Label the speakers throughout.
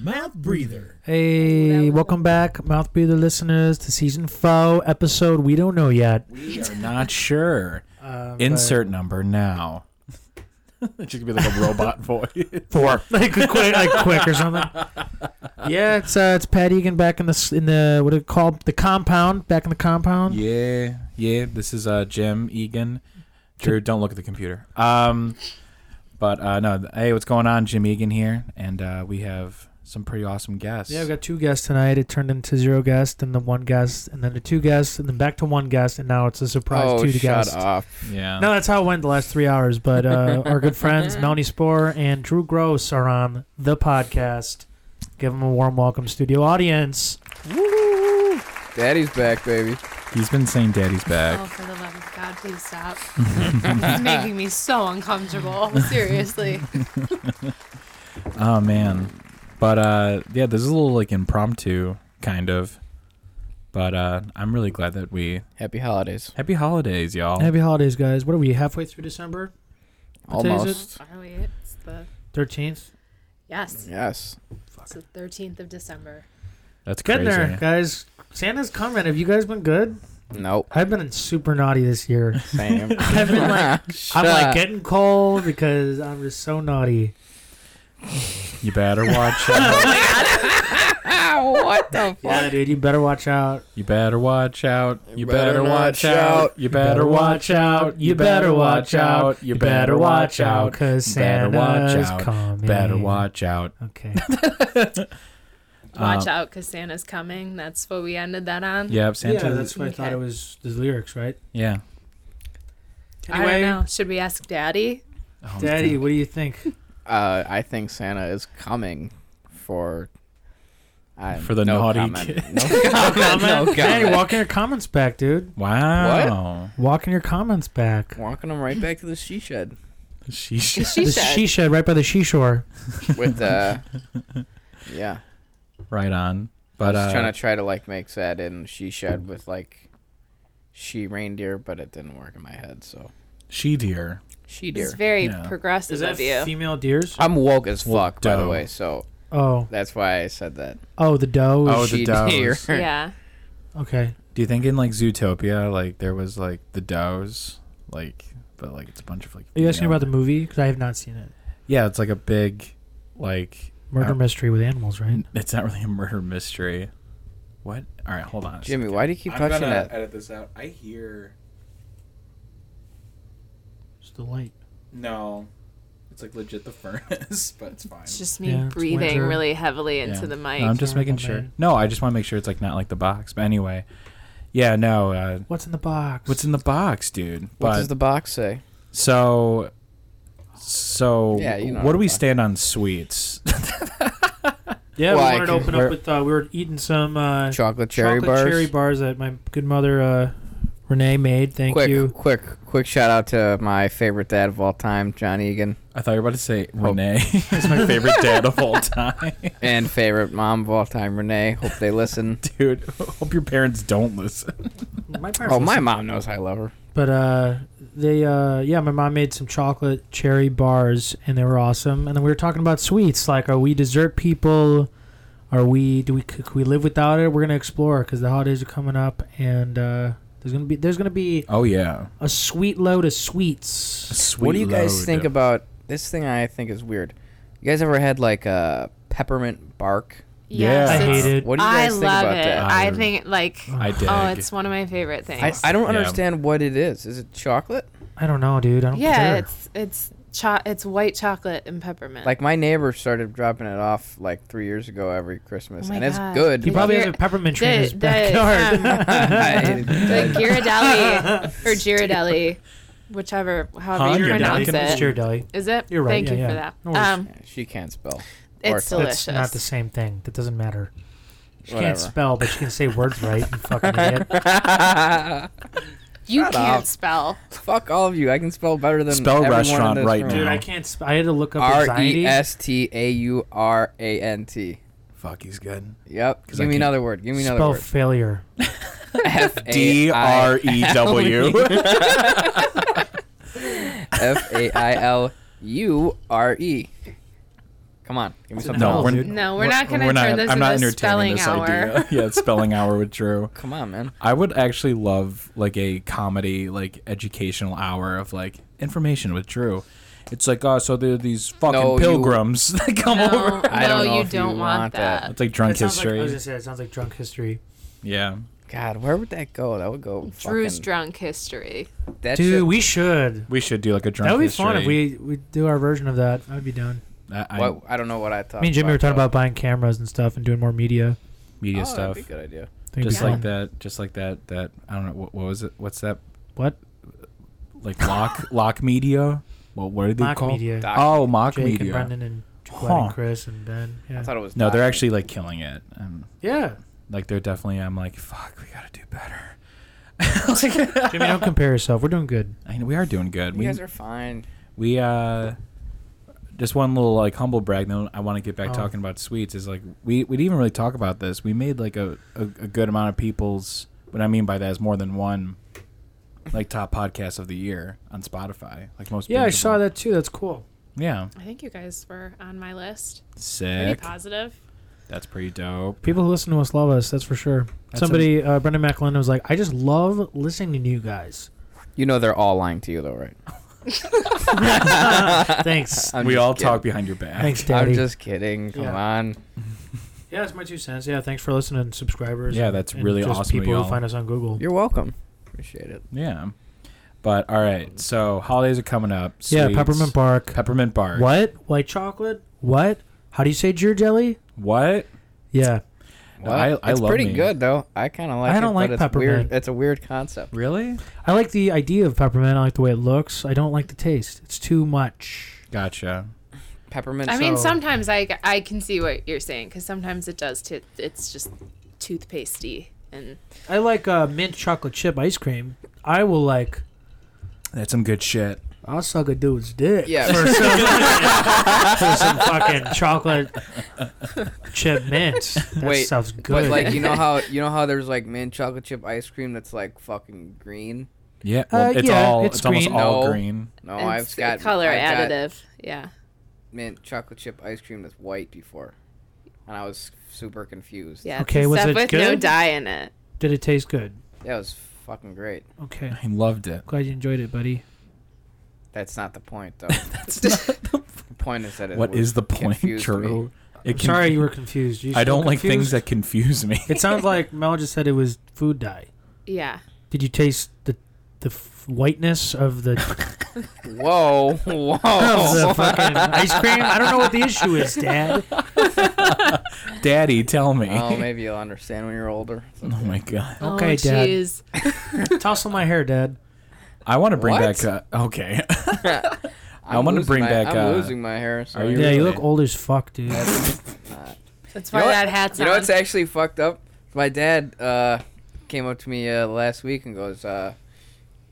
Speaker 1: Mouth Breather.
Speaker 2: Hey, welcome back, Mouth Breather listeners, to season four, episode we don't know yet.
Speaker 3: We are not sure.
Speaker 2: Uh,
Speaker 3: Insert number now. it should be like a robot voice.
Speaker 2: four, like quick, like quick or something. Yeah, it's uh, it's Pat Egan back in the s- in the what do you call the compound? Back in the compound.
Speaker 3: Yeah, yeah. This is uh, Jim Egan. Drew, don't look at the computer. Um, but uh, no. th- Hey, what's going on? Jim Egan here, and uh, we have some pretty awesome guests.
Speaker 2: Yeah, we got two guests tonight. It turned into zero guests, and then one guest, and then the two guests, and then back to one guest, and now it's a surprise
Speaker 4: oh,
Speaker 2: two
Speaker 4: shut
Speaker 2: guests.
Speaker 4: up.
Speaker 3: Yeah.
Speaker 2: No, that's how it went the last three hours. But uh, our good friends Melanie Spohr and Drew Gross are on the podcast. Give them a warm welcome, studio audience.
Speaker 4: Woo! Daddy's back, baby.
Speaker 3: He's been saying Daddy's back.
Speaker 5: Oh, for the love of God, please stop. it's making me so uncomfortable. Seriously.
Speaker 3: Oh man, but uh, yeah, this is a little like impromptu, kind of. But uh, I'm really glad that we
Speaker 4: Happy holidays.
Speaker 3: happy holidays, y'all.
Speaker 2: Happy holidays, guys. What are we halfway through December? What day is
Speaker 4: Almost.
Speaker 5: Are we? It's the
Speaker 2: Thirteenth.
Speaker 5: yes.
Speaker 4: Yes.
Speaker 5: It's the thirteenth of December.
Speaker 3: That's
Speaker 2: Get
Speaker 3: crazy.
Speaker 2: in there, guys. Santa's coming. Have you guys been good?
Speaker 4: Nope.
Speaker 2: I've been super naughty this year.
Speaker 4: Same.
Speaker 2: I've been like, I'm
Speaker 4: Shut
Speaker 2: like
Speaker 4: up.
Speaker 2: getting cold because I'm just so naughty.
Speaker 3: You better watch out.
Speaker 4: Ow, what the fuck?
Speaker 2: Yeah, dude, you better watch out.
Speaker 3: You better watch out. You
Speaker 4: better
Speaker 3: better
Speaker 4: not
Speaker 3: watch
Speaker 4: shout.
Speaker 3: out. You better watch out. You better watch out. You better watch out.
Speaker 2: because
Speaker 3: You better watch
Speaker 2: Santa's
Speaker 3: out.
Speaker 2: coming.
Speaker 3: Better watch out.
Speaker 2: Okay.
Speaker 5: Watch out, because Santa's coming. That's what we ended that on.
Speaker 3: Yep, Santa.
Speaker 2: Um, Yeah, that's what I thought
Speaker 5: Okay.
Speaker 2: it was. The lyrics, right?
Speaker 3: yeah.
Speaker 5: I
Speaker 2: Anyway.
Speaker 5: don't know. Should we ask Daddy?
Speaker 3: Oh,
Speaker 2: Daddy, what do you think?
Speaker 4: Uh, I think Santa is coming for. I,
Speaker 3: For the
Speaker 4: no
Speaker 3: naughty
Speaker 4: comment.
Speaker 3: kid.
Speaker 4: No comment. no comment.
Speaker 2: Daddy, walking your comments back, dude.
Speaker 3: Wow.
Speaker 2: Walking your comments back.
Speaker 4: Walking him right back to the she shed
Speaker 3: She
Speaker 5: The she
Speaker 2: the
Speaker 5: said.
Speaker 2: she shed right by the seashore.
Speaker 4: with uh, yeah.
Speaker 3: right on.
Speaker 4: I
Speaker 3: But
Speaker 4: was
Speaker 3: uh,
Speaker 4: trying to try to like mix that in she shed with like she reindeer, but it didn't work in my head. So
Speaker 3: she deer.
Speaker 4: she
Speaker 5: It's
Speaker 4: deer.
Speaker 5: very
Speaker 3: Yeah.
Speaker 5: progressive of you.
Speaker 2: female deers?
Speaker 4: I'm woke as fuck, by the
Speaker 3: doe.
Speaker 4: way. So
Speaker 2: Oh,
Speaker 4: that's why I said that.
Speaker 2: oh, the doe.
Speaker 3: Oh,
Speaker 2: is-
Speaker 3: the
Speaker 4: she
Speaker 3: does.
Speaker 4: deer.
Speaker 5: yeah.
Speaker 4: Oh.
Speaker 2: Okay.
Speaker 3: Do you think in like Zootopia, like there was like the does, like but like it's a bunch of like.
Speaker 2: Are you asking
Speaker 3: female-
Speaker 2: about the movie? Because I have not seen it.
Speaker 3: Yeah, it's like a big, like
Speaker 2: Murder
Speaker 3: Uh,
Speaker 2: mystery with animals, right?
Speaker 3: it's not really a murder mystery. What? All right, hold on. a
Speaker 4: Jimmy,
Speaker 3: second.
Speaker 4: why do you keep touching that?
Speaker 3: edit this out. I hear
Speaker 2: It's the light.
Speaker 3: no. It's like legit the furnace, but it's fine.
Speaker 5: It's just me
Speaker 2: Yeah, it's
Speaker 5: breathing
Speaker 2: winter.
Speaker 5: really heavily into
Speaker 3: Yeah.
Speaker 5: the mic.
Speaker 3: No, I'm just
Speaker 2: Sorry
Speaker 3: making
Speaker 2: about
Speaker 3: sure.
Speaker 2: that.
Speaker 3: No, I just want to make sure it's like not like the box. But anyway, yeah, no. Uh,
Speaker 2: What's in the box?
Speaker 3: what's in the box, dude?
Speaker 4: What
Speaker 3: But
Speaker 4: does the box say?
Speaker 3: so, so
Speaker 4: Yeah, you know
Speaker 3: what do we
Speaker 4: about-
Speaker 3: stand on sweets?
Speaker 2: Yeah,
Speaker 4: Well, I
Speaker 2: we wanted to
Speaker 4: can-
Speaker 2: open up
Speaker 4: we're-
Speaker 2: with. Uh, we were eating some uh,
Speaker 4: Chocolate cherry
Speaker 2: chocolate
Speaker 4: bars.
Speaker 2: cherry bars that my good mother uh, Renee made. Thank
Speaker 4: quick,
Speaker 2: you.
Speaker 4: quick, quick shout out to my favorite dad of all time, John Egan,
Speaker 3: I thought you were about to say Renee. He's my favorite dad of all time,
Speaker 4: and favorite mom of all time, Renee. Hope they listen.
Speaker 3: dude. Hope your parents don't listen.
Speaker 2: My parents
Speaker 4: oh, my
Speaker 2: listen.
Speaker 4: mom knows I love her.
Speaker 2: But uh, they uh, yeah, my mom made some chocolate cherry bars, and they were awesome. And then we were talking about sweets, like are we dessert people? Are we do we could we live without it? We're gonna explore because the holidays are coming up, and uh, there's gonna be there's gonna be
Speaker 3: Oh yeah,
Speaker 2: a sweet load of sweets.
Speaker 3: sweet.
Speaker 4: what do you guys
Speaker 3: load.
Speaker 4: think about this thing? I think is weird. You guys ever had like a peppermint bark?
Speaker 3: Yeah.
Speaker 5: Yes,
Speaker 2: I
Speaker 5: it's-
Speaker 2: hate it.
Speaker 4: What do you guys
Speaker 5: I
Speaker 4: think
Speaker 5: love
Speaker 4: about
Speaker 5: it.
Speaker 4: that?
Speaker 5: I
Speaker 3: Um,
Speaker 5: think like
Speaker 3: I dig.
Speaker 5: oh, it's one of my favorite things.
Speaker 4: I, I don't
Speaker 3: Yeah.
Speaker 4: understand what it is. Is it chocolate?
Speaker 2: I don't know, dude. I don't
Speaker 5: yeah,
Speaker 2: care.
Speaker 5: it's it's cho- it's white chocolate and peppermint.
Speaker 4: Like my neighbor started dropping it off like three years ago every Christmas,
Speaker 5: Oh my
Speaker 4: and it's
Speaker 5: God.
Speaker 4: good.
Speaker 2: he probably has a
Speaker 5: You're-
Speaker 2: peppermint tree in
Speaker 5: the-
Speaker 2: his
Speaker 5: the,
Speaker 2: backyard.
Speaker 5: um, the
Speaker 4: I-
Speaker 5: Ghirardelli or Ghirardelli, whichever however you
Speaker 3: Ghirardelli?
Speaker 5: pronounce
Speaker 2: It's
Speaker 5: it.
Speaker 2: your deli.
Speaker 5: Is it?
Speaker 2: You're right,
Speaker 5: Thank
Speaker 2: yeah,
Speaker 5: you
Speaker 2: yeah.
Speaker 5: for
Speaker 2: No
Speaker 5: that.
Speaker 2: worries.
Speaker 5: Um,
Speaker 4: she can't spell. Or
Speaker 5: it's
Speaker 4: talk.
Speaker 5: delicious.
Speaker 2: That's not the same thing. That doesn't matter. She
Speaker 4: Whatever.
Speaker 2: can't spell, but she can say words right. You fucking idiot.
Speaker 5: you
Speaker 4: Shut
Speaker 5: can't
Speaker 4: up.
Speaker 5: spell.
Speaker 4: Fuck all of you. I can spell better than
Speaker 3: Spell
Speaker 4: everyone in
Speaker 3: restaurant
Speaker 4: this
Speaker 3: right
Speaker 4: room.
Speaker 2: Dude,
Speaker 3: now.
Speaker 2: I can't. Sp- I had to look up
Speaker 4: R
Speaker 2: anxiety.
Speaker 4: e s t a u r a n t.
Speaker 3: Fuck, he's good.
Speaker 4: Yep.
Speaker 3: 'Cause
Speaker 4: Give
Speaker 3: I
Speaker 4: me
Speaker 3: can't-
Speaker 4: another word. Give me another
Speaker 2: Spell
Speaker 4: word.
Speaker 2: failure.
Speaker 4: F
Speaker 3: D R E W.
Speaker 4: F A I L U R E. Come on, give me
Speaker 2: It's an
Speaker 4: something
Speaker 3: No,
Speaker 4: else.
Speaker 2: we're-
Speaker 3: we're,
Speaker 2: dude.
Speaker 5: No, we're not gonna turn this into a spelling hour.
Speaker 3: idea. yeah, spelling hour with Drew.
Speaker 4: Come on, man.
Speaker 3: I would actually love like a comedy, like educational hour of like information with Drew. It's like, oh, so there are these fucking
Speaker 4: No, you-
Speaker 3: pilgrims that come
Speaker 5: No,
Speaker 3: over.
Speaker 4: I don't
Speaker 5: no,
Speaker 4: know
Speaker 5: you
Speaker 4: if you
Speaker 5: don't want,
Speaker 4: want
Speaker 5: that.
Speaker 4: that.
Speaker 3: It's like drunk
Speaker 2: It sounds Like,
Speaker 3: history.
Speaker 2: I was gonna say it sounds like drunk history.
Speaker 3: yeah.
Speaker 4: God, where would that go? That would go.
Speaker 5: Drew's
Speaker 4: fucking-
Speaker 5: drunk history.
Speaker 4: That
Speaker 2: Dude,
Speaker 4: shit-
Speaker 2: we should.
Speaker 3: We should do like a drunk
Speaker 2: That would be
Speaker 3: history. uh,
Speaker 2: fun if we we do our version of that. I'd be down.
Speaker 3: I, I-
Speaker 4: what, I don't know what I thought.
Speaker 2: Me and Jimmy were talking
Speaker 4: though.
Speaker 2: about buying cameras and stuff and doing more media.
Speaker 3: media
Speaker 4: oh,
Speaker 3: stuff.
Speaker 4: That'd be a good idea.
Speaker 2: Think
Speaker 3: Just
Speaker 5: Yeah.
Speaker 3: like that. Just like that. That I don't know. What, what was it? What's that?
Speaker 2: What?
Speaker 3: Like lock lock media. Well, what are they
Speaker 2: Mock
Speaker 3: called?
Speaker 2: media.
Speaker 4: Doc-
Speaker 3: Oh, mock
Speaker 2: Jake and
Speaker 3: media.
Speaker 2: Brendan and Glenn
Speaker 3: Huh.
Speaker 2: and Chris and Ben. Yeah.
Speaker 4: I thought it was.
Speaker 3: no, they're
Speaker 4: document-
Speaker 3: actually like killing it. Um,
Speaker 2: yeah.
Speaker 3: like they're definitely. I'm like, fuck. We gotta do better.
Speaker 2: Jimmy, don't compare yourself. We're doing good.
Speaker 3: I mean, we are doing good.
Speaker 4: You
Speaker 3: we
Speaker 4: guys are fine.
Speaker 3: we uh, just one little like humble brag. Then I want to get back
Speaker 2: Oh.
Speaker 3: talking about sweets. Is like we we didn't even really talk about this. We made like a a, a good amount of people's. What I mean by that is more than one. Like top podcast of the year on Spotify, like most.
Speaker 2: Yeah, I saw
Speaker 3: bingeable.
Speaker 2: that too. That's cool.
Speaker 3: Yeah,
Speaker 5: I think you guys were on my list. Pretty
Speaker 3: sick.
Speaker 5: positive.
Speaker 3: That's pretty dope.
Speaker 2: People who listen to us love us. That's for sure.
Speaker 3: That's
Speaker 2: Somebody, uh, Brendan McLennan, was like, "I just love listening to you guys."
Speaker 4: You know they're all lying to you though, right?
Speaker 2: Thanks.
Speaker 4: I'm
Speaker 3: we
Speaker 4: just
Speaker 3: all
Speaker 4: kidding.
Speaker 3: talk behind your back.
Speaker 2: Thanks,
Speaker 4: I'm
Speaker 2: Daddy.
Speaker 4: just kidding. Come
Speaker 2: Yeah.
Speaker 4: on.
Speaker 2: yeah, that's my two cents. Yeah, thanks for listening, subscribers.
Speaker 3: Yeah,
Speaker 2: and-
Speaker 3: that's
Speaker 2: and
Speaker 3: really
Speaker 2: just
Speaker 3: awesome of
Speaker 2: People
Speaker 3: y'all.
Speaker 2: who find us on Google.
Speaker 4: You're welcome. Appreciate it.
Speaker 3: Yeah. But all right, so holidays are coming up.
Speaker 2: yeah,
Speaker 3: Sweets.
Speaker 2: peppermint bark.
Speaker 3: Peppermint bark.
Speaker 2: What? White chocolate? What? How do you say Jeer jelly?
Speaker 3: What?
Speaker 2: Yeah.
Speaker 3: No, I- I
Speaker 4: it's
Speaker 3: love
Speaker 4: pretty
Speaker 3: me.
Speaker 4: good though. I kind of like.
Speaker 2: I
Speaker 4: it,
Speaker 2: don't
Speaker 4: but
Speaker 2: like
Speaker 4: it's
Speaker 2: peppermint.
Speaker 4: Weird. It's a weird concept.
Speaker 3: Really?
Speaker 2: I like the idea of peppermint. I like the way it looks. I don't like the taste. It's too much.
Speaker 3: Gotcha.
Speaker 4: Peppermint.
Speaker 5: I mean,
Speaker 4: so-
Speaker 5: sometimes I, I can see what you're saying because sometimes it does. T- it's just toothpastey and
Speaker 2: I like uh, mint chocolate chip ice cream. I will like.
Speaker 3: That's some good shit.
Speaker 2: I'll suck a dude's dick.
Speaker 4: Yeah.
Speaker 2: For some, for some fucking chocolate chip mint. That
Speaker 4: Wait,
Speaker 2: stuff's good.
Speaker 4: But like you know how you know how there's like mint chocolate chip ice cream that's like fucking green.
Speaker 3: Yeah.
Speaker 2: Uh,
Speaker 3: it's
Speaker 2: yeah,
Speaker 3: all.
Speaker 2: it's
Speaker 3: It's, almost
Speaker 2: green.
Speaker 3: all
Speaker 4: No.
Speaker 3: green.
Speaker 4: No,
Speaker 5: and
Speaker 4: Oh, I've
Speaker 5: it's
Speaker 4: got
Speaker 5: color
Speaker 4: I've got
Speaker 5: additive. yeah.
Speaker 4: mint chocolate chip ice cream that's white before, and I was super confused.
Speaker 5: Yeah. it's
Speaker 2: Okay,
Speaker 5: the
Speaker 2: was
Speaker 5: stuff
Speaker 2: it
Speaker 5: with no
Speaker 2: good?
Speaker 5: dye in it.
Speaker 2: Did it taste good?
Speaker 4: that was fucking great.
Speaker 2: Okay.
Speaker 3: I loved it.
Speaker 2: Glad you enjoyed it, buddy.
Speaker 4: That's not the point though. that's not the point is that it
Speaker 3: What
Speaker 4: was
Speaker 3: is the point,
Speaker 4: confused me.
Speaker 3: Drew? It
Speaker 2: I'm sorry you were confused. You
Speaker 3: I
Speaker 2: still
Speaker 3: don't like things
Speaker 2: confused?
Speaker 3: that confuse me.
Speaker 2: It sounds like Mel just said it was food dye.
Speaker 5: Yeah.
Speaker 2: Did you taste the the f- whiteness of the,
Speaker 4: Whoa,
Speaker 2: of the
Speaker 4: whoa.
Speaker 2: fucking ice cream? I don't know what the issue is, Dad.
Speaker 3: Daddy, tell me.
Speaker 4: oh, maybe you'll understand when you're older. It's
Speaker 3: Oh my god.
Speaker 2: Okay,
Speaker 5: oh,
Speaker 2: Dad.
Speaker 5: jeez.
Speaker 2: Tossle my hair, Dad.
Speaker 3: I want to bring
Speaker 4: What?
Speaker 3: back. Uh, okay.
Speaker 4: I'm
Speaker 3: I wanna
Speaker 4: losing
Speaker 3: bring
Speaker 4: my-
Speaker 3: back,
Speaker 4: I'm
Speaker 3: uh,
Speaker 4: losing my hair. So
Speaker 3: are
Speaker 2: Yeah,
Speaker 3: you-
Speaker 2: you
Speaker 3: Really?
Speaker 2: look old as fuck, dude.
Speaker 5: That's
Speaker 4: You
Speaker 5: why
Speaker 4: know what-
Speaker 5: that hat's
Speaker 4: You know
Speaker 5: on.
Speaker 4: what's actually fucked up? My dad uh, came up to me uh, last week and goes, uh,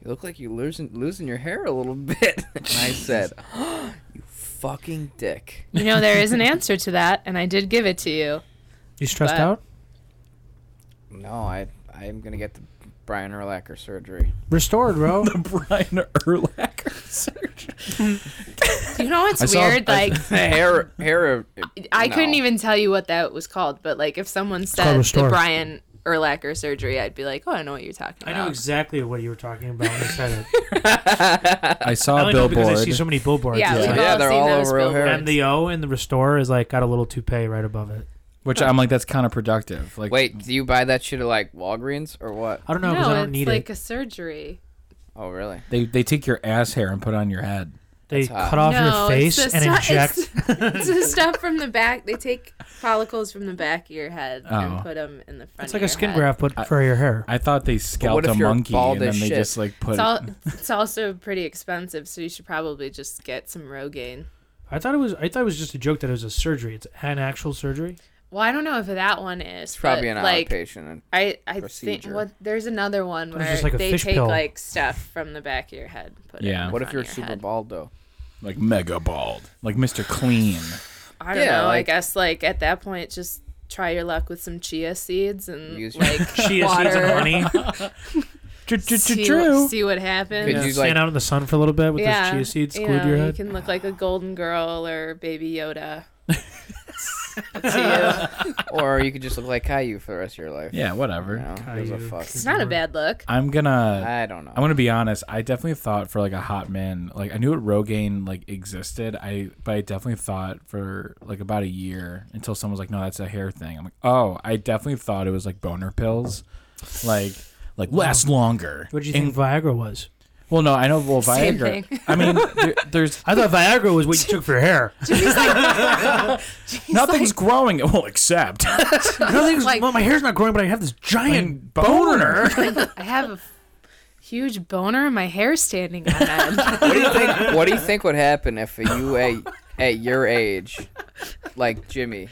Speaker 4: "You look like you're losing losing your hair a little bit." and I said, "You fucking dick."
Speaker 5: You know, there is an answer to that, and I did give it to you.
Speaker 2: You stressed
Speaker 5: But-
Speaker 2: out?
Speaker 4: No, I I am gonna get the Brian Urlacher surgery.
Speaker 2: Restored, bro.
Speaker 3: the Brian Urlacher surgery.
Speaker 5: You know what's
Speaker 3: I saw-
Speaker 5: weird?
Speaker 3: I-
Speaker 5: like,
Speaker 4: hair hair.
Speaker 5: I couldn't
Speaker 4: no.
Speaker 5: even tell you what that was called, but like, if someone
Speaker 2: called
Speaker 5: said the
Speaker 2: Restore.
Speaker 5: Brian Urlacher surgery, I'd be like, oh, I know what you're talking
Speaker 2: I
Speaker 5: about.
Speaker 2: know exactly what you were talking about when you said it.
Speaker 3: I
Speaker 2: I
Speaker 3: saw
Speaker 2: only
Speaker 3: a
Speaker 2: know because I
Speaker 3: billboard.
Speaker 2: see so many billboards.
Speaker 5: Yeah,
Speaker 2: It's
Speaker 5: we've
Speaker 2: like-
Speaker 4: Yeah,
Speaker 5: all
Speaker 4: they're
Speaker 5: seen
Speaker 4: all
Speaker 5: those
Speaker 4: over our hair.
Speaker 5: billboards.
Speaker 2: and the O in the restore is like got a little toupee right above it.
Speaker 3: Which I'm like, that's counterproductive. Like,
Speaker 4: Wait, do you buy that shit at like Walgreens or what?
Speaker 2: I don't know
Speaker 5: No,
Speaker 2: because I don't
Speaker 5: it's
Speaker 2: need
Speaker 5: like
Speaker 2: it.
Speaker 5: a surgery.
Speaker 4: Oh, really?
Speaker 3: they they take your ass hair and put it on your head.
Speaker 2: They
Speaker 4: hot.
Speaker 2: cut off
Speaker 5: no,
Speaker 2: your face
Speaker 5: it's the
Speaker 2: and
Speaker 5: stu-
Speaker 2: inject.
Speaker 5: It's, it's the stuff from the back. They take follicles from the back of your head
Speaker 3: Oh.
Speaker 5: and put them in the front.
Speaker 2: It's
Speaker 5: of
Speaker 2: like a
Speaker 5: your
Speaker 2: skin
Speaker 5: head.
Speaker 2: graft, but for your hair.
Speaker 3: I thought they scalped
Speaker 4: if
Speaker 3: a
Speaker 4: you're
Speaker 3: monkey
Speaker 4: bald
Speaker 3: and then
Speaker 4: as
Speaker 3: they
Speaker 4: shit?
Speaker 3: just like put
Speaker 5: It's,
Speaker 3: it.
Speaker 5: all, it's also pretty expensive, so you should probably just get some Rogaine.
Speaker 2: I thought it was. I thought it was just a joke that it was a surgery. It's an actual surgery.
Speaker 5: Well, I don't know if that one is.
Speaker 4: It's probably an
Speaker 5: like,
Speaker 4: outpatient.
Speaker 5: I I think
Speaker 4: procedure.
Speaker 5: what there's another one
Speaker 2: it's
Speaker 5: where
Speaker 2: just like a
Speaker 5: they
Speaker 2: fish
Speaker 5: take
Speaker 2: pill.
Speaker 5: like stuff from the back of your head. and Put it in
Speaker 3: Yeah.
Speaker 5: the
Speaker 4: What if
Speaker 5: front
Speaker 4: you're
Speaker 5: of your
Speaker 4: super
Speaker 5: head.
Speaker 4: bald though?
Speaker 3: like mega bald, like Mr. Clean.
Speaker 5: I don't
Speaker 4: Yeah,
Speaker 5: know.
Speaker 4: like-
Speaker 5: I guess like at that point, just try your luck with some chia seeds and
Speaker 4: Use your-
Speaker 5: like
Speaker 2: Chia
Speaker 5: water.
Speaker 2: seeds and honey.
Speaker 5: See,
Speaker 3: True.
Speaker 5: see what happens.
Speaker 4: Could
Speaker 2: Yeah.
Speaker 4: you,
Speaker 2: Stand
Speaker 4: like-
Speaker 2: out in the sun for a little bit with
Speaker 5: yeah,
Speaker 2: those chia seeds
Speaker 5: you
Speaker 2: glued to
Speaker 5: know,
Speaker 2: your
Speaker 5: You
Speaker 2: head.
Speaker 5: can look like a golden girl or baby Yoda. That's you.
Speaker 4: or you could just look like Caillou for the rest of your life.
Speaker 3: Yeah,
Speaker 4: You
Speaker 3: whatever.
Speaker 4: know, gives a
Speaker 2: Caillou.
Speaker 4: fuck.
Speaker 5: It's not a bad look.
Speaker 3: I'm gonna.
Speaker 4: I don't know.
Speaker 3: I'm gonna be honest. I definitely thought for like a hot man. Like I knew what Rogaine like existed. I but I definitely thought for like about a year until someone was like, no, that's a hair thing. I'm like, oh, I definitely thought it was like boner pills, like like last longer.
Speaker 2: What do you
Speaker 3: And-
Speaker 2: think Viagra was?
Speaker 3: Well, no, I know. Well,
Speaker 5: Same
Speaker 3: Viagra.
Speaker 5: thing.
Speaker 3: I mean, there, there's
Speaker 2: I thought Viagra was what you took for hair.
Speaker 5: Jimmy's like, Jimmy's
Speaker 3: nothing's
Speaker 5: like,
Speaker 3: growing. Well, except
Speaker 2: Nothing's,
Speaker 5: Like-
Speaker 2: well, my hair's not growing, but I have this giant boner.
Speaker 5: I have a huge boner and my hair standing on end.
Speaker 4: what do you think? What do you think would happen if you at, at your age, like Jimmy?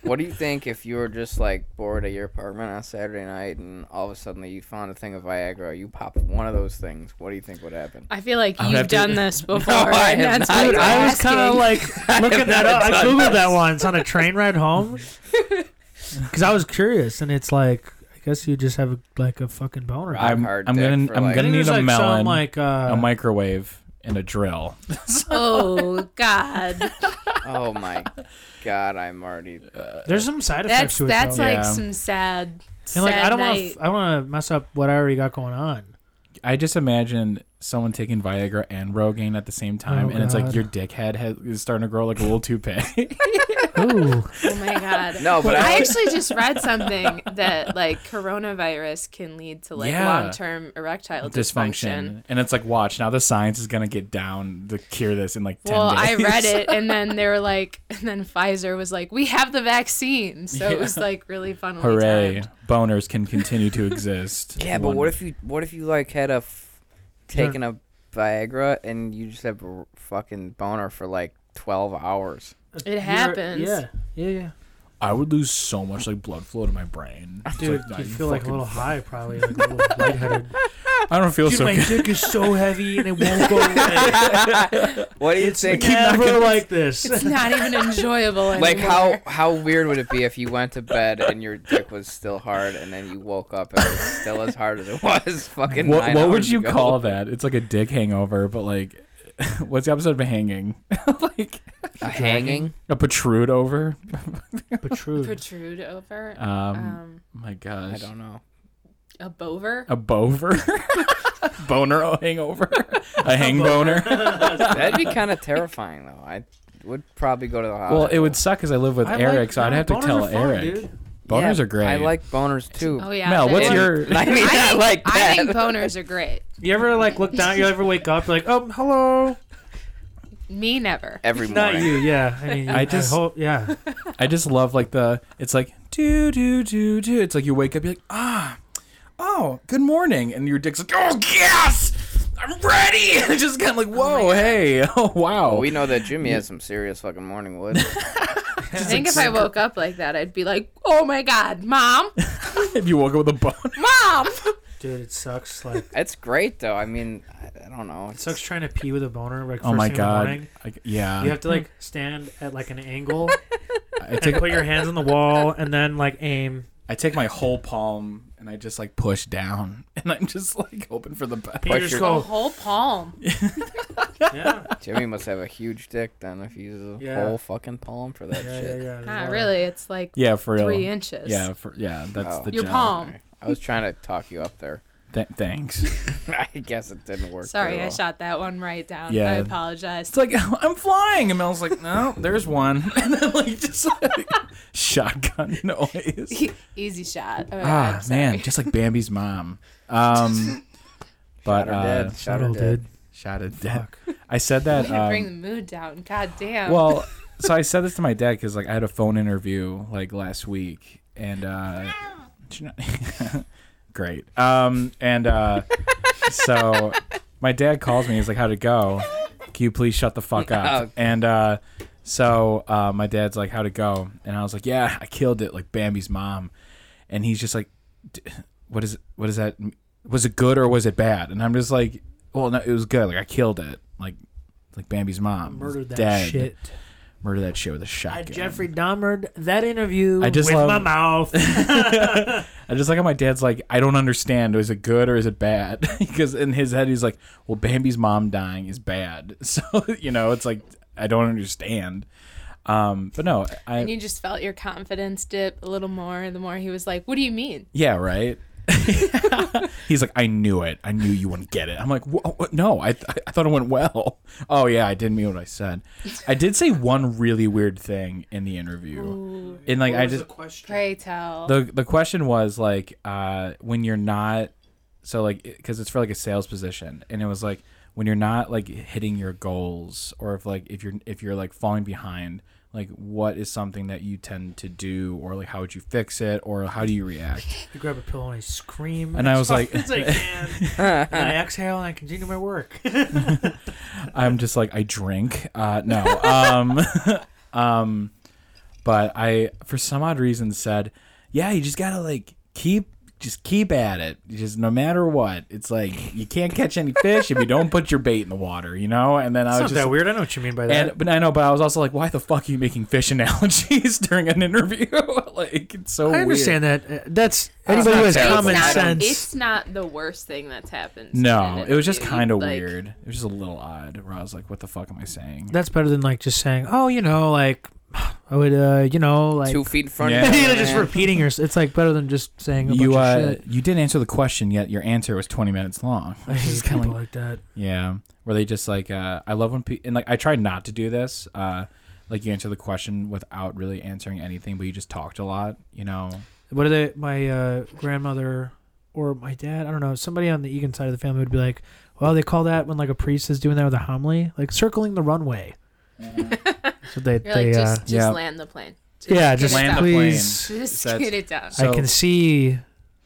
Speaker 4: What do you think if you were just like bored at your apartment on Saturday night and all of a sudden you found a thing of Viagra, you popped one of those things? What do you think would happen?
Speaker 5: I feel like
Speaker 3: I would
Speaker 5: you've
Speaker 3: have to-
Speaker 5: done this before.
Speaker 4: I
Speaker 5: and
Speaker 4: have
Speaker 5: that's
Speaker 4: not.
Speaker 5: why
Speaker 4: Dude,
Speaker 5: you're
Speaker 2: I was kind of
Speaker 5: asking.
Speaker 2: like looking that up. I googled that once on a train ride home because I was curious, and it's like I guess you just have a, like a fucking boner.
Speaker 4: Rock
Speaker 3: I'm,
Speaker 4: hard
Speaker 3: I'm
Speaker 4: dick
Speaker 3: gonna
Speaker 4: for,
Speaker 3: I'm
Speaker 4: like-
Speaker 3: gonna
Speaker 2: I think
Speaker 3: need
Speaker 2: there's,
Speaker 3: a
Speaker 2: like,
Speaker 3: melon,
Speaker 2: some, like uh,
Speaker 3: a microwave, and a drill.
Speaker 5: oh God,
Speaker 4: Oh my god, I'm already.
Speaker 2: there's some side effects
Speaker 5: that's
Speaker 2: to it.
Speaker 5: that's
Speaker 2: though.
Speaker 5: like
Speaker 3: Yeah.
Speaker 5: some sad.
Speaker 2: and like I
Speaker 5: sad
Speaker 2: don't want
Speaker 5: night.
Speaker 2: to I want to mess up what I already got going on.
Speaker 3: I just imagine someone taking Viagra and Rogaine at the same time,
Speaker 2: Oh,
Speaker 3: and it's like
Speaker 2: God.
Speaker 3: your dickhead has, is starting to grow like a little toupee.
Speaker 2: Ooh,
Speaker 5: Oh my god.
Speaker 4: No, but
Speaker 5: I
Speaker 4: I,
Speaker 5: actually just read something that like coronavirus can lead to like
Speaker 3: Yeah.
Speaker 5: long-term erectile dysfunction.
Speaker 3: Dysfunction, and it's like, watch now the science is gonna get down to cure this in like ten
Speaker 5: Well, I
Speaker 3: days.
Speaker 5: read it, and then they were like, and then Pfizer was like, "We have the vaccine," so
Speaker 3: Yeah.
Speaker 5: it was like really fun.
Speaker 3: Hooray! Boners can continue to exist.
Speaker 4: yeah, but
Speaker 3: One-
Speaker 4: what if you what if you like had a f- taken a Viagra and you just have a r- fucking boner for like twelve hours?
Speaker 5: It happens.
Speaker 2: Yeah, yeah, yeah.
Speaker 3: I would lose so much like blood flow to my brain? It's
Speaker 2: Dude,
Speaker 3: nah,
Speaker 2: you feel like a
Speaker 3: fucking-
Speaker 2: little high, probably like a little lightheaded.
Speaker 3: I don't feel
Speaker 2: Dude,
Speaker 3: so
Speaker 2: my
Speaker 3: good.
Speaker 2: dick is so heavy and it won't go away.
Speaker 4: What do you
Speaker 2: It's
Speaker 4: think?
Speaker 2: never like this.
Speaker 5: It's not even enjoyable anymore.
Speaker 4: Like how how weird would it be if you went to bed and your dick was still hard and then you woke up and it was still as hard as it was fucking
Speaker 3: What,
Speaker 4: nine
Speaker 3: what would
Speaker 4: hours
Speaker 3: you
Speaker 4: ago.
Speaker 3: call that? It's like a dick hangover, but like, what's the opposite of a hanging? like
Speaker 4: a hanging?
Speaker 3: a protrude over?
Speaker 2: Protrude.
Speaker 5: protrude over
Speaker 3: Um,
Speaker 5: um,
Speaker 3: my gosh.
Speaker 4: I don't know.
Speaker 5: a bover.
Speaker 3: a bover boner o- hangover a hang boner
Speaker 4: That'd be kind of terrifying though. I would probably go to the hospital.
Speaker 3: well it would suck because i live with
Speaker 2: I like-
Speaker 3: eric so i'd
Speaker 2: no,
Speaker 3: have to
Speaker 2: boners
Speaker 3: tell
Speaker 2: are fun,
Speaker 3: eric
Speaker 2: dude.
Speaker 3: boners
Speaker 4: Yeah,
Speaker 3: are great
Speaker 4: I like boners too.
Speaker 5: Oh yeah.
Speaker 3: mel
Speaker 5: they
Speaker 3: what's
Speaker 5: are.
Speaker 3: your
Speaker 4: I mean,
Speaker 5: I
Speaker 4: not
Speaker 5: think,
Speaker 4: like
Speaker 5: I
Speaker 4: that.
Speaker 5: think boners are great.
Speaker 2: You ever like look down? You ever wake up like, oh, hello?
Speaker 5: Me never.
Speaker 4: Every
Speaker 2: Not
Speaker 4: morning.
Speaker 2: you, yeah. I mean,
Speaker 3: I
Speaker 2: I
Speaker 3: just-
Speaker 2: just hope, yeah.
Speaker 3: i just love like the it's like do do do do it's like you wake up you're like ah oh good morning and your dick's like oh yes i'm ready and just kind of like whoa hey oh wow
Speaker 4: Well, Oh we know that Jimmy has some serious fucking morning wood.
Speaker 5: I think if I woke up like that, I'd be like, "Oh my god, mom,
Speaker 3: if you woke up with a boner
Speaker 5: mom."
Speaker 2: Dude, it sucks. Like,
Speaker 4: It's great though. I mean, I, I don't know. It's,
Speaker 2: sucks trying to pee with a boner. Like, first
Speaker 3: oh my
Speaker 2: thing In the
Speaker 3: god
Speaker 2: morning.
Speaker 3: I, yeah
Speaker 2: You have to like stand at like an angle
Speaker 3: I
Speaker 2: and
Speaker 3: take
Speaker 2: put your hands on the wall and then like aim.
Speaker 3: I take my whole palm and I just like push down and I'm just like hoping for the best.
Speaker 2: You
Speaker 4: Push
Speaker 2: just
Speaker 4: your-
Speaker 5: A
Speaker 3: Oh.
Speaker 2: go,
Speaker 5: whole palm.
Speaker 2: yeah,
Speaker 4: Jimmy must have a huge dick then if he uses a
Speaker 2: Yeah.
Speaker 4: whole fucking palm for that
Speaker 2: yeah, yeah,
Speaker 4: shit.
Speaker 2: yeah.
Speaker 5: Not
Speaker 2: yeah.
Speaker 5: Ah, really. It's like
Speaker 3: Yeah, for real.
Speaker 5: three inches.
Speaker 3: Yeah, for yeah, that's
Speaker 4: Oh.
Speaker 3: the
Speaker 5: Your
Speaker 3: job.
Speaker 5: palm.
Speaker 4: I was trying to talk you up there.
Speaker 3: Th- thanks.
Speaker 4: I guess it didn't work.
Speaker 5: Sorry,
Speaker 4: very
Speaker 5: I
Speaker 4: well.
Speaker 5: shot that one right down.
Speaker 3: Yeah.
Speaker 5: I apologize.
Speaker 3: It's like I'm flying, and Mel's like, no, there's one, and then like just like shotgun noise.
Speaker 5: Easy shot. Oh,
Speaker 3: ah
Speaker 5: I'm sorry.
Speaker 3: man, just like Bambi's mom. Um,
Speaker 4: Shot
Speaker 3: but
Speaker 4: her
Speaker 3: uh,
Speaker 4: dead. Shot
Speaker 2: Shut
Speaker 4: her
Speaker 2: up,
Speaker 4: dead.
Speaker 2: dude.
Speaker 3: shot a dead. I said that.
Speaker 5: Way to
Speaker 3: um,
Speaker 5: bring the mood down. God damn.
Speaker 3: well so i said this to my dad because like i had a phone interview like last week and uh did you not- great um and uh so my dad calls me he's like how'd it go can you please shut the fuck up
Speaker 4: Oh.
Speaker 3: and uh so uh my dad's like how'd it go and i was like yeah i killed it like bambi's mom and he's just like D- what is what is that was it good or was it bad and i'm just like well no it was good like i killed it like like bambi's mom
Speaker 2: Murdered that
Speaker 3: Dead
Speaker 2: shit.
Speaker 3: murder that shit with a
Speaker 2: I
Speaker 3: shotgun.
Speaker 2: Jeffrey Dahmered that interview
Speaker 3: I just
Speaker 2: with
Speaker 3: love-
Speaker 2: my mouth.
Speaker 3: I just like how my dad's like, I don't understand. Is it good or is it bad? because in his head, he's like, well, Bambi's mom dying is bad. So, you know, it's like, I don't understand. Um, but no,
Speaker 5: And
Speaker 3: I
Speaker 5: you just felt your confidence dip a little more the more he was like, What do you mean?
Speaker 3: yeah, right. He's like, I knew it. I knew you wouldn't get it. I'm like, "Wha- what? no, I, th- I thought it went well. Oh yeah, I didn't mean what I said. I did say one really weird thing in the interview, and like I just
Speaker 5: Pray tell.
Speaker 3: the the question was like uh when you're not so like because it's for like a sales position and it was like when you're not like hitting your goals or if like if you're if you're like falling behind like what is something that you tend to do or like how would you fix it or how do you react
Speaker 2: You grab a pillow and I scream.
Speaker 3: And I was like-
Speaker 2: it's like, man. and I exhale and I continue my work.
Speaker 3: i'm just like i drink uh no um um but i for some odd reason said yeah you just gotta like keep just keep at it You just no matter what it's like you can't catch any fish if you don't put your bait in the water you know and then i
Speaker 2: It's
Speaker 3: was
Speaker 2: not
Speaker 3: just
Speaker 2: that weird. I know what you mean by that.
Speaker 3: and but i know but i was also like why the fuck are you making fish analogies during an interview like it's so
Speaker 2: I understand that. Uh, That's anybody
Speaker 3: not
Speaker 2: who has
Speaker 3: terrible.
Speaker 2: common
Speaker 5: it's not,
Speaker 2: sense.
Speaker 5: It's not the worst thing that's happened.
Speaker 3: weird.
Speaker 5: in
Speaker 3: no
Speaker 5: an
Speaker 3: it was just
Speaker 5: interview.
Speaker 3: kind of
Speaker 5: Like,
Speaker 3: weird it was just a little odd where i was like what the fuck am i saying
Speaker 2: That's better than like just saying, oh, you know, like I would, uh, you know, like
Speaker 4: Two feet in front
Speaker 3: Yeah.
Speaker 4: of
Speaker 2: You
Speaker 4: you.
Speaker 2: know, just repeating yourself. It's like better than just saying a
Speaker 3: you
Speaker 2: bunch of
Speaker 3: uh
Speaker 2: shit.
Speaker 3: you didn't answer the question yet your answer was 20 minutes long
Speaker 2: I hate
Speaker 3: kinda
Speaker 2: people like that.
Speaker 3: Yeah, where they just like uh, I love when pe- and like I try not to do this. Uh, like you answer the question without really answering anything, but you just talked a lot. You know,
Speaker 2: what are they my uh, grandmother or my dad i don't know somebody on the egan side of the family would be like well they call that when like a priest is doing that with a homily like circling the runway so they,
Speaker 5: You're like,
Speaker 2: they
Speaker 5: just,
Speaker 2: uh,
Speaker 5: just
Speaker 3: yeah.
Speaker 5: land the plane.
Speaker 2: yeah
Speaker 5: get
Speaker 2: just
Speaker 5: it
Speaker 3: Land
Speaker 5: down.
Speaker 3: the
Speaker 2: please
Speaker 3: plane.
Speaker 5: Just
Speaker 3: That's-
Speaker 5: get it down.
Speaker 3: So-
Speaker 2: i can see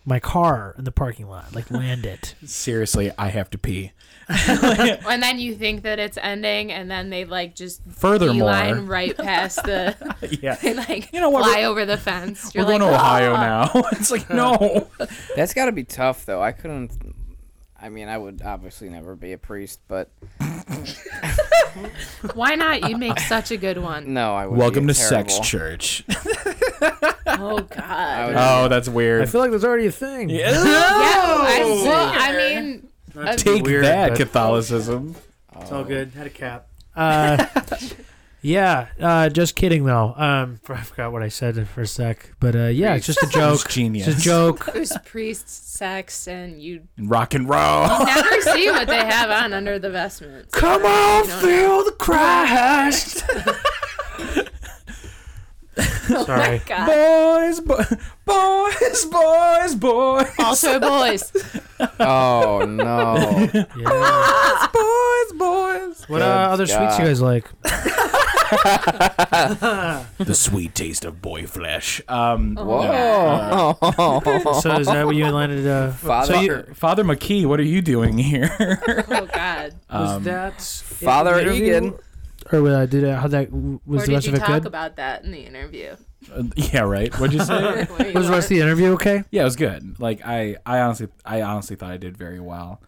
Speaker 2: my car in the parking lot like land it
Speaker 3: seriously, I have to pee.
Speaker 5: and then you think that it's ending, and then they like just
Speaker 3: Furthermore-
Speaker 5: beeline right past the
Speaker 3: Yeah,
Speaker 5: they like
Speaker 3: You know what,
Speaker 5: fly
Speaker 3: we're-
Speaker 5: over the fence.
Speaker 3: we're
Speaker 5: You're like,
Speaker 3: going to Ohio
Speaker 5: "Ah."
Speaker 3: now. it's like no.
Speaker 4: That's got to be tough, though. I couldn't. I mean, I would obviously never be a priest, but
Speaker 5: Why not? You make such a good one.
Speaker 4: no, I would.
Speaker 3: Welcome
Speaker 4: be
Speaker 3: to
Speaker 4: terrible.
Speaker 3: Sex Church.
Speaker 5: Oh God.
Speaker 4: I would-
Speaker 3: oh, that's
Speaker 2: i
Speaker 3: weird.
Speaker 2: feel like there's already a thing
Speaker 5: Yeah,
Speaker 3: Yeah.
Speaker 5: I, Oh, well, I mean, a-
Speaker 3: Take
Speaker 2: Weird,
Speaker 3: that
Speaker 2: but-
Speaker 3: Catholicism.
Speaker 2: It's all good. Had a cap. Uh, yeah. Uh, just kidding though. Um, I forgot what I said for a sec, but uh, yeah, it's just a
Speaker 3: It's
Speaker 2: joke.
Speaker 3: genius.
Speaker 2: It's a joke.
Speaker 5: it was priest sex, and you
Speaker 3: Rock and roll.
Speaker 5: never see what they have on under the vestments.
Speaker 2: Come on,
Speaker 5: You know-
Speaker 2: feel the Christ. Sorry.
Speaker 5: Oh,
Speaker 4: Ah.
Speaker 3: boys,
Speaker 5: God.
Speaker 3: bo- boys, boys, boys,
Speaker 4: Ah.
Speaker 5: Also, boys.
Speaker 4: Oh no!
Speaker 2: Yeah.
Speaker 3: boys, boys.
Speaker 2: What uh, other sweets you
Speaker 4: God.
Speaker 2: guys like?
Speaker 3: the sweet taste of boy flesh. Um,
Speaker 4: Whoa!
Speaker 2: So is that what you landed? Uh,
Speaker 4: Father,
Speaker 3: so you, Father McKee, what are you doing here?
Speaker 5: Oh God.
Speaker 2: was
Speaker 3: Um,
Speaker 2: that
Speaker 4: Father Egan.
Speaker 2: Or uh, did uh, how that was
Speaker 5: or
Speaker 2: the
Speaker 5: did
Speaker 2: rest
Speaker 5: you
Speaker 2: of it
Speaker 5: talk
Speaker 2: good?
Speaker 5: about that in the interview?
Speaker 3: Uh, yeah, right. What'd you say?
Speaker 5: Where you
Speaker 2: was the rest of the interview okay?
Speaker 3: yeah, it was good. Like I, I honestly, I honestly thought I did very well.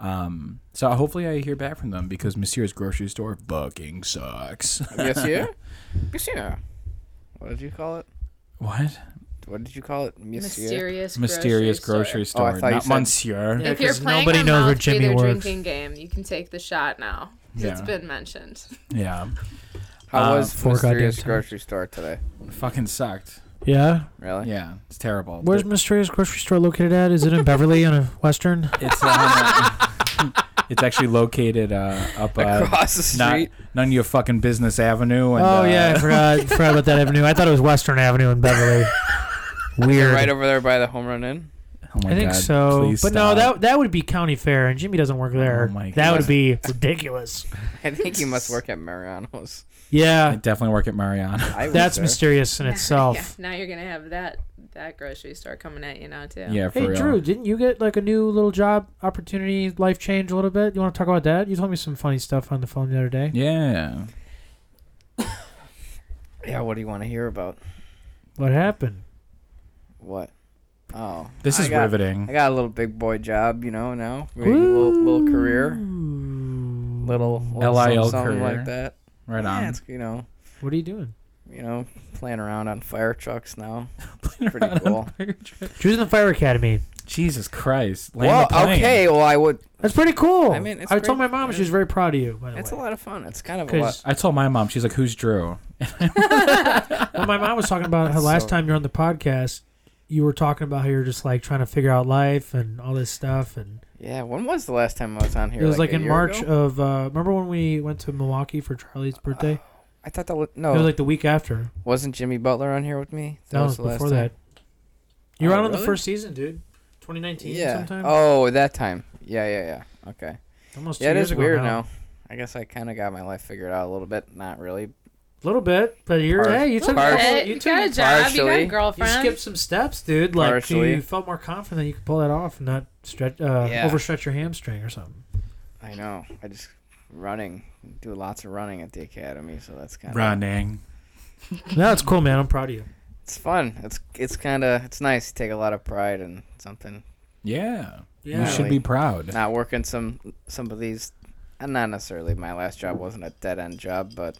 Speaker 3: Um, so hopefully I hear back from them because Monsieur's grocery store fucking sucks.
Speaker 4: yes, you. Monsieur. What did you call it?
Speaker 3: what?
Speaker 4: What did you call it?
Speaker 5: were-
Speaker 4: Monsieur.
Speaker 5: mysterious,
Speaker 3: Mysterious grocery
Speaker 5: grocery,
Speaker 4: Oh,
Speaker 3: store,
Speaker 4: I thought you
Speaker 3: not
Speaker 4: said-
Speaker 3: Monsieur.
Speaker 2: Yeah,
Speaker 5: If you're
Speaker 2: 'cause
Speaker 5: playing
Speaker 2: nobody
Speaker 5: a
Speaker 2: knows where
Speaker 5: mouth
Speaker 2: Jimmy
Speaker 5: breather
Speaker 2: works.
Speaker 5: drinking game, you can take the shot now. 'cause It's
Speaker 3: Yeah.
Speaker 5: been mentioned.
Speaker 3: Yeah,
Speaker 4: How
Speaker 3: Uh,
Speaker 4: was
Speaker 2: Four goddamn
Speaker 4: Mysterious
Speaker 2: times.
Speaker 4: grocery store today?
Speaker 3: fucking sucked.
Speaker 2: Yeah.
Speaker 4: Really?
Speaker 3: Yeah, it's terrible.
Speaker 2: Where's Mysterious Grocery Store located at? Is it in Beverly on a Western?
Speaker 3: It's um, it's actually located uh, up uh,
Speaker 4: Across the
Speaker 3: not
Speaker 4: street.
Speaker 3: none of your fucking business avenue. And,
Speaker 2: oh
Speaker 3: uh,
Speaker 2: yeah, I forgot, forgot about that avenue. I thought it was Western Avenue in Beverly. Weird.
Speaker 4: Right over there by the home run inn.
Speaker 3: Oh my
Speaker 2: I think
Speaker 3: God,
Speaker 2: so, but
Speaker 3: please
Speaker 2: no,
Speaker 3: stop.
Speaker 2: that that would be county fair, and Jimmy doesn't work there.
Speaker 3: Oh my
Speaker 2: that
Speaker 3: God.
Speaker 2: would be ridiculous.
Speaker 4: I think you must work at Mariano's.
Speaker 3: I
Speaker 2: Yeah,
Speaker 3: definitely work at Mariana.
Speaker 4: I was
Speaker 2: that's
Speaker 4: there.
Speaker 2: mysterious in
Speaker 5: Yeah,
Speaker 2: itself.
Speaker 5: now you're gonna have that that grocery store coming at you now too.
Speaker 3: Yeah, for
Speaker 2: Hey
Speaker 3: real.
Speaker 2: Drew, didn't you get like a new little job opportunity, life change a little bit? You want to talk about that? You told me some funny stuff on the phone the other day.
Speaker 3: Yeah.
Speaker 4: Yeah. What do you want to hear about?
Speaker 2: What happened?
Speaker 4: What? Oh,
Speaker 3: This
Speaker 4: I
Speaker 3: is
Speaker 4: got- I
Speaker 3: riveting.
Speaker 4: got a little big boy job, you know. Now, We got a little, little career,
Speaker 2: Ooh.
Speaker 4: little, little
Speaker 3: LIL
Speaker 4: something, something
Speaker 3: career.
Speaker 4: like that.
Speaker 3: Right
Speaker 4: Yeah,
Speaker 3: on.
Speaker 4: it's, you know,
Speaker 2: What are you doing?
Speaker 4: you know, playing around on fire trucks now. Pretty cool.
Speaker 2: Drew's in the fire academy.
Speaker 3: Jesus Christ. Land
Speaker 4: well,
Speaker 3: the plane.
Speaker 4: okay. Well, I would.
Speaker 2: That's pretty cool.
Speaker 4: I mean, it's
Speaker 2: I told my
Speaker 4: great.
Speaker 2: mom she was very proud of you. By the
Speaker 4: It's a
Speaker 2: way,
Speaker 4: lot of fun. It's kind of a lot.
Speaker 2: because
Speaker 3: I told my mom, she's like, "Who's Drew?"
Speaker 2: when my mom was talking about how last
Speaker 4: So-
Speaker 2: time you're on the podcast, you were talking about how you're just like trying to figure out life and all this stuff, and
Speaker 4: Yeah. When was the last time I was on here?
Speaker 2: it was like,
Speaker 4: a
Speaker 2: in
Speaker 4: year
Speaker 2: March
Speaker 4: ago?
Speaker 2: of. Uh, remember when we went to Milwaukee for Charlie's birthday?
Speaker 4: I thought that was, no.
Speaker 2: It was like the week after.
Speaker 4: wasn't Jimmy Butler on here with me?
Speaker 2: That, was,
Speaker 4: oh. the last
Speaker 2: before
Speaker 4: time.
Speaker 2: that. You were on
Speaker 4: Oh,
Speaker 2: the
Speaker 4: really?
Speaker 2: first season, dude. 2019
Speaker 4: Yeah.
Speaker 2: sometime.
Speaker 4: Oh, that time. Yeah, yeah, yeah. Okay.
Speaker 2: Almost two
Speaker 4: yeah, it
Speaker 2: years
Speaker 4: is
Speaker 2: ago
Speaker 4: weird
Speaker 2: now.
Speaker 4: now. I guess I kind of got my life figured out a little bit. Not really.
Speaker 2: A little bit, but you're
Speaker 4: Part-
Speaker 2: hey, you
Speaker 5: You,
Speaker 2: took a
Speaker 5: took
Speaker 4: Part-
Speaker 2: couple-
Speaker 5: it.
Speaker 2: you
Speaker 5: you
Speaker 2: took
Speaker 5: got a job. You got
Speaker 4: partially.
Speaker 5: a
Speaker 4: You
Speaker 2: you
Speaker 5: girlfriend.
Speaker 2: skipped some steps, dude. Like
Speaker 4: Partially.
Speaker 2: you felt more confident you could pull that off and not stretch, uh,
Speaker 4: Yeah.
Speaker 2: overstretch your hamstring or something.
Speaker 4: I know. I just running. Do lots of running at the academy, so that's kind of
Speaker 3: Running.
Speaker 2: No, it's cool, man. I'm proud of you.
Speaker 4: It's fun. It's it's kind of it's nice. You take a lot of pride in something.
Speaker 3: Yeah.
Speaker 2: Yeah,
Speaker 3: You should be proud.
Speaker 4: Not working some some of these. And not necessarily. My last job wasn't a dead end job, but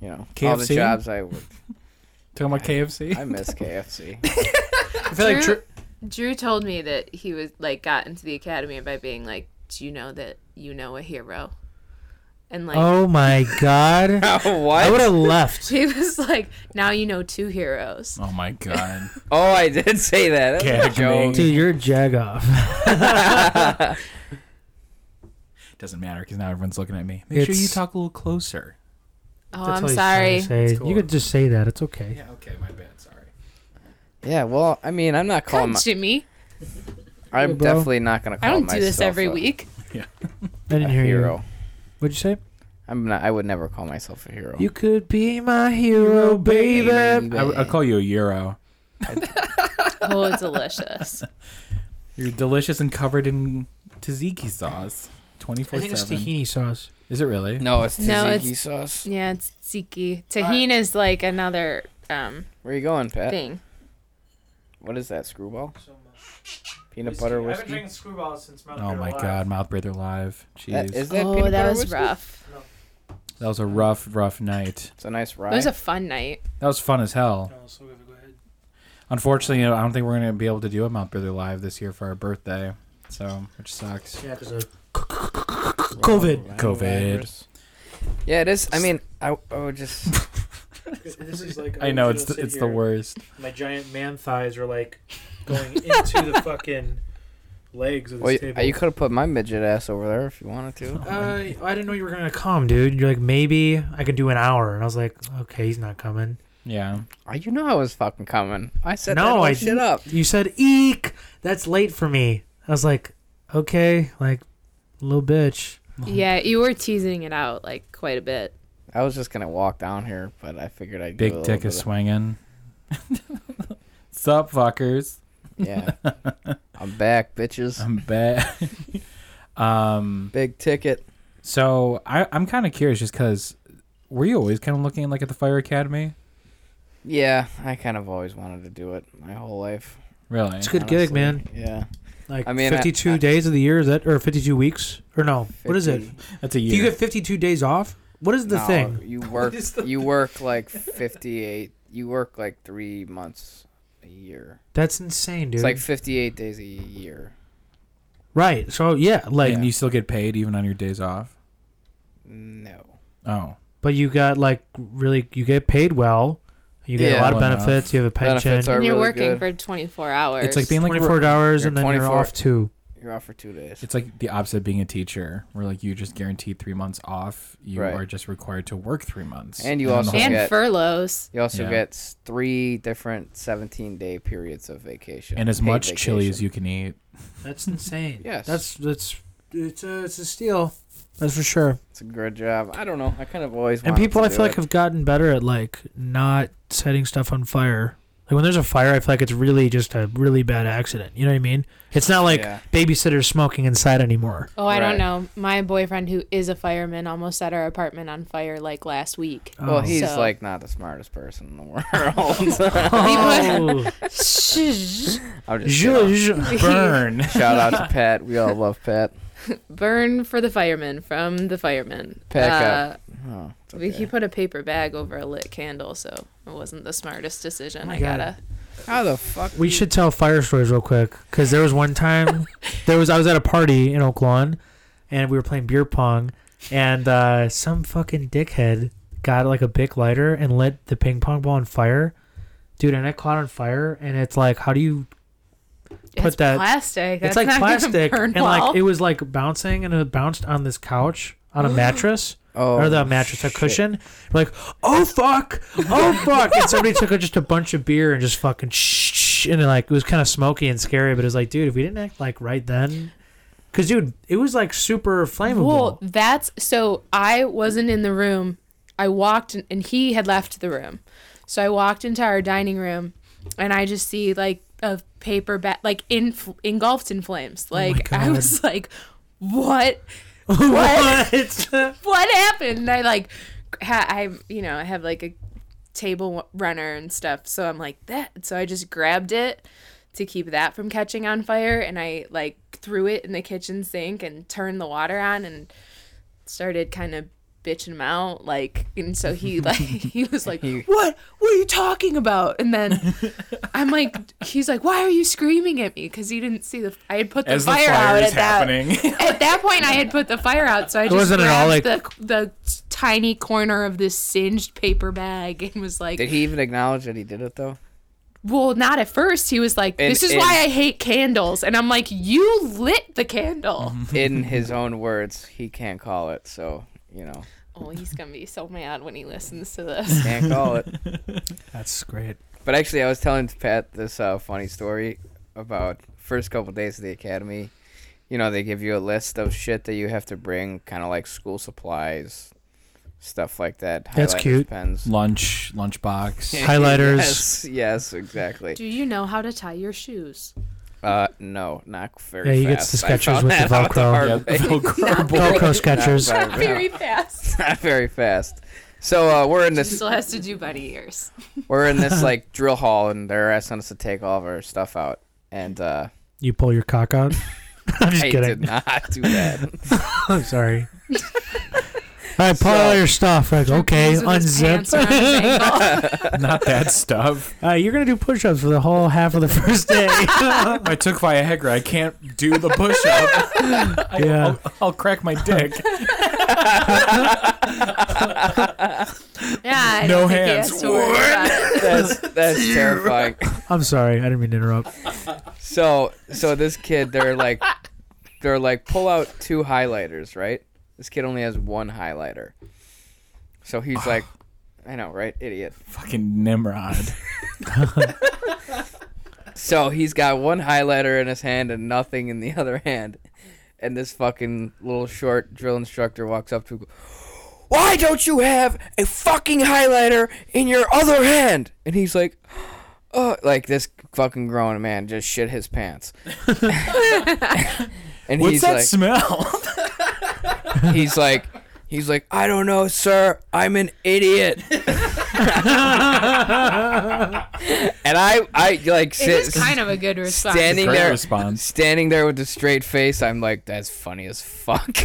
Speaker 4: you know, all the
Speaker 3: KFC?
Speaker 4: jobs I worked.
Speaker 3: Talking about KFC.
Speaker 4: I miss KFC.
Speaker 2: I feel like
Speaker 5: Drew,
Speaker 2: tr-
Speaker 5: Drew told me that he was like got into the academy by being like, "Do you know that you know a hero?" And like
Speaker 2: oh my god, I would
Speaker 4: Oh, what?
Speaker 2: have left.
Speaker 5: he was like, "Now you know two heroes."
Speaker 3: oh my god.
Speaker 4: Oh, I did say that. That's a
Speaker 3: Academy.
Speaker 4: joke.
Speaker 2: Dude, you're a jagoff.
Speaker 3: Doesn't matter because now everyone's looking at me. Make sure you
Speaker 2: It's-
Speaker 3: talk a little closer.
Speaker 5: Oh,
Speaker 2: That's all
Speaker 5: I'm
Speaker 2: you can
Speaker 5: sorry.
Speaker 2: say.
Speaker 3: It's cool.
Speaker 2: You could just say that. It's okay.
Speaker 3: Okay. My bad. Sorry.
Speaker 4: Yeah, well, I mean, I'm not calling.
Speaker 5: Come,
Speaker 4: My,
Speaker 5: Jimmy.
Speaker 4: I'm
Speaker 2: Yeah, bro.
Speaker 4: definitely not gonna call
Speaker 5: I don't do this
Speaker 4: myself
Speaker 5: every
Speaker 4: a-
Speaker 5: week.
Speaker 2: I didn't
Speaker 4: A
Speaker 2: hear
Speaker 4: hero.
Speaker 2: you. What'd you say?
Speaker 4: I'm not. I would never call myself a hero.
Speaker 2: You could be my hero, baby.
Speaker 3: I, I'll call you a euro.
Speaker 5: Oh, delicious.
Speaker 3: You're delicious and covered in tzatziki sauce. Twenty
Speaker 2: I
Speaker 3: four
Speaker 2: think it's
Speaker 3: seven.
Speaker 2: tahini sauce.
Speaker 3: Is it really?
Speaker 4: no, it's tzatziki
Speaker 5: No, it's-
Speaker 4: sauce.
Speaker 5: Yeah, it's tzatziki. Tahine is like another um
Speaker 4: Where you going, Pat?
Speaker 5: thing.
Speaker 4: What is that? Screwball? Peanut butter whiskey?
Speaker 2: screwballs since
Speaker 3: Oh my god. Mouth breather live. Jeez.
Speaker 4: That, is that
Speaker 5: Oh,
Speaker 4: peanut
Speaker 5: that
Speaker 4: butter
Speaker 5: was
Speaker 4: whiskey?
Speaker 5: rough.
Speaker 3: that was a rough, rough night.
Speaker 4: It's a nice
Speaker 5: It
Speaker 4: ride.
Speaker 5: was a fun night.
Speaker 3: That was fun as hell. Unfortunately, I don't think we're gonna be able to do a Mount Brother Live this year for our birthday, so which sucks.
Speaker 2: Yeah, because of COVID.
Speaker 3: COVID.
Speaker 4: Yeah, it is. I mean, I, I would just.
Speaker 2: This is like
Speaker 3: I know it's the, it's the worst.
Speaker 2: My giant man thighs are like going into the fucking legs of this
Speaker 4: well, you,
Speaker 2: table.
Speaker 4: you could have put my midget ass over there if you wanted to.
Speaker 2: uh, I didn't know you were gonna come, dude. You're like, maybe I could do an hour, and I was like, okay, he's not coming.
Speaker 3: Yeah.
Speaker 4: Oh, you know I was fucking coming. I set
Speaker 2: No,
Speaker 4: that whole
Speaker 2: I
Speaker 4: shit up.
Speaker 2: You said, eek, that's late for me. I was like, okay, like, little bitch.
Speaker 5: Yeah, you were teasing it out like quite a bit.
Speaker 4: I was just gonna walk down here, but I figured I'd do a
Speaker 3: Big
Speaker 4: little
Speaker 3: dick
Speaker 4: bit
Speaker 3: is
Speaker 2: uh,
Speaker 4: of-
Speaker 3: swinging. Sup, fuckers.
Speaker 4: Yeah, I'm back, bitches.
Speaker 3: I'm back. um.
Speaker 4: Big ticket.
Speaker 3: So I I'm kind of curious, just because were you always kind of looking like at the fire academy?
Speaker 4: Yeah, I kind of always wanted to do it my whole life.
Speaker 3: Really?
Speaker 2: It's a good gig,
Speaker 4: honestly.
Speaker 2: man.
Speaker 4: Yeah.
Speaker 2: Like
Speaker 4: I mean, I-
Speaker 2: 52
Speaker 4: I-
Speaker 2: days of the year, is that or 52 weeks or no? What is it?
Speaker 4: 50
Speaker 3: That's a
Speaker 2: Do you
Speaker 3: year.
Speaker 2: get 52 days off? What is the
Speaker 4: no,
Speaker 2: thing?
Speaker 4: You work.
Speaker 2: is the
Speaker 4: you work like fifty-eight. You work like three months a year.
Speaker 2: That's insane, dude.
Speaker 4: It's like fifty-eight days a year.
Speaker 2: right. So yeah, like
Speaker 3: And you still get paid even on your days off.
Speaker 4: No.
Speaker 3: Oh.
Speaker 2: but you got like really you get paid well. You get
Speaker 4: Yeah.
Speaker 2: a lot of
Speaker 3: Well enough.
Speaker 2: benefits. You have a pension.
Speaker 4: Benefits are
Speaker 5: And you're
Speaker 4: really
Speaker 5: working
Speaker 4: good.
Speaker 5: for 24 hours.
Speaker 3: It's like being like
Speaker 2: 24 hours and then
Speaker 4: You're
Speaker 2: you're
Speaker 4: 24.
Speaker 2: off too.
Speaker 4: You're off for two days.
Speaker 3: It's like the opposite of being a teacher, where like you just guaranteed three months off. You
Speaker 4: Right.
Speaker 3: are just required to work three months,
Speaker 4: And you
Speaker 3: on
Speaker 4: also
Speaker 3: the whole-
Speaker 5: and
Speaker 4: Yeah.
Speaker 5: furloughs.
Speaker 4: You also
Speaker 3: Yeah.
Speaker 4: get s- three different seventeen-day periods of vacation.
Speaker 3: and as
Speaker 4: paid
Speaker 3: much chili as
Speaker 4: vacation.
Speaker 3: you can eat.
Speaker 2: That's insane.
Speaker 4: Yes.
Speaker 2: That's that's it's a it's a steal. That's for sure.
Speaker 4: It's a good job. I don't know. I kind of always.
Speaker 2: And
Speaker 4: wanted
Speaker 2: people,
Speaker 4: to
Speaker 2: I
Speaker 4: do
Speaker 2: feel like
Speaker 4: it.
Speaker 2: have gotten better at like not setting stuff on fire. Like when there's a fire, I feel like it's really just a really bad accident. You know what I mean? It's not like
Speaker 4: Yeah.
Speaker 2: babysitters smoking inside anymore.
Speaker 5: Oh,
Speaker 4: Right.
Speaker 5: I don't know. My boyfriend, who is a fireman, almost set our apartment on fire like last week.
Speaker 4: Well,
Speaker 2: Oh.
Speaker 4: he's
Speaker 5: So-
Speaker 4: like not the smartest person in the world.
Speaker 2: Oh,
Speaker 4: I'm just kidding.
Speaker 2: zhuzh.
Speaker 3: Burn.
Speaker 4: shout out to Pat. We all love Pat.
Speaker 5: Burn for the fireman from the fireman.
Speaker 4: Pack
Speaker 5: uh,
Speaker 4: up. Oh, it's
Speaker 5: we-
Speaker 4: okay.
Speaker 5: He put a paper bag over a lit candle, so it wasn't the smartest decision.
Speaker 2: Oh my
Speaker 5: I
Speaker 2: God.
Speaker 5: gotta
Speaker 4: How the fuck?
Speaker 2: We
Speaker 4: do you-
Speaker 2: should tell fire stories real quick because there was one time there was I was at a party in Oak Lawn and we were playing beer pong and uh, some fucking dickhead got like a bic lighter and lit the ping pong ball on fire, dude, and it caught on fire and it's like how do you Put
Speaker 5: it's
Speaker 2: that-
Speaker 5: plastic.
Speaker 2: it's
Speaker 5: That's
Speaker 2: like
Speaker 5: not gonna
Speaker 2: plastic
Speaker 5: burn
Speaker 2: and like
Speaker 5: well.
Speaker 2: it was like bouncing and it bounced on this couch on a mattress
Speaker 4: Oh,
Speaker 2: or the mattress, a
Speaker 4: shit.
Speaker 2: cushion. Like, oh fuck, oh fuck, and somebody took just a bunch of beer and just fucking shh, and it, like it was kind of smoky and scary. But it was like, dude, if we didn't act like right then, because dude, it was like super flammable.
Speaker 5: Well, Oh, that's so I wasn't in the room. I walked in, and he had left the room. So I walked into our dining room and I just see like a paper bag like in engulfed in flames.
Speaker 2: Oh my
Speaker 5: Like I
Speaker 2: God.
Speaker 5: was like what
Speaker 2: what?
Speaker 5: what happened? And I like ha- I you know, I have like a table runner and stuff. So I'm like that. So I just grabbed it to keep that from catching on fire and I like threw it in the kitchen sink and turned the water on and started kind of bitching him out like and so he like he was like what what are you talking about and then i'm like he's like why are you screaming at me because you didn't see the i had put the
Speaker 3: As the
Speaker 5: fire,
Speaker 3: fire
Speaker 5: out
Speaker 3: is
Speaker 5: at that
Speaker 3: happening.
Speaker 5: at that point, I had put the fire out, so I just
Speaker 2: wasn't at all,
Speaker 5: grabbed the, the tiny corner of this singed paper bag and was like,
Speaker 4: Did he even acknowledge that he did it though?
Speaker 5: "Well, not at first. He was like,
Speaker 4: And-
Speaker 5: "This is
Speaker 4: and-
Speaker 5: why I hate candles," and I'm like, "You lit the candle."
Speaker 2: Mm-hmm.
Speaker 4: In his own words, he can't call it. So you know,
Speaker 5: Oh, he's gonna be so mad when he listens to this.
Speaker 4: can't call it.
Speaker 2: That's great.
Speaker 4: But actually, I was telling Pat this uh, funny story about first couple days of the academy. You know, they give you a list of shit that you have to bring, kind of like school supplies, stuff like that.
Speaker 2: That's
Speaker 4: highlighters,
Speaker 2: cute.
Speaker 4: Pens.
Speaker 3: Lunch, lunchbox.
Speaker 2: Highlighters.
Speaker 4: Yes, yes, exactly.
Speaker 5: Do you know how to tie your shoes?
Speaker 4: Uh, no, not very.
Speaker 2: Yeah, he gets
Speaker 4: fast.
Speaker 2: the
Speaker 4: I
Speaker 2: Skechers
Speaker 4: found
Speaker 2: with the
Speaker 4: that out
Speaker 2: Velcro.
Speaker 4: hard
Speaker 3: Yeah,
Speaker 4: way.
Speaker 3: Velcro
Speaker 2: Velcro
Speaker 3: ball.
Speaker 2: Skechers.
Speaker 4: Not
Speaker 5: Not
Speaker 4: very,
Speaker 5: very fast.
Speaker 4: not very fast. So uh, we're in
Speaker 5: She
Speaker 4: this
Speaker 5: still has to do bunny ears.
Speaker 4: we're in this like drill hall, and they're asking us to take all of our stuff out. And uh,
Speaker 2: You pull your cock out. I'm just
Speaker 4: I did
Speaker 2: kidding.
Speaker 4: not do that.
Speaker 2: I'm sorry. All right, pull all your stuff. Like, okay,
Speaker 5: He's with his pants
Speaker 2: unzip.
Speaker 5: around his ankle.
Speaker 3: Not that stuff.
Speaker 2: Uh, you're gonna do push-ups for the whole half of the first day.
Speaker 3: I took Viagra. I can't do the push up.
Speaker 2: yeah.
Speaker 3: I'll, I'll crack my dick.
Speaker 5: yeah, I
Speaker 3: No
Speaker 5: don't think he
Speaker 3: hands.
Speaker 5: has to worry about it.
Speaker 4: That's that's terrifying.
Speaker 2: I'm sorry. I didn't mean to interrupt.
Speaker 4: So so this kid, they're like they're like pull out two highlighters, right? This kid only has one highlighter. So he's like, I know, right? Idiot.
Speaker 3: Fucking Nimrod.
Speaker 4: So he's got one highlighter in his hand and nothing in the other hand. And this fucking little short drill instructor walks up to him. Why don't you have a fucking highlighter in your other hand? And he's like, oh, like this fucking grown man just shit his pants. and
Speaker 3: What's
Speaker 4: he's
Speaker 3: that
Speaker 4: like,
Speaker 3: smell?
Speaker 4: he's like, he's like, I don't know, sir. I'm an idiot. and I, I like
Speaker 5: It
Speaker 4: sit,
Speaker 5: is kind of a good response.
Speaker 4: standing
Speaker 3: Great
Speaker 4: there,
Speaker 3: response.
Speaker 4: standing there with a straight face. I'm like, that's funny as fuck.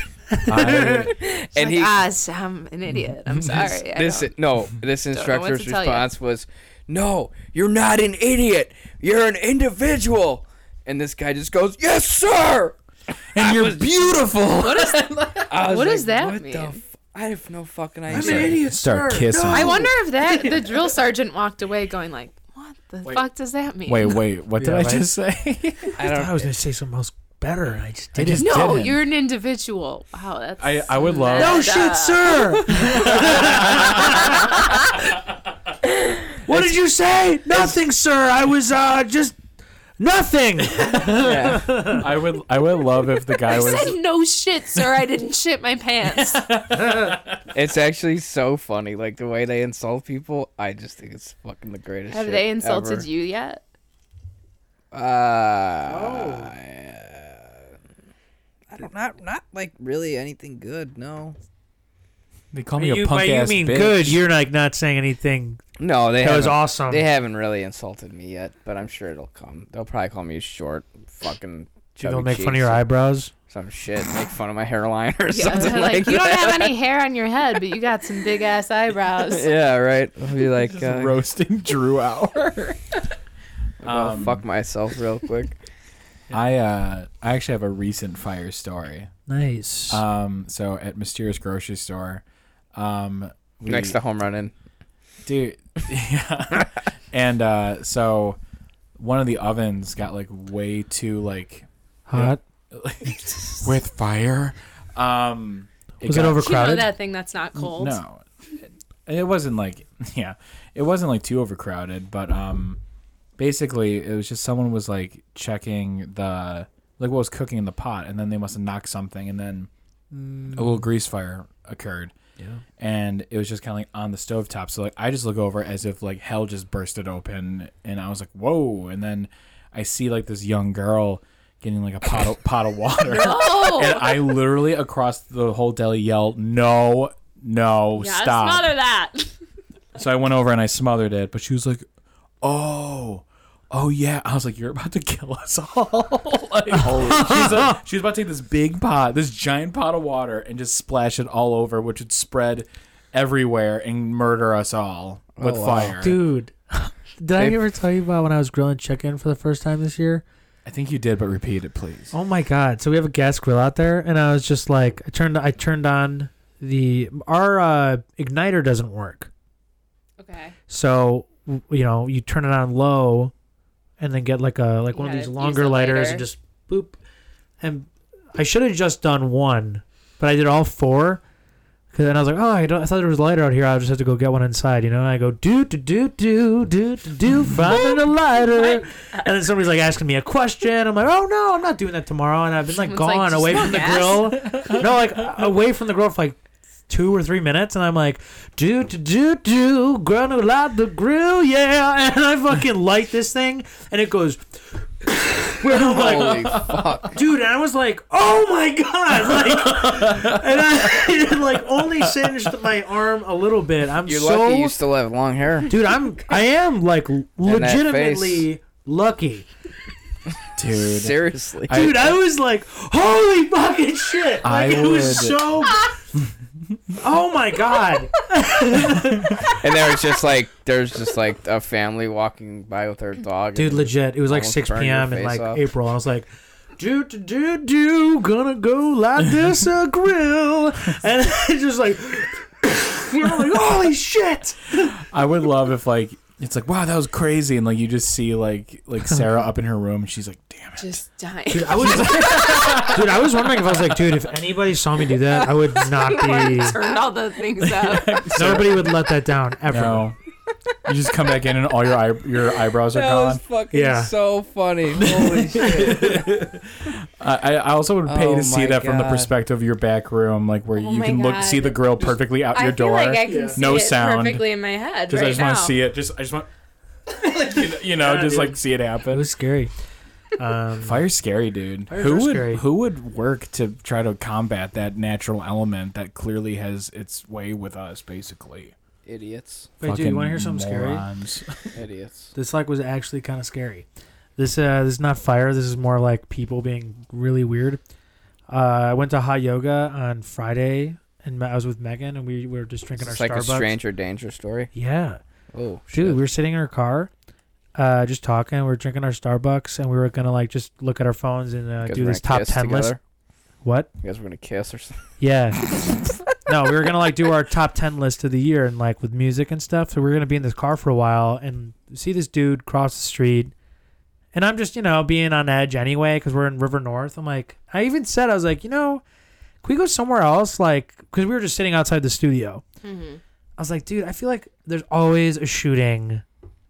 Speaker 3: I,
Speaker 4: and
Speaker 5: like,
Speaker 4: he,
Speaker 5: ah, so I'm an idiot. I'm sorry. I
Speaker 4: this,
Speaker 5: don't-
Speaker 4: no, this
Speaker 5: know what to
Speaker 4: instructor's
Speaker 5: tell ya.
Speaker 4: response was, no, you're not an idiot. You're an individual. And this guy just goes, yes, sir.
Speaker 3: and you're beautiful.
Speaker 5: what is
Speaker 4: I was
Speaker 5: What
Speaker 4: like,
Speaker 5: does that
Speaker 4: what
Speaker 5: mean?
Speaker 4: The f- I have no fucking idea.
Speaker 3: Start kissing.
Speaker 5: I wonder if that the drill sergeant walked away going like, "What the fuck does that mean?"
Speaker 3: Wait, wait. What did
Speaker 2: Yeah,
Speaker 3: I
Speaker 2: right?
Speaker 3: just say?
Speaker 2: I,
Speaker 4: I don't.
Speaker 2: was gonna say something else better. I just did
Speaker 3: just
Speaker 5: no,
Speaker 3: didn't.
Speaker 5: you're an individual. Wow, that's
Speaker 3: I, I would love.
Speaker 5: No
Speaker 2: shit, sir. what did you say? Nothing, sir. I was uh just nothing.
Speaker 4: yeah.
Speaker 3: I would. I would love if the guy
Speaker 5: I
Speaker 3: was.
Speaker 5: said no shit, sir. I didn't shit my pants.
Speaker 4: It's actually so funny, like the way they insult people. I just think it's fucking the greatest.
Speaker 5: Have
Speaker 4: shit
Speaker 5: they insulted
Speaker 4: ever.
Speaker 5: you yet?
Speaker 4: Uh, oh. I don't not not like really anything good. No,
Speaker 3: They call me a
Speaker 2: You,
Speaker 3: punk
Speaker 2: by you
Speaker 3: ass
Speaker 2: mean
Speaker 3: bitch.
Speaker 2: good? You're like not saying anything.
Speaker 4: no, they
Speaker 2: That was
Speaker 4: haven't-
Speaker 2: awesome.
Speaker 4: They haven't really insulted me yet, but I'm sure it'll come. They'll probably call me short, fucking.
Speaker 2: They'll
Speaker 4: chubby
Speaker 2: make fun of
Speaker 4: cheeks
Speaker 2: your
Speaker 4: or
Speaker 2: eyebrows.
Speaker 4: Some shit, make fun of my hairline or
Speaker 5: Yeah,
Speaker 4: something
Speaker 5: like,
Speaker 4: like,
Speaker 5: you don't
Speaker 4: that.
Speaker 5: have any hair on your head, but you got some big ass eyebrows.
Speaker 4: yeah, right. I'll be like, uh,
Speaker 3: roasting Drew Hour.
Speaker 4: I'll
Speaker 3: Um,
Speaker 4: fuck myself real quick.
Speaker 3: I uh, I actually have a recent fire story.
Speaker 2: Nice.
Speaker 3: Um, so at Mysterious Grocery Store, um, we-
Speaker 4: Next to home run in.
Speaker 3: dude, yeah. and uh, so one of the ovens got like way too like
Speaker 2: Hot.
Speaker 3: with fire. Um,
Speaker 2: Was it
Speaker 3: got-
Speaker 5: You know
Speaker 2: overcrowded?
Speaker 5: that thing that's not cold.
Speaker 3: No, it, it wasn't like yeah, it wasn't like too overcrowded, but um, basically it was just someone was like checking the like what was cooking in the pot, and then they must have knocked something, and then a little grease fire occurred.
Speaker 2: Yeah.
Speaker 3: And it was just kind of like on the stovetop. So like I just look over as if like hell just bursted open, and I was like, whoa! And then I see like this young girl getting like a pot of, pot of water. And
Speaker 5: Oh,
Speaker 3: I literally across the whole deli yelled, "No, no,
Speaker 5: yeah,
Speaker 3: stop!"
Speaker 5: smother that.
Speaker 3: so I went over and I smothered it, but she was like, "Oh, oh yeah." I was like, "You're about to kill us all!" like, she's like, she was about to take this big pot, this giant pot of water, and just splash it all over, which would spread everywhere and murder us all with
Speaker 4: Oh, wow.
Speaker 3: fire.
Speaker 2: Dude. Did I
Speaker 4: They-
Speaker 2: ever tell you about when I was grilling chicken for the first time this year?
Speaker 3: I think you did, but repeat it, please.
Speaker 2: Oh my god! So we have a gas grill out there, and I was just like, I turned, I turned on the our uh, igniter doesn't work,
Speaker 5: Okay.
Speaker 2: so w- you know you turn it on low, and then get like a like one of
Speaker 5: Yeah,
Speaker 2: these
Speaker 5: use
Speaker 2: longer
Speaker 5: the
Speaker 2: lighters
Speaker 5: lighter.
Speaker 2: and just boop. And I should have just done one, but I did all four. Cause then I was like, oh, I, don't, I thought there was a lighter out here. I just have to go get one inside, you know. And I go do do do do do do do finding a lighter. And then somebody's like asking me a question. I'm like, oh no, I'm not doing that tomorrow. And I've been like
Speaker 5: Someone's
Speaker 2: gone
Speaker 5: like, "Just
Speaker 2: away
Speaker 5: no
Speaker 2: from the
Speaker 5: gas."
Speaker 2: grill. no, like uh, away from the grill for like two or three minutes. And I'm like, do do do do, gonna light the grill, yeah. And I fucking light this thing, and it goes. and I'm like,
Speaker 4: Holy fuck.
Speaker 2: dude, and I was like, oh my god, like, and I it, like only singed my arm a little bit. I'm
Speaker 4: You're
Speaker 2: so
Speaker 4: lucky you still have long hair.
Speaker 2: dude i'm i am like
Speaker 4: that face.
Speaker 2: legitimately lucky
Speaker 3: Dude,
Speaker 4: Seriously.
Speaker 3: I-
Speaker 2: dude i was like holy fucking shit like
Speaker 3: I
Speaker 2: it was
Speaker 3: would-
Speaker 2: so oh my god
Speaker 4: and there was just like there's just like a family walking by with their dog.
Speaker 2: dude
Speaker 4: and-
Speaker 2: legit it was like
Speaker 4: Almost
Speaker 2: 6
Speaker 4: burned
Speaker 2: p.m
Speaker 4: your
Speaker 2: in
Speaker 4: face
Speaker 2: like
Speaker 4: off.
Speaker 2: april and i was like do do do do gonna go like this a grill and it's just like you know, like, holy shit
Speaker 3: I would love if like it's like wow that was crazy and like you just see like like Sarah up in her room she's like damn it
Speaker 5: Just dying.
Speaker 2: dude i was dude i was wondering if i was like dude if anybody saw me do that i would not be
Speaker 5: Turned all the things up.
Speaker 2: nobody would let that down ever
Speaker 3: no you just come back in and all your eye- your eyebrows are
Speaker 4: That was
Speaker 3: gone
Speaker 4: fucking
Speaker 2: Yeah.
Speaker 4: so funny. Holy shit.
Speaker 3: I I I also would pay
Speaker 4: Oh
Speaker 3: to see
Speaker 4: my
Speaker 3: that from the
Speaker 4: God.
Speaker 3: perspective of your back room like where
Speaker 5: Oh
Speaker 3: you
Speaker 5: my
Speaker 3: can look
Speaker 5: God.
Speaker 3: see the grill perfectly out
Speaker 5: I
Speaker 3: your
Speaker 5: feel
Speaker 3: door
Speaker 5: like I can see
Speaker 3: No
Speaker 5: it
Speaker 3: sound.
Speaker 5: perfectly in my head
Speaker 3: just
Speaker 5: right
Speaker 3: I just
Speaker 5: now.
Speaker 3: want to see it just I just want you know just like see it
Speaker 2: It
Speaker 3: happen
Speaker 2: was scary. Um,
Speaker 3: Fire's scary, dude.
Speaker 2: Fires
Speaker 3: who
Speaker 2: are
Speaker 3: would
Speaker 2: scary.
Speaker 3: who would work to try to combat that natural element that clearly has its way with us, basically?
Speaker 4: Idiots.
Speaker 2: wait, dude, you want to hear something scary?
Speaker 3: scary?
Speaker 4: Idiots.
Speaker 2: This like was actually kind of scary. This uh, this is not fire. This is more like people being really weird. Uh, I went to hot yoga on Friday, and Ma- I was with Megan, and we, we were just drinking
Speaker 4: It's
Speaker 2: our
Speaker 4: like a
Speaker 2: Starbucks.
Speaker 4: stranger danger story.
Speaker 2: yeah,
Speaker 4: Oh
Speaker 2: dude,
Speaker 4: shit.
Speaker 2: we were sitting in our car, uh, just talking. We were drinking our Starbucks, and we were gonna like just look at our phones and uh,
Speaker 4: You guys
Speaker 2: do
Speaker 4: were
Speaker 2: this
Speaker 4: gonna
Speaker 2: top
Speaker 4: kiss
Speaker 2: ten list.
Speaker 4: together?
Speaker 2: What?
Speaker 4: You guys were gonna kiss or something.
Speaker 2: Yeah. no, we were gonna like do our top ten list of the year and like with music and stuff. So we were gonna be in this car for a while and see this dude cross the street. And I'm just you know being on edge anyway because we're in River North. I'm like, I even said I was like, you know, can we go somewhere else? Like, because we were just sitting outside the studio.
Speaker 5: Mhm.
Speaker 2: I was like, dude, I feel like there's always a shooting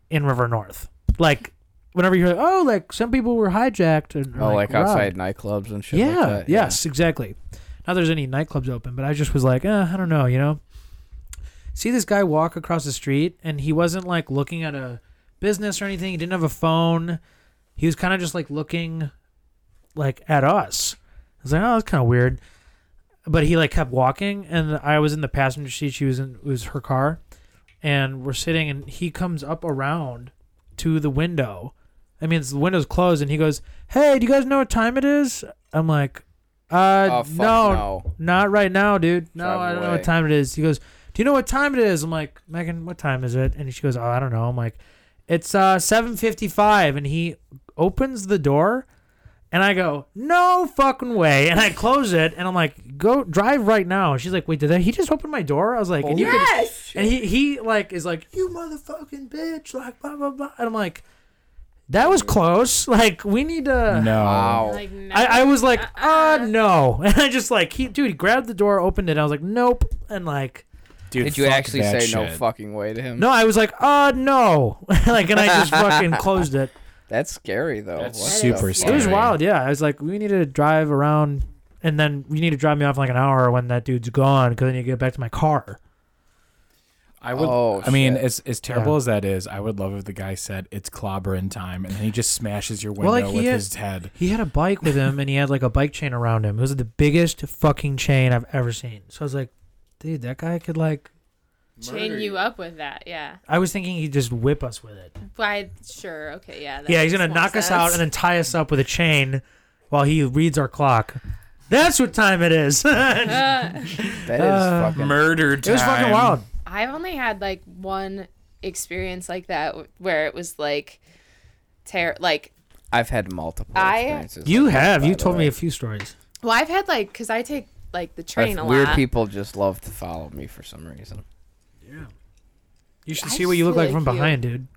Speaker 2: in River North. Like, whenever you hear, oh, like some people were hijacked and
Speaker 4: Oh, like,
Speaker 2: robbed."
Speaker 4: outside nightclubs and shit.
Speaker 2: yeah,
Speaker 4: like that.
Speaker 2: yes, exactly. Not there's any nightclubs open, but I just was like, eh, I don't know, you know. See this guy walk across the street, and he wasn't like looking at a business or anything. He didn't have a phone. He was kind of just like looking, like at us. I was like, oh, that's kind of weird. But he like kept walking, and I was in the passenger seat. She was in it was her car, and we're sitting, and he comes up around to the window. I mean, it's, the window's closed, and he goes, "Hey, do you guys know what time it is?" I'm like, "Uh,
Speaker 4: Oh fuck
Speaker 2: no,
Speaker 4: no.
Speaker 2: not right now, dude. No,
Speaker 4: Drive
Speaker 2: I don't know what
Speaker 4: away.
Speaker 2: time it is." He goes, "Do you know what time it is?" I'm like, "Megan, what time is it?" And she goes, "Oh, I don't know." I'm like, It's uh 7:55 and he opens the door and I go, "No fucking way." And I close it and I'm like, "Go drive right now." And she's like, "Wait, did I, he just open my door?" I was like, and, you could-
Speaker 5: Yes.
Speaker 2: and he he like is like, "You motherfucking bitch." Like blah blah blah. And I'm like, "That was close. Like we need to
Speaker 3: No.
Speaker 4: Wow.
Speaker 5: Like, no.
Speaker 2: I, I was like, uh,
Speaker 5: Uh-uh.
Speaker 2: no. And I just like, he, dude, he grabbed the door, opened it. And I was like, nope. And like,
Speaker 3: Dude,
Speaker 4: Did you
Speaker 3: fuck
Speaker 4: actually say
Speaker 3: that
Speaker 4: no
Speaker 3: shit.
Speaker 4: fucking way to him?
Speaker 2: no, I was like, uh, no. like, and I just fucking closed it.
Speaker 4: That's scary though.
Speaker 3: That's
Speaker 4: What the
Speaker 3: super
Speaker 4: fuck?
Speaker 2: It was
Speaker 3: Sorry.
Speaker 2: wild. Yeah. I was like, we need to drive around and then you need to drive me off in like an hour when that dude's gone because then you get back to my car.
Speaker 3: I would.
Speaker 4: Oh,
Speaker 3: I mean,
Speaker 4: shit.
Speaker 3: as as terrible
Speaker 2: Yeah.
Speaker 3: as that is, I would love if the guy said it's clobbering time, and then he just smashes your window
Speaker 2: Well, like, he
Speaker 3: with
Speaker 2: had-
Speaker 3: his head.
Speaker 2: He had a bike with him and he had like a bike chain around him. It was the biggest fucking chain I've ever seen. So I was like, dude, that guy could like,
Speaker 5: chain you up with that. Yeah.
Speaker 2: I was thinking he'd just whip us with it.
Speaker 5: Why? Sure. Okay. Yeah. that
Speaker 2: Yeah, he's
Speaker 5: makes
Speaker 2: gonna
Speaker 5: more
Speaker 2: knock us out and
Speaker 5: sense.
Speaker 2: then tie us up with a chain while he reads our clock. That's what time it is. it
Speaker 5: Uh,
Speaker 4: That is
Speaker 2: Uh,
Speaker 4: fucking.
Speaker 3: Murder time.
Speaker 2: was fucking wild.
Speaker 5: I've only had like one experience like that w- where it was like terror. Like,
Speaker 4: I've had multiple
Speaker 5: I-
Speaker 4: experiences.
Speaker 2: You
Speaker 4: like that,
Speaker 2: have.
Speaker 4: by
Speaker 2: You
Speaker 4: the
Speaker 2: told
Speaker 4: way.
Speaker 2: me a few stories.
Speaker 5: well, I've had like because I take like the
Speaker 4: Or
Speaker 5: train a
Speaker 4: Weird
Speaker 5: lot.
Speaker 4: people just love to follow me for some reason.
Speaker 2: You should
Speaker 5: I
Speaker 2: see what you look
Speaker 5: feel
Speaker 2: like from
Speaker 5: like you-
Speaker 2: behind, dude.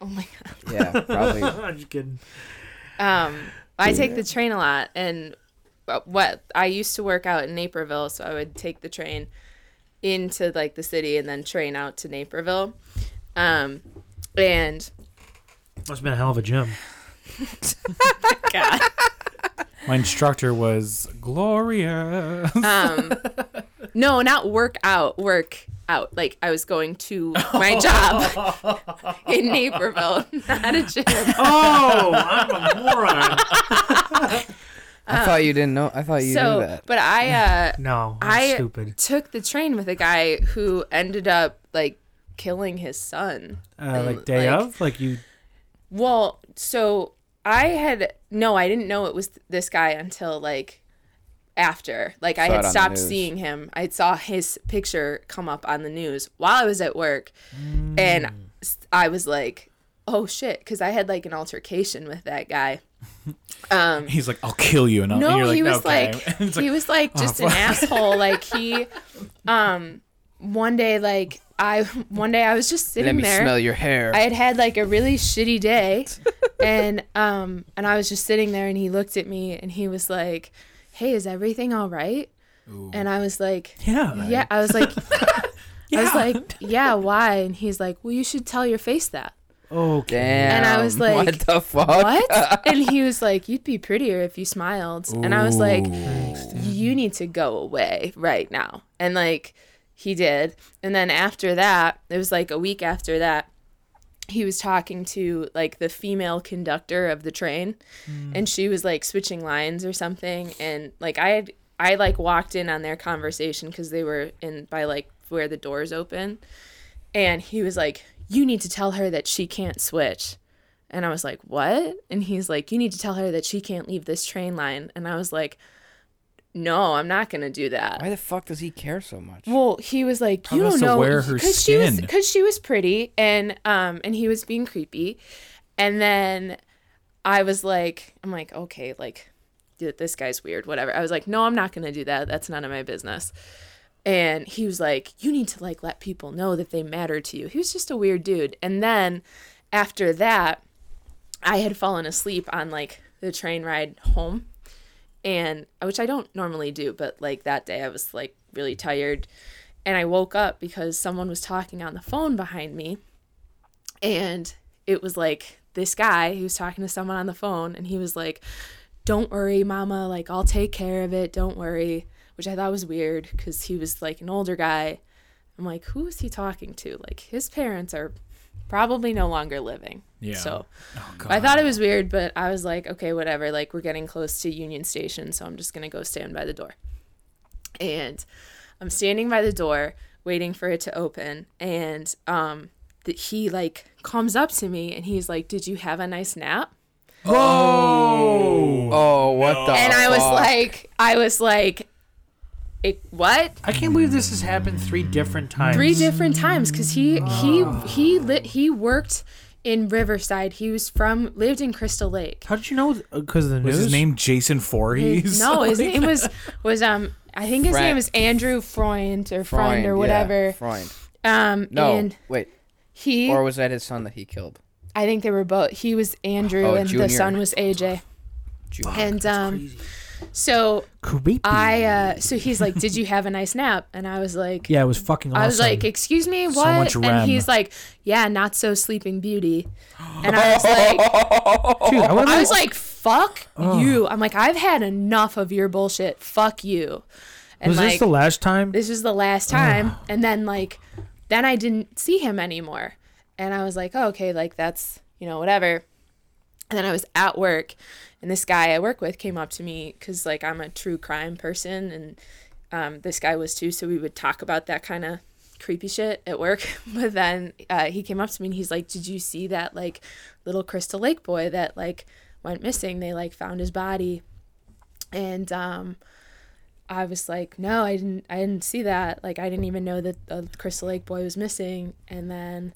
Speaker 5: Oh my
Speaker 4: Yeah, probably.
Speaker 2: I'm just kidding.
Speaker 5: Um, I take the train a lot, and uh, what I used to work out in Naperville, so I would take the train into like the city and then train out to Naperville. Um, and
Speaker 2: Must have been a hell of a gym.
Speaker 5: God,
Speaker 3: My instructor was Gloria.
Speaker 5: um, no, not work out, work out. Like I was going to my job in Naperville, not a gym.
Speaker 2: Oh, I'm a moron.
Speaker 4: I thought you didn't know. I thought you knew
Speaker 5: So,
Speaker 4: that.
Speaker 5: but I uh,
Speaker 2: No, that's
Speaker 5: I
Speaker 2: stupid.
Speaker 5: took the train with a guy who ended up like killing his son.
Speaker 2: Uh, like day
Speaker 5: like-
Speaker 2: of, like you.
Speaker 5: Well, so I had no, I didn't know it was this guy until like after. Like I
Speaker 4: Saw it
Speaker 5: had
Speaker 4: on the
Speaker 5: stopped
Speaker 4: news.
Speaker 5: seeing him. I saw his picture come up on the news while I was at work, and s- I was like, "Oh shit!" Because I had like an altercation with that guy. Um,
Speaker 3: He's like, I'll kill you, and, I'll, and
Speaker 5: no,
Speaker 3: you're like,
Speaker 5: he was
Speaker 3: okay.
Speaker 5: like,
Speaker 3: It's like, "Oh,
Speaker 5: he was like just an asshole. Like he, um, one day like I one day I was just
Speaker 4: Let
Speaker 5: sitting
Speaker 4: me
Speaker 5: there.
Speaker 4: smell your hair.
Speaker 5: I had had like a really shitty day, and um, and I was just sitting there, and he looked at me, and he was like, "Hey, is everything all right?" And I was like,
Speaker 2: Yeah.
Speaker 5: "Yeah." I was like, "I was like, yeah, why?" And he's like, "Well, you should tell your face that."
Speaker 2: Okay.
Speaker 4: Damn.
Speaker 5: And I was
Speaker 4: what
Speaker 5: like,
Speaker 4: the fuck?
Speaker 5: What? and he was like, "You'd be prettier if you smiled." And I was like, "You need to go away right now." And like, he did. And then after that, it was like a week after that, he was talking to like the female conductor of the train and she was like switching lines or something and like i had i like walked in on their conversation because they were in by like where the doors open and he was like you need to tell her that she can't switch and i was like what and he's like you need to tell her that she can't leave this train line and i was like no i'm not gonna do that
Speaker 4: Why the fuck does he care so much?
Speaker 5: well, he was like,
Speaker 3: How
Speaker 5: you
Speaker 3: else
Speaker 5: don't
Speaker 3: to
Speaker 5: know,
Speaker 3: wear her
Speaker 5: because she was
Speaker 3: skin?
Speaker 5: because she was pretty, and um, and he was being creepy, and then I was like, I'm like, okay, like, dude, this guy's weird, whatever. I was like, no, I'm not gonna do that. That's none of my business. And he was like, you need to like let people know that they matter to you. He was just a weird dude. And then after that, I had fallen asleep on like the train ride home and which I don't normally do, but like that day I was like really tired and I woke up because someone was talking on the phone behind me and it was like this guy who was talking to someone on the phone and he was like don't worry mama like I'll take care of it, don't worry, which I thought was weird cuz he was like an older guy. I'm like who is he talking to? Like his parents are probably no longer living.
Speaker 3: Yeah.
Speaker 5: So
Speaker 3: oh, God.
Speaker 5: I thought it was weird, but I was like, okay, whatever. Like, we're getting close to Union Station, so I'm just going to go stand by the door. And I'm standing by the door, waiting for it to open. And um, th- he, like, comes up to me and he's like, Did you have a nice nap?
Speaker 3: Whoa.
Speaker 4: oh, what the
Speaker 5: and I was
Speaker 4: fuck?
Speaker 5: like, I was like, it, What?
Speaker 2: I can't believe this has happened three different times.
Speaker 5: three different times because he he he lit he worked in Riverside. He was from lived in Crystal Lake.
Speaker 2: How did you know? Because of the news.
Speaker 3: Was his name Jason
Speaker 5: His-
Speaker 3: Voorhees?
Speaker 5: no, his name was was um I think his
Speaker 4: Friend.
Speaker 5: name was Andrew Freund or Freund
Speaker 4: Freund,
Speaker 5: or whatever.
Speaker 4: Yeah, Freund.
Speaker 5: Um
Speaker 4: No,
Speaker 5: and
Speaker 4: wait.
Speaker 5: he
Speaker 4: Or was that his son that he killed?
Speaker 5: I think they were both he was Andrew
Speaker 4: Oh,
Speaker 5: and
Speaker 4: Junior.
Speaker 5: the son was AJ.
Speaker 4: Junior.
Speaker 5: and um so
Speaker 2: Creepy.
Speaker 5: I uh so he's like, Did you have a nice nap? And I was like
Speaker 2: yeah, it was fucking awesome.
Speaker 5: I was like, "Excuse me, what?"
Speaker 3: much REM.
Speaker 5: And he's like, "Yeah, not so Sleeping Beauty." And I was like,
Speaker 2: dude, I, would've
Speaker 5: I
Speaker 2: been-
Speaker 5: was like, "Fuck
Speaker 2: Oh.
Speaker 5: you!" I'm like, "I've had enough of your bullshit. Fuck you." And
Speaker 2: was
Speaker 5: like,
Speaker 2: this the last time?
Speaker 5: this was the last time and then like then i didn't see him anymore and i was like oh, okay like that's you know whatever and then i was at work and this guy i work with came up to me because like i'm a true crime person and um, this guy was too so we would talk about that kind of creepy shit at work but then uh, he came up to me and he's like did you see that like little crystal lake boy that like went missing they like found his body and um I was like, no, I didn't. I didn't see that. Like, I didn't even know that the Crystal Lake boy was missing. And then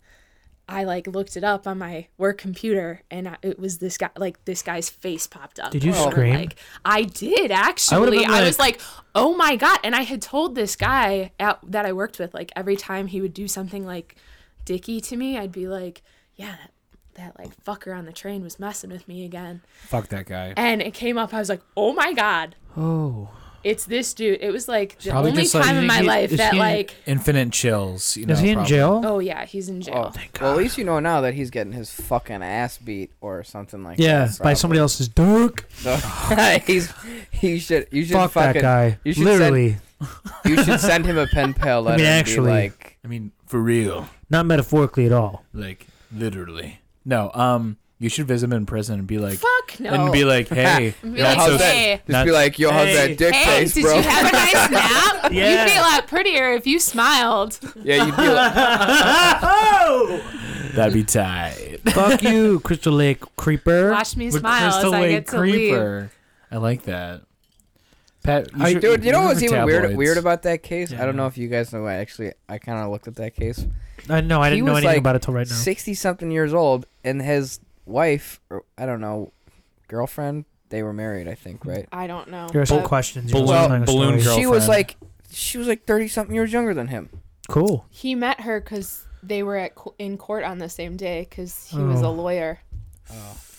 Speaker 5: I like looked it up on my work computer, and I, it was this guy. Like, this guy's face popped up.
Speaker 2: Did you
Speaker 5: And I'm
Speaker 2: scream?
Speaker 5: Like, I
Speaker 2: would've
Speaker 5: did actually.
Speaker 2: been
Speaker 5: I, was like, oh my god! And I had told this guy at, that I worked with, like every time he would do something like dicky to me, I'd be like, yeah, that, that like fucker on the train was messing with me again.
Speaker 3: Fuck that guy.
Speaker 5: And it came up. I was like, oh my god.
Speaker 2: oh,
Speaker 5: It's this dude. It was like the
Speaker 3: Probably
Speaker 5: only
Speaker 3: just,
Speaker 5: time
Speaker 3: like-
Speaker 5: in my
Speaker 2: Is he-
Speaker 5: life
Speaker 2: is
Speaker 5: that
Speaker 2: he-
Speaker 5: like
Speaker 3: Infinite chills. You know,
Speaker 2: is he in
Speaker 3: probably.
Speaker 2: jail?
Speaker 5: oh yeah, he's in jail.
Speaker 4: Oh, well, at least you know now that he's getting his fucking ass beat or something like
Speaker 2: yeah,
Speaker 4: that.
Speaker 2: by somebody else's dirk.
Speaker 4: So he's he should you should
Speaker 2: Fuck that
Speaker 4: fucking
Speaker 2: guy.
Speaker 4: You should
Speaker 2: Literally,
Speaker 4: send you should send him a pen pal letter.
Speaker 2: actually.
Speaker 4: and be like
Speaker 3: I mean, for real.
Speaker 2: not metaphorically at all.
Speaker 3: Like, literally. No, um, you should visit him in prison and be like,
Speaker 5: Fuck no.
Speaker 3: and be like, hey,
Speaker 5: Be
Speaker 3: you're
Speaker 5: like,
Speaker 3: not so-
Speaker 5: hey.
Speaker 4: just be like, yo, how's
Speaker 2: Hey.
Speaker 4: that dick
Speaker 5: Hey,
Speaker 4: face,
Speaker 5: did
Speaker 4: bro?
Speaker 5: you have a nice nap?
Speaker 2: Yeah.
Speaker 5: You'd be a lot prettier if you smiled.
Speaker 4: yeah, you'd be like,
Speaker 5: Oh!
Speaker 3: that'd be tight.
Speaker 2: Fuck you, Crystal Lake creeper.
Speaker 5: Watch me
Speaker 3: With
Speaker 5: smile as I get to leave.
Speaker 3: I like that. Pat, you
Speaker 2: I-
Speaker 3: should-
Speaker 4: dude. You know
Speaker 3: should
Speaker 4: what's
Speaker 3: have
Speaker 4: even weird
Speaker 3: tabloids.
Speaker 4: weird about that case?
Speaker 2: Yeah,
Speaker 4: I don't
Speaker 2: no.
Speaker 4: know if you guys know. I actually I kind of looked at that case.
Speaker 2: I know. I
Speaker 4: He
Speaker 2: didn't know
Speaker 4: was,
Speaker 2: anything
Speaker 4: like,
Speaker 2: about it till right now.
Speaker 4: Sixty something years old, and his wife, or I don't know, girlfriend. They were married, I think, right?
Speaker 5: I don't know.
Speaker 2: You're asking
Speaker 5: but
Speaker 2: questions.
Speaker 3: Balloon-
Speaker 2: You're telling a
Speaker 3: balloon
Speaker 2: story.
Speaker 3: girl.
Speaker 4: She was
Speaker 3: Girlfriend.
Speaker 4: like, she was like thirty something years younger than him.
Speaker 2: Cool.
Speaker 5: He met her because they were at co- in court on the same day because he was a
Speaker 2: Oh.
Speaker 5: lawyer.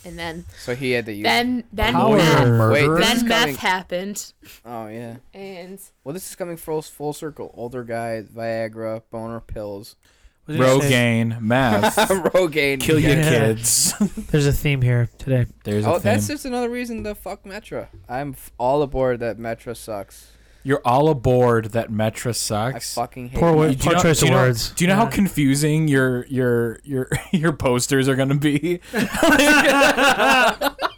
Speaker 5: And then
Speaker 4: So he had to use.
Speaker 5: then then
Speaker 2: Power
Speaker 5: meth,
Speaker 2: murderer.
Speaker 4: Wait, this is
Speaker 5: then meth
Speaker 4: coming-
Speaker 5: happened,
Speaker 4: Oh yeah.
Speaker 5: and
Speaker 4: Well, this is coming full full circle. Older guy, Viagra, boner pills,
Speaker 3: Rogaine, math,
Speaker 4: Rogaine.
Speaker 3: kill your
Speaker 2: Yeah.
Speaker 3: kids.
Speaker 2: There's a theme here today.
Speaker 3: There's
Speaker 4: Oh,
Speaker 3: a thing.
Speaker 4: that's just another reason to fuck Metra. I'm f- all aboard that Metra sucks.
Speaker 3: You're all aboard that Metra
Speaker 4: I
Speaker 3: sucks.
Speaker 4: fucking hate.
Speaker 2: Poor
Speaker 4: Metra.
Speaker 2: word.
Speaker 3: You- do you
Speaker 2: Poor
Speaker 3: know-
Speaker 2: choice
Speaker 3: do you
Speaker 2: of
Speaker 3: know-
Speaker 2: words.
Speaker 3: Do you know how
Speaker 2: Yeah.
Speaker 3: confusing your your your your posters are gonna be?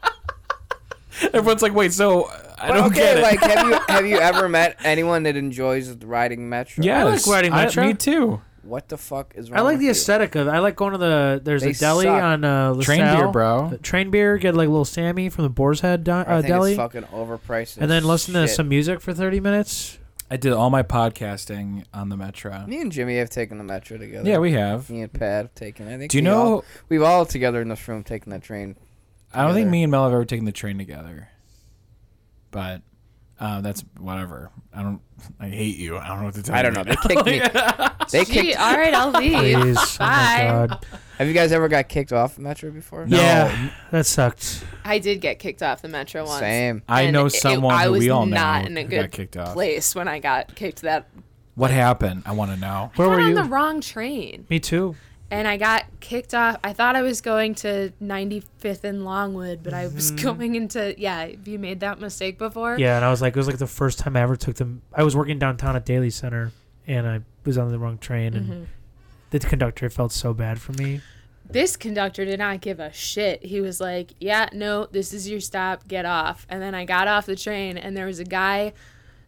Speaker 3: Everyone's like, wait, so uh, I
Speaker 4: But
Speaker 3: don't
Speaker 4: okay,
Speaker 3: get it.
Speaker 4: like have you have you ever met anyone that enjoys riding Metra?
Speaker 3: yes,
Speaker 2: like riding
Speaker 3: I-
Speaker 2: Metra.
Speaker 3: me too.
Speaker 4: What the fuck is wrong?
Speaker 2: I like
Speaker 4: with
Speaker 2: the
Speaker 4: you?
Speaker 2: aesthetic of. I like going to the. There's
Speaker 4: Oh, They
Speaker 2: a deli
Speaker 4: suck.
Speaker 2: on uh, LaSalle.
Speaker 3: Train beer, bro.
Speaker 2: Uh, Train beer. Get like little Sammy from the Boar's Head di-
Speaker 4: I
Speaker 2: uh,
Speaker 4: think
Speaker 2: deli,
Speaker 4: It's fucking overpriced.
Speaker 2: and then listen
Speaker 4: shit.
Speaker 2: to some music for 30 minutes.
Speaker 3: I did all my podcasting on the Metra.
Speaker 4: Me and Jimmy have taken the Metra together.
Speaker 3: Yeah, we have.
Speaker 4: Me and Pat have taken. I think.
Speaker 3: Do you
Speaker 4: we
Speaker 3: know?
Speaker 4: all- we've all together in this room taken that train.
Speaker 3: I don't think
Speaker 4: together.
Speaker 3: me and Mel have ever taken the train together, but uh, that's whatever. I don't. I hate you. I don't know what to tell
Speaker 4: I
Speaker 3: you.
Speaker 4: don't know. They kicked me. They
Speaker 5: gee,
Speaker 4: kicked.
Speaker 5: all right, I'll leave.
Speaker 2: Please. oh my
Speaker 5: Bye.
Speaker 2: god,
Speaker 4: Have you guys ever got kicked off Metro before?
Speaker 3: No.
Speaker 2: Yeah. that sucked.
Speaker 5: I did get kicked off the metro once.
Speaker 4: Same.
Speaker 3: I
Speaker 5: And
Speaker 3: know
Speaker 5: it- it-
Speaker 3: someone
Speaker 5: I
Speaker 3: who
Speaker 5: was
Speaker 3: we all
Speaker 5: not
Speaker 3: know
Speaker 5: in a
Speaker 3: who
Speaker 5: good
Speaker 3: got kicked off.
Speaker 5: place when I got kicked that
Speaker 3: What happened? I want to know.
Speaker 2: Where
Speaker 5: I got
Speaker 2: were
Speaker 5: on
Speaker 2: you?
Speaker 5: the wrong train
Speaker 2: Me too.
Speaker 5: and I got kicked off. I thought I was going to 95th and Longwood, but I was going into yeah. Have you made that mistake before?
Speaker 2: Yeah, and I was like, it was like the first time I ever took them. I was working downtown at Daily Center, and I was on the wrong train, and
Speaker 5: Mm-hmm.
Speaker 2: the conductor felt so bad for me.
Speaker 5: This conductor did not give a shit. He was like, "Yeah, no, this is your stop. Get off." And then I got off the train and there was a guy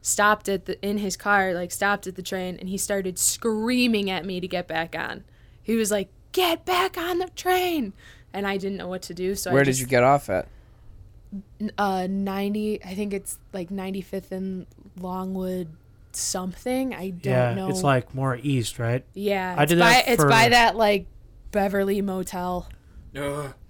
Speaker 5: stopped at the in his car, like stopped at the train and he started screaming at me to get back on. He was like, "Get back on the train." And I didn't know what to do, so I
Speaker 4: Where
Speaker 5: just
Speaker 4: did you get off at?
Speaker 5: uh 90 i think it's like 95th and longwood something i don't
Speaker 2: yeah,
Speaker 5: know
Speaker 2: it's like more east, right?
Speaker 5: yeah
Speaker 2: I
Speaker 5: it's
Speaker 2: did
Speaker 5: by
Speaker 2: that
Speaker 5: it's
Speaker 2: for-
Speaker 5: by that like beverly motel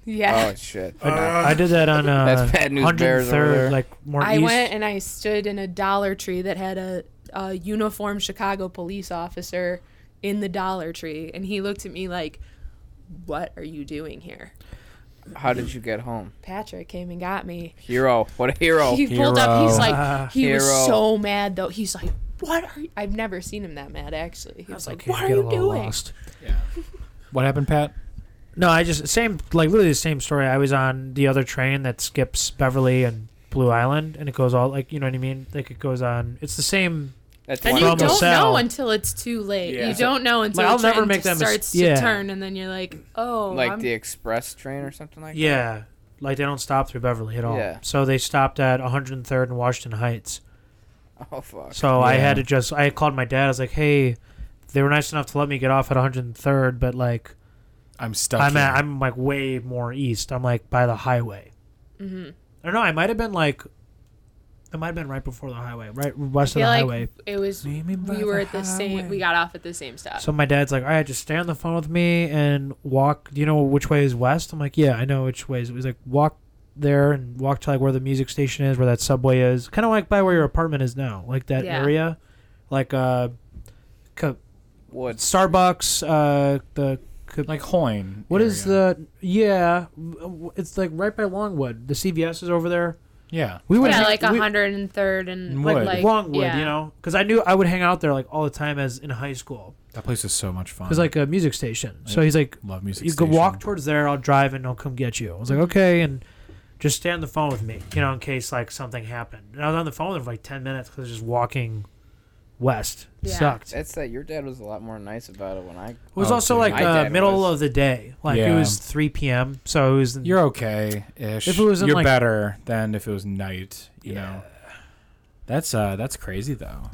Speaker 5: Yeah.
Speaker 4: Oh shit.
Speaker 2: I did that on uh,
Speaker 4: That's bad news bears over
Speaker 2: 103rd,
Speaker 4: there.
Speaker 2: like more
Speaker 5: I
Speaker 2: east.
Speaker 5: went and I stood in a Dollar Tree that had a, a uniformed Chicago police officer in the Dollar Tree, and he looked at me like, "What are you doing here?"
Speaker 4: How did you get home?
Speaker 5: Patrick came and got me.
Speaker 4: Hero. What a hero.
Speaker 5: he pulled up. He's
Speaker 3: Hero.
Speaker 5: like, he was
Speaker 4: Hero.
Speaker 5: so mad though. He's like, "What are?" You? I've never seen him that mad actually. He was like,
Speaker 2: Okay,
Speaker 5: "What are
Speaker 2: get a
Speaker 5: you
Speaker 2: little
Speaker 5: doing?"
Speaker 2: lost.
Speaker 3: What happened, Pat?
Speaker 2: No, I just same like literally the same story. I was on the other train that skips Beverly and Blue Island, and it goes all like you know what I mean. Like it goes on. It's the same.
Speaker 4: That's
Speaker 5: And
Speaker 4: one
Speaker 5: you
Speaker 2: From
Speaker 4: of
Speaker 2: the
Speaker 5: don't
Speaker 4: those-
Speaker 2: cell.
Speaker 5: know until it's too late.
Speaker 3: Yeah.
Speaker 5: You don't know until
Speaker 2: I'll
Speaker 5: the
Speaker 2: never
Speaker 5: train
Speaker 2: make that mis-
Speaker 5: starts
Speaker 2: yeah.
Speaker 5: to turn, and then you're like, "Oh,
Speaker 4: like
Speaker 5: I'm-
Speaker 4: the express train or something like
Speaker 2: Yeah, like they don't stop through Beverly at all.
Speaker 4: Yeah.
Speaker 2: So they stopped at 103rd and Washington Heights.
Speaker 4: that. Oh fuck.
Speaker 2: So I
Speaker 3: Yeah.
Speaker 2: had to just I called my dad. I was like, hey, they were nice enough to let me get off at 103rd, but like
Speaker 3: I'm stuck.
Speaker 2: I'm at,
Speaker 3: here.
Speaker 2: I'm like way more east. I'm like by the highway.
Speaker 5: Mm-hmm.
Speaker 2: I don't know. I might have been like, it might have been right before the highway, right west of
Speaker 5: feel
Speaker 2: the
Speaker 5: like
Speaker 2: highway.
Speaker 5: it was
Speaker 2: Meet me by
Speaker 5: we were
Speaker 2: the
Speaker 5: at the same
Speaker 2: highway.
Speaker 5: we got off at the same stop.
Speaker 2: So my dad's like, all right, just stay on the phone with me and walk. Do you know which way is west? I'm like, yeah, I know which way is. He's like, walk there and walk to like where the music station is, where that subway is, kind of like by where your apartment is now, like that
Speaker 5: Yeah.
Speaker 2: area, like uh, co-
Speaker 4: What?
Speaker 2: Starbucks, uh, the co-
Speaker 3: like Hoyne.
Speaker 2: What
Speaker 3: area.
Speaker 2: is the yeah? w- w- It's like right by Longwood. The CVS is over there.
Speaker 3: Yeah.
Speaker 2: We
Speaker 5: yeah,
Speaker 2: hang-
Speaker 5: like
Speaker 2: we-
Speaker 5: 103rd and
Speaker 3: Wood.
Speaker 5: like,
Speaker 2: like
Speaker 5: like
Speaker 2: Longwood,
Speaker 5: yeah.
Speaker 2: you know, because I knew I would hang out there like all the time as in high school.
Speaker 3: That place is so much fun.
Speaker 2: It was like a music station. So he's like,
Speaker 3: love music.
Speaker 2: you
Speaker 3: station.
Speaker 2: could walk towards there. I'll drive and I'll come get you. I was like, okay, and just stay on the phone with me, you know, in case like something happened. And I was on the phone with him for like ten minutes because just walking west
Speaker 5: Yeah.
Speaker 2: sucked. It
Speaker 4: That's that. Your dad was a lot more nice about it when I.
Speaker 2: was
Speaker 3: Oh,
Speaker 2: also
Speaker 3: dude.
Speaker 2: like
Speaker 4: My
Speaker 2: uh,
Speaker 4: dad
Speaker 2: middle
Speaker 4: was.
Speaker 2: of the day. Like it
Speaker 3: Yeah.
Speaker 2: was three p.m. So it was
Speaker 3: You're okay ish.
Speaker 2: If it was in,
Speaker 3: you're
Speaker 2: like-
Speaker 3: better than if it was night. You know. That's uh, that's crazy though.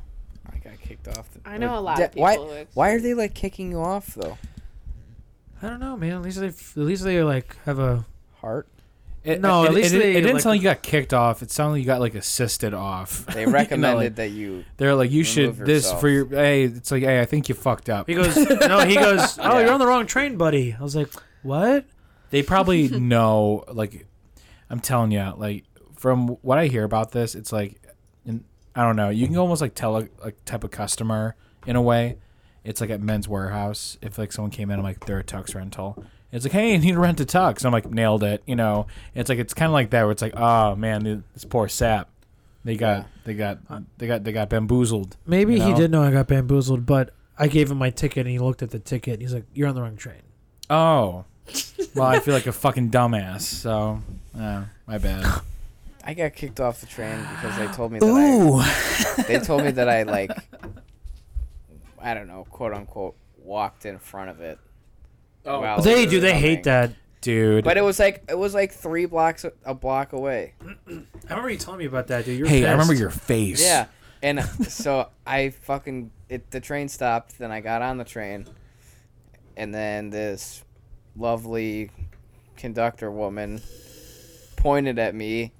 Speaker 4: I got kicked off. The,
Speaker 5: I know
Speaker 4: like,
Speaker 5: a lot
Speaker 4: da-
Speaker 5: of people who
Speaker 4: Why?
Speaker 5: have-
Speaker 4: Why are they like kicking you off though?
Speaker 2: I don't know, man. At least they at least they like have a
Speaker 4: Heart.
Speaker 3: It,
Speaker 2: No,
Speaker 3: it,
Speaker 2: at least
Speaker 3: it,
Speaker 2: they,
Speaker 3: it didn't
Speaker 2: like-
Speaker 3: sound like you got kicked off. It sounded like you got like assisted off.
Speaker 4: They
Speaker 3: You know, like,
Speaker 4: recommended that you.
Speaker 3: they're like you should
Speaker 4: remove
Speaker 3: this
Speaker 4: yourself.
Speaker 3: for your hey. It's like hey, I think you fucked up.
Speaker 2: He goes, no, he goes, oh,
Speaker 4: Yeah.
Speaker 2: you're on the wrong train, buddy. I was like, what?
Speaker 3: they probably know like i'm telling you like from what i hear about this it's like and i don't know you can almost like tell a like type of customer in a way it's like at men's warehouse if like someone came in i'm like they're a tux rental it's like hey i need to rent a tux i'm like nailed it you know it's like it's kind of like that where it's like oh man this poor sap they got they got they got they got bamboozled
Speaker 2: Maybe
Speaker 3: You
Speaker 2: he
Speaker 3: know?
Speaker 2: did know I got bamboozled, but I gave him my ticket and he looked at the ticket and he's like, you're on the wrong train.
Speaker 3: oh well i feel like a fucking dumbass so uh, my bad
Speaker 4: I got kicked off the train because they told me that I. they told me that I like I don't know, quote unquote, walked in front of it.
Speaker 3: Oh.
Speaker 4: while it
Speaker 2: they
Speaker 4: was
Speaker 2: do. They
Speaker 4: running.
Speaker 2: hate that.
Speaker 3: dude
Speaker 4: But it was like it was like three blocks a block away.
Speaker 2: I remember you telling me about that, dude. You're
Speaker 3: Hey, I remember your face.
Speaker 4: Yeah, and so I fucking it. The train stopped. Then I got on the train, and then this lovely conductor woman pointed at me,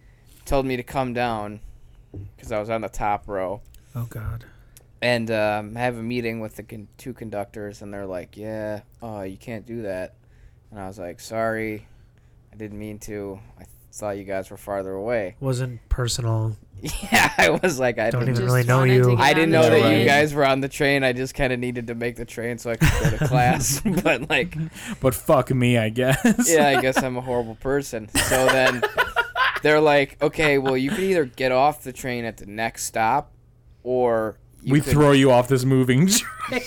Speaker 4: told me to come down because I was on the top row.
Speaker 2: Oh, God.
Speaker 4: and um, I have a meeting with the con- two conductors, and they're like, "Yeah, uh, you can't do that." And I was like, "Sorry, I didn't mean to. I th- saw you guys were farther away."
Speaker 2: Wasn't personal.
Speaker 4: Yeah, I was like, "I
Speaker 2: Don't
Speaker 4: didn't,
Speaker 2: even
Speaker 5: Just
Speaker 2: really know
Speaker 5: wanted
Speaker 2: you.
Speaker 5: to get
Speaker 4: I
Speaker 5: on
Speaker 4: didn't
Speaker 5: the
Speaker 4: know that
Speaker 3: Yeah,
Speaker 4: you
Speaker 3: right.
Speaker 4: guys were on the train. I just kind of needed to make the train so I could go to class." but like,
Speaker 3: But fuck me, I guess.
Speaker 4: yeah, I guess I'm a horrible person. So then they're like, "Okay, well, you could either get off the train at the next stop, or you
Speaker 3: we
Speaker 4: could
Speaker 3: throw you off this moving. tr-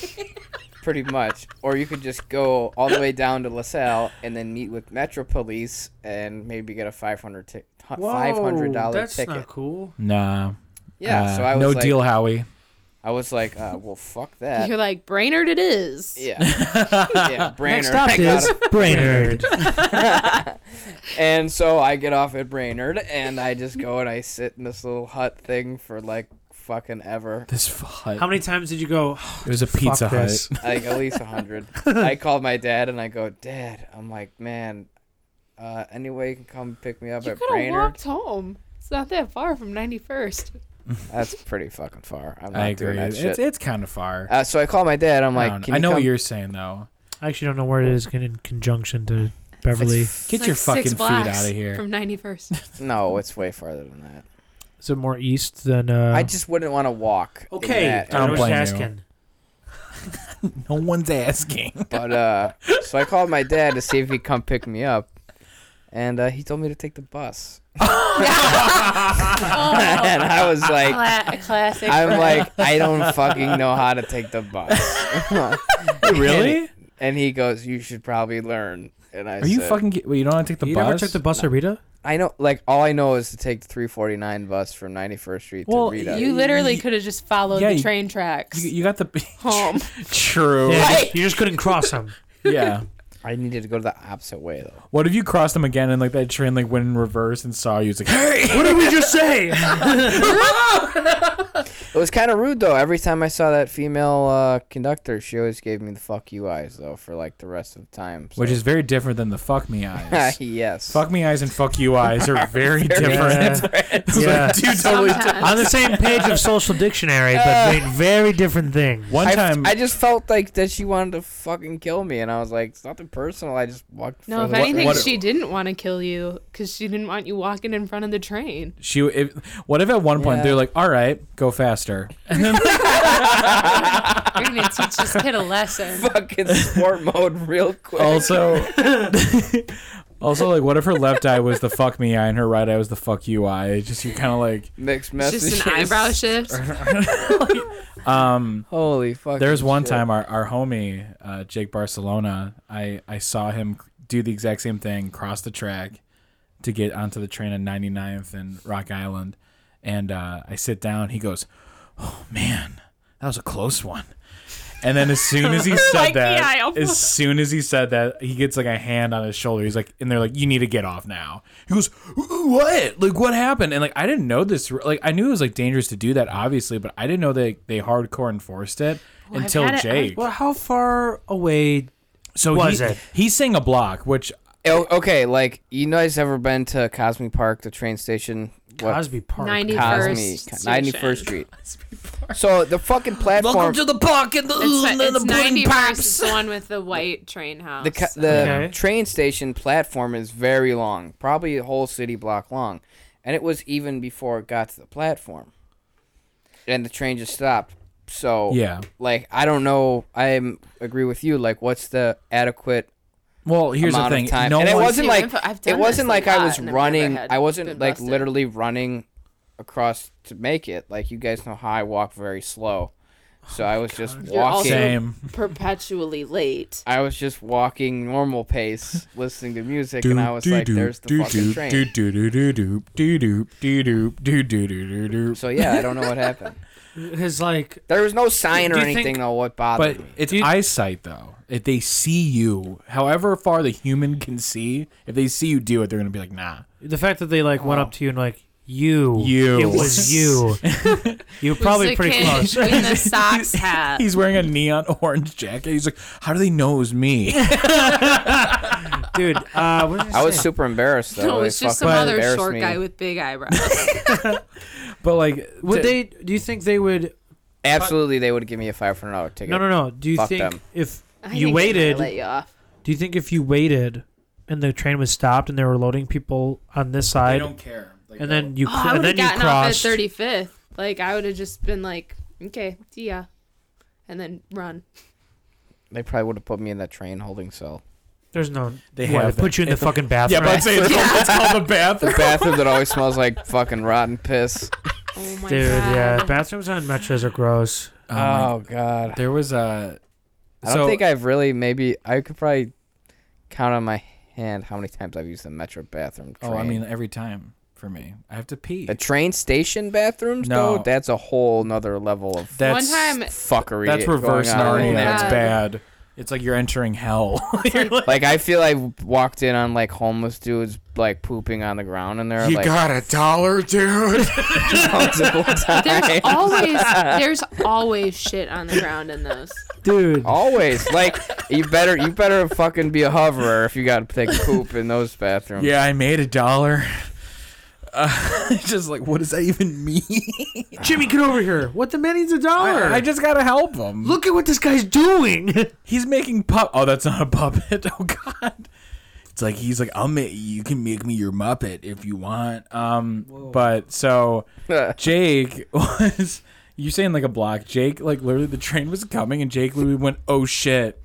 Speaker 4: pretty much. Or you could just go all the way down to LaSalle and then meet with Metro Police and maybe get a five hundred ti- five hundred dollar
Speaker 2: That's
Speaker 4: ticket.
Speaker 2: not cool.
Speaker 3: nah.
Speaker 4: Yeah,
Speaker 3: uh,
Speaker 4: so I was
Speaker 3: no
Speaker 4: like,
Speaker 3: deal, Howie.
Speaker 4: I was like, uh, well, fuck that.
Speaker 5: You're like Brainerd, it is.
Speaker 4: yeah, yeah, Brainerd.
Speaker 2: Next stop
Speaker 4: I got
Speaker 2: is
Speaker 4: it.
Speaker 2: Brainerd.
Speaker 4: and so I get off at Brainerd and I just go and I sit in this little hut thing for like fucking ever.
Speaker 3: This fu- hut.
Speaker 2: How many times did you go,
Speaker 3: it was a Pizza
Speaker 2: fuck this?
Speaker 3: Hut.
Speaker 4: like at least a hundred. I called my dad and I go, Dad, I'm like, man, uh, any way you can come pick me up
Speaker 5: You
Speaker 4: at
Speaker 5: could have
Speaker 4: Brainerd?
Speaker 5: walked home. It's not that far from 91st.
Speaker 4: That's pretty fucking far. I'm not
Speaker 3: I
Speaker 4: doing
Speaker 3: agree.
Speaker 4: that shit.
Speaker 3: It's, it's kind of far.
Speaker 4: Uh, so I call my dad.
Speaker 3: I
Speaker 4: I'm like,
Speaker 3: don't know.
Speaker 4: Can
Speaker 3: I
Speaker 4: you
Speaker 3: know
Speaker 4: come?
Speaker 3: what you're saying though.
Speaker 2: I actually don't know where it is in conjunction to Beverly.
Speaker 3: Get
Speaker 5: It's
Speaker 3: your
Speaker 5: like six
Speaker 3: fucking feet
Speaker 5: blocks
Speaker 3: out of here.
Speaker 5: From 91st.
Speaker 4: No, it's way farther than that.
Speaker 2: Is it more east than?
Speaker 3: Oh.
Speaker 2: Uh,
Speaker 4: I just wouldn't want to walk. in that.
Speaker 3: I don't blame you. no one's asking.
Speaker 4: But uh, so I called my dad to see if he'd come pick me up, and uh, he told me to take the bus.
Speaker 5: oh,
Speaker 4: and I was like,
Speaker 5: cla- classic.
Speaker 4: I'm like, I don't fucking know how to take the bus.
Speaker 2: Really?
Speaker 4: and he goes, you should probably learn. And I
Speaker 3: Are you
Speaker 4: said,
Speaker 3: fucking? Get, wait, you don't want to take the
Speaker 2: you
Speaker 3: bus?
Speaker 2: never took the bus at Rita?
Speaker 4: I know, like all I know is to take the 349 bus from 91st Street
Speaker 3: Well,
Speaker 4: to Rita.
Speaker 5: you literally could have just followed
Speaker 3: Yeah,
Speaker 5: the
Speaker 3: you-
Speaker 5: train tracks
Speaker 3: You, you got the
Speaker 5: home.
Speaker 3: true.
Speaker 2: Yeah,
Speaker 3: Yeah.
Speaker 2: you just- you just couldn't cross them.
Speaker 4: I needed to go to the opposite way though.
Speaker 3: What if you crossed them again and like that train like went in reverse and saw you? It's like, hey,
Speaker 2: what did we just say?
Speaker 4: It was kind of rude though. Every time I saw that female uh, conductor, she always gave me the fuck you eyes though for like the rest of the time. so-
Speaker 3: which is very different than the fuck me eyes.
Speaker 4: yes.
Speaker 3: fuck me eyes and fuck you eyes are very different. It's like
Speaker 2: Yeah.
Speaker 3: two totally. di-
Speaker 5: Sometimes.
Speaker 2: On the same page of social dictionary, but doing very different things.
Speaker 3: One
Speaker 4: I,
Speaker 3: time,
Speaker 4: I just felt like that she wanted to fucking kill me, and I was like, it's nothing personal. I just walked.
Speaker 5: No, if
Speaker 4: further-
Speaker 5: anything,
Speaker 3: what-
Speaker 5: she didn't want to kill you because she didn't want you walking in front of the train.
Speaker 3: she. If, what if at one point
Speaker 4: Yeah.
Speaker 3: they're like, "All right, go faster."
Speaker 5: You're gonna teach this kid a lesson.
Speaker 4: fucking sport mode real quick.
Speaker 3: Also, also like, what if her left eye was the fuck me eye and her right eye was the fuck you eye? It's just you kind of like.
Speaker 4: Mixed
Speaker 5: It's
Speaker 4: messages.
Speaker 5: just an eyebrow shift.
Speaker 3: Um,
Speaker 4: Holy fuck.
Speaker 3: there was one time our our homie uh, Jake Barcelona. I I saw him do the exact same thing, cross the track to get onto the train on 99th and Rock Island, and uh, I sit down. He goes, "Oh man, that was a close one." And then as soon as he said
Speaker 5: Like the
Speaker 3: that,
Speaker 5: aisle.
Speaker 3: as soon as he said that, he gets like a hand on his shoulder. He's like, and they're like, "You need to get off now." He goes, "What? Like what happened?" And like I didn't know this. Like I knew it was like dangerous to do that, obviously, but I didn't know they they hardcore enforced it
Speaker 5: I've
Speaker 3: until
Speaker 5: had it-
Speaker 3: Jake.
Speaker 2: Well, how far away?
Speaker 3: so
Speaker 2: was
Speaker 3: he,
Speaker 2: it?
Speaker 3: He's saying a block, which
Speaker 4: Oh, okay, like you guys ever been to Cosme Park, the train station?
Speaker 2: Cosby Park.
Speaker 5: 90
Speaker 4: Cosme,
Speaker 5: 91st
Speaker 4: ninety first Street. So the fucking platform,
Speaker 3: the park and the
Speaker 5: It's, it's 90 bars. It's the one with the white train house.
Speaker 4: the, ca- the
Speaker 2: Okay.
Speaker 4: train station platform is very long, probably a whole city block long, and it was even before it got to the platform, and the train just stopped. So
Speaker 3: Yeah.
Speaker 4: like I don't know. I agree with you. Like, what's the adequate
Speaker 3: Well, here's the
Speaker 4: amount
Speaker 3: thing.
Speaker 4: of time.
Speaker 3: No
Speaker 4: and it
Speaker 3: one-
Speaker 4: wasn't
Speaker 5: New
Speaker 4: like
Speaker 5: info. I've done
Speaker 4: it
Speaker 5: this
Speaker 4: wasn't
Speaker 5: a
Speaker 4: like I
Speaker 5: lot,
Speaker 4: was
Speaker 5: and I've never
Speaker 4: running.
Speaker 5: had-
Speaker 4: I wasn't
Speaker 5: been
Speaker 4: like
Speaker 5: busted.
Speaker 4: literally running across to make it. Like you guys know how I walk very slow, so
Speaker 3: Oh
Speaker 4: I was just
Speaker 5: You're also
Speaker 4: walking.
Speaker 3: Same.
Speaker 5: perpetually late.
Speaker 4: I was just walking normal pace, listening to music,
Speaker 3: Do
Speaker 4: and I was
Speaker 3: do
Speaker 4: like,
Speaker 3: do
Speaker 4: "There's the
Speaker 3: do
Speaker 4: fucking
Speaker 3: do
Speaker 4: train."
Speaker 3: do do do do do do do do do do do do do do.
Speaker 4: So yeah, I don't know what happened.
Speaker 2: His like
Speaker 4: There was no sign or
Speaker 2: Do you
Speaker 4: anything
Speaker 2: think-
Speaker 4: though. What bothered
Speaker 3: But
Speaker 4: me?
Speaker 3: it's eyesight though. If they see you, however far the human can see, if they see you do it, they're gonna be like, nah.
Speaker 2: the fact that they like went up to you and like you,
Speaker 3: You.
Speaker 2: it was you. you were probably
Speaker 5: Who's the
Speaker 2: pretty
Speaker 5: kid
Speaker 2: close.
Speaker 5: In the socks hat.
Speaker 3: He's wearing a neon orange jacket. He's like, how do they know it was me?
Speaker 2: dude. Uh, what was
Speaker 4: I
Speaker 2: saying?
Speaker 4: was super embarrassed though.
Speaker 5: no,
Speaker 4: It
Speaker 5: it's just
Speaker 4: fucking
Speaker 5: some other
Speaker 4: embarrassed
Speaker 5: short
Speaker 4: me.
Speaker 5: guy with big eyebrows.
Speaker 3: but like,
Speaker 2: Would
Speaker 3: to-
Speaker 2: they? Do you think they would?
Speaker 4: Absolutely, they would give me a five hundred dollar ticket.
Speaker 2: No, no, no. Do you
Speaker 4: Fuck
Speaker 2: think
Speaker 4: them.
Speaker 2: if
Speaker 5: I
Speaker 2: you
Speaker 5: think they might Let
Speaker 2: waited?
Speaker 5: you off.
Speaker 2: Do you think if you waited and the train was stopped and they were loading people on this
Speaker 3: They
Speaker 2: side,
Speaker 3: don't care. Like,
Speaker 2: and
Speaker 3: they'll-
Speaker 2: then you
Speaker 5: Oh,
Speaker 2: cr-
Speaker 5: I
Speaker 2: and
Speaker 5: would
Speaker 2: then
Speaker 5: have
Speaker 2: you
Speaker 5: gotten
Speaker 2: cross?
Speaker 5: off at 35th. Like, I would have just been like, okay, see ya. And then run.
Speaker 4: They probably would have put me in that train holding cell.
Speaker 2: There's no.
Speaker 3: They
Speaker 2: They
Speaker 3: have
Speaker 2: have
Speaker 3: that.
Speaker 2: put you in the
Speaker 3: If-
Speaker 2: fucking bathroom.
Speaker 3: yeah,
Speaker 5: Oh
Speaker 3: but I'd say it's, called, it's called the
Speaker 4: The
Speaker 3: bathroom.
Speaker 4: bathroom that always smells like fucking rotten piss.
Speaker 5: Oh my
Speaker 2: Dude,
Speaker 5: god.
Speaker 2: yeah, bathrooms on metros are gross.
Speaker 3: Oh, my-
Speaker 4: Oh god.
Speaker 3: there was a.
Speaker 4: I don't think I've really maybe I could probably count on my hand how many times I've used the metro bathroom. Train.
Speaker 3: Oh, I mean, every time for me, I have to pee.
Speaker 4: the train station bathrooms
Speaker 3: No.
Speaker 4: though. That's a whole nother level of
Speaker 3: That's
Speaker 5: One time,
Speaker 4: fuckery.
Speaker 3: that's
Speaker 4: going
Speaker 3: reverse
Speaker 4: on
Speaker 3: Narnia.
Speaker 4: in there.
Speaker 3: It's
Speaker 5: Yeah.
Speaker 3: bad. It's like you're entering hell. You're like,
Speaker 4: Like I feel I walked in on like homeless dudes like pooping on the ground and they're like
Speaker 3: a dollar, dude.
Speaker 4: multiple
Speaker 5: There's
Speaker 4: times.
Speaker 5: always there's always shit on the ground in those.
Speaker 2: Dude,
Speaker 4: Always like you better you better fucking be a hoverer if you gotta take poop in those bathrooms.
Speaker 3: yeah, I made a dollar. Uh, just like, what does that even mean?
Speaker 2: Jimmy, get over here. What the man needs a dollar?
Speaker 3: I, I just gotta help him.
Speaker 2: Look at what this guy's doing.
Speaker 3: he's making pup. Oh, that's not a puppet. Oh God, It's like he's like, I'll make you can make me your Muppet if you want. Um, but so Jake was you saying like a block. Jake like literally the train was coming and Jake literally went, oh shit.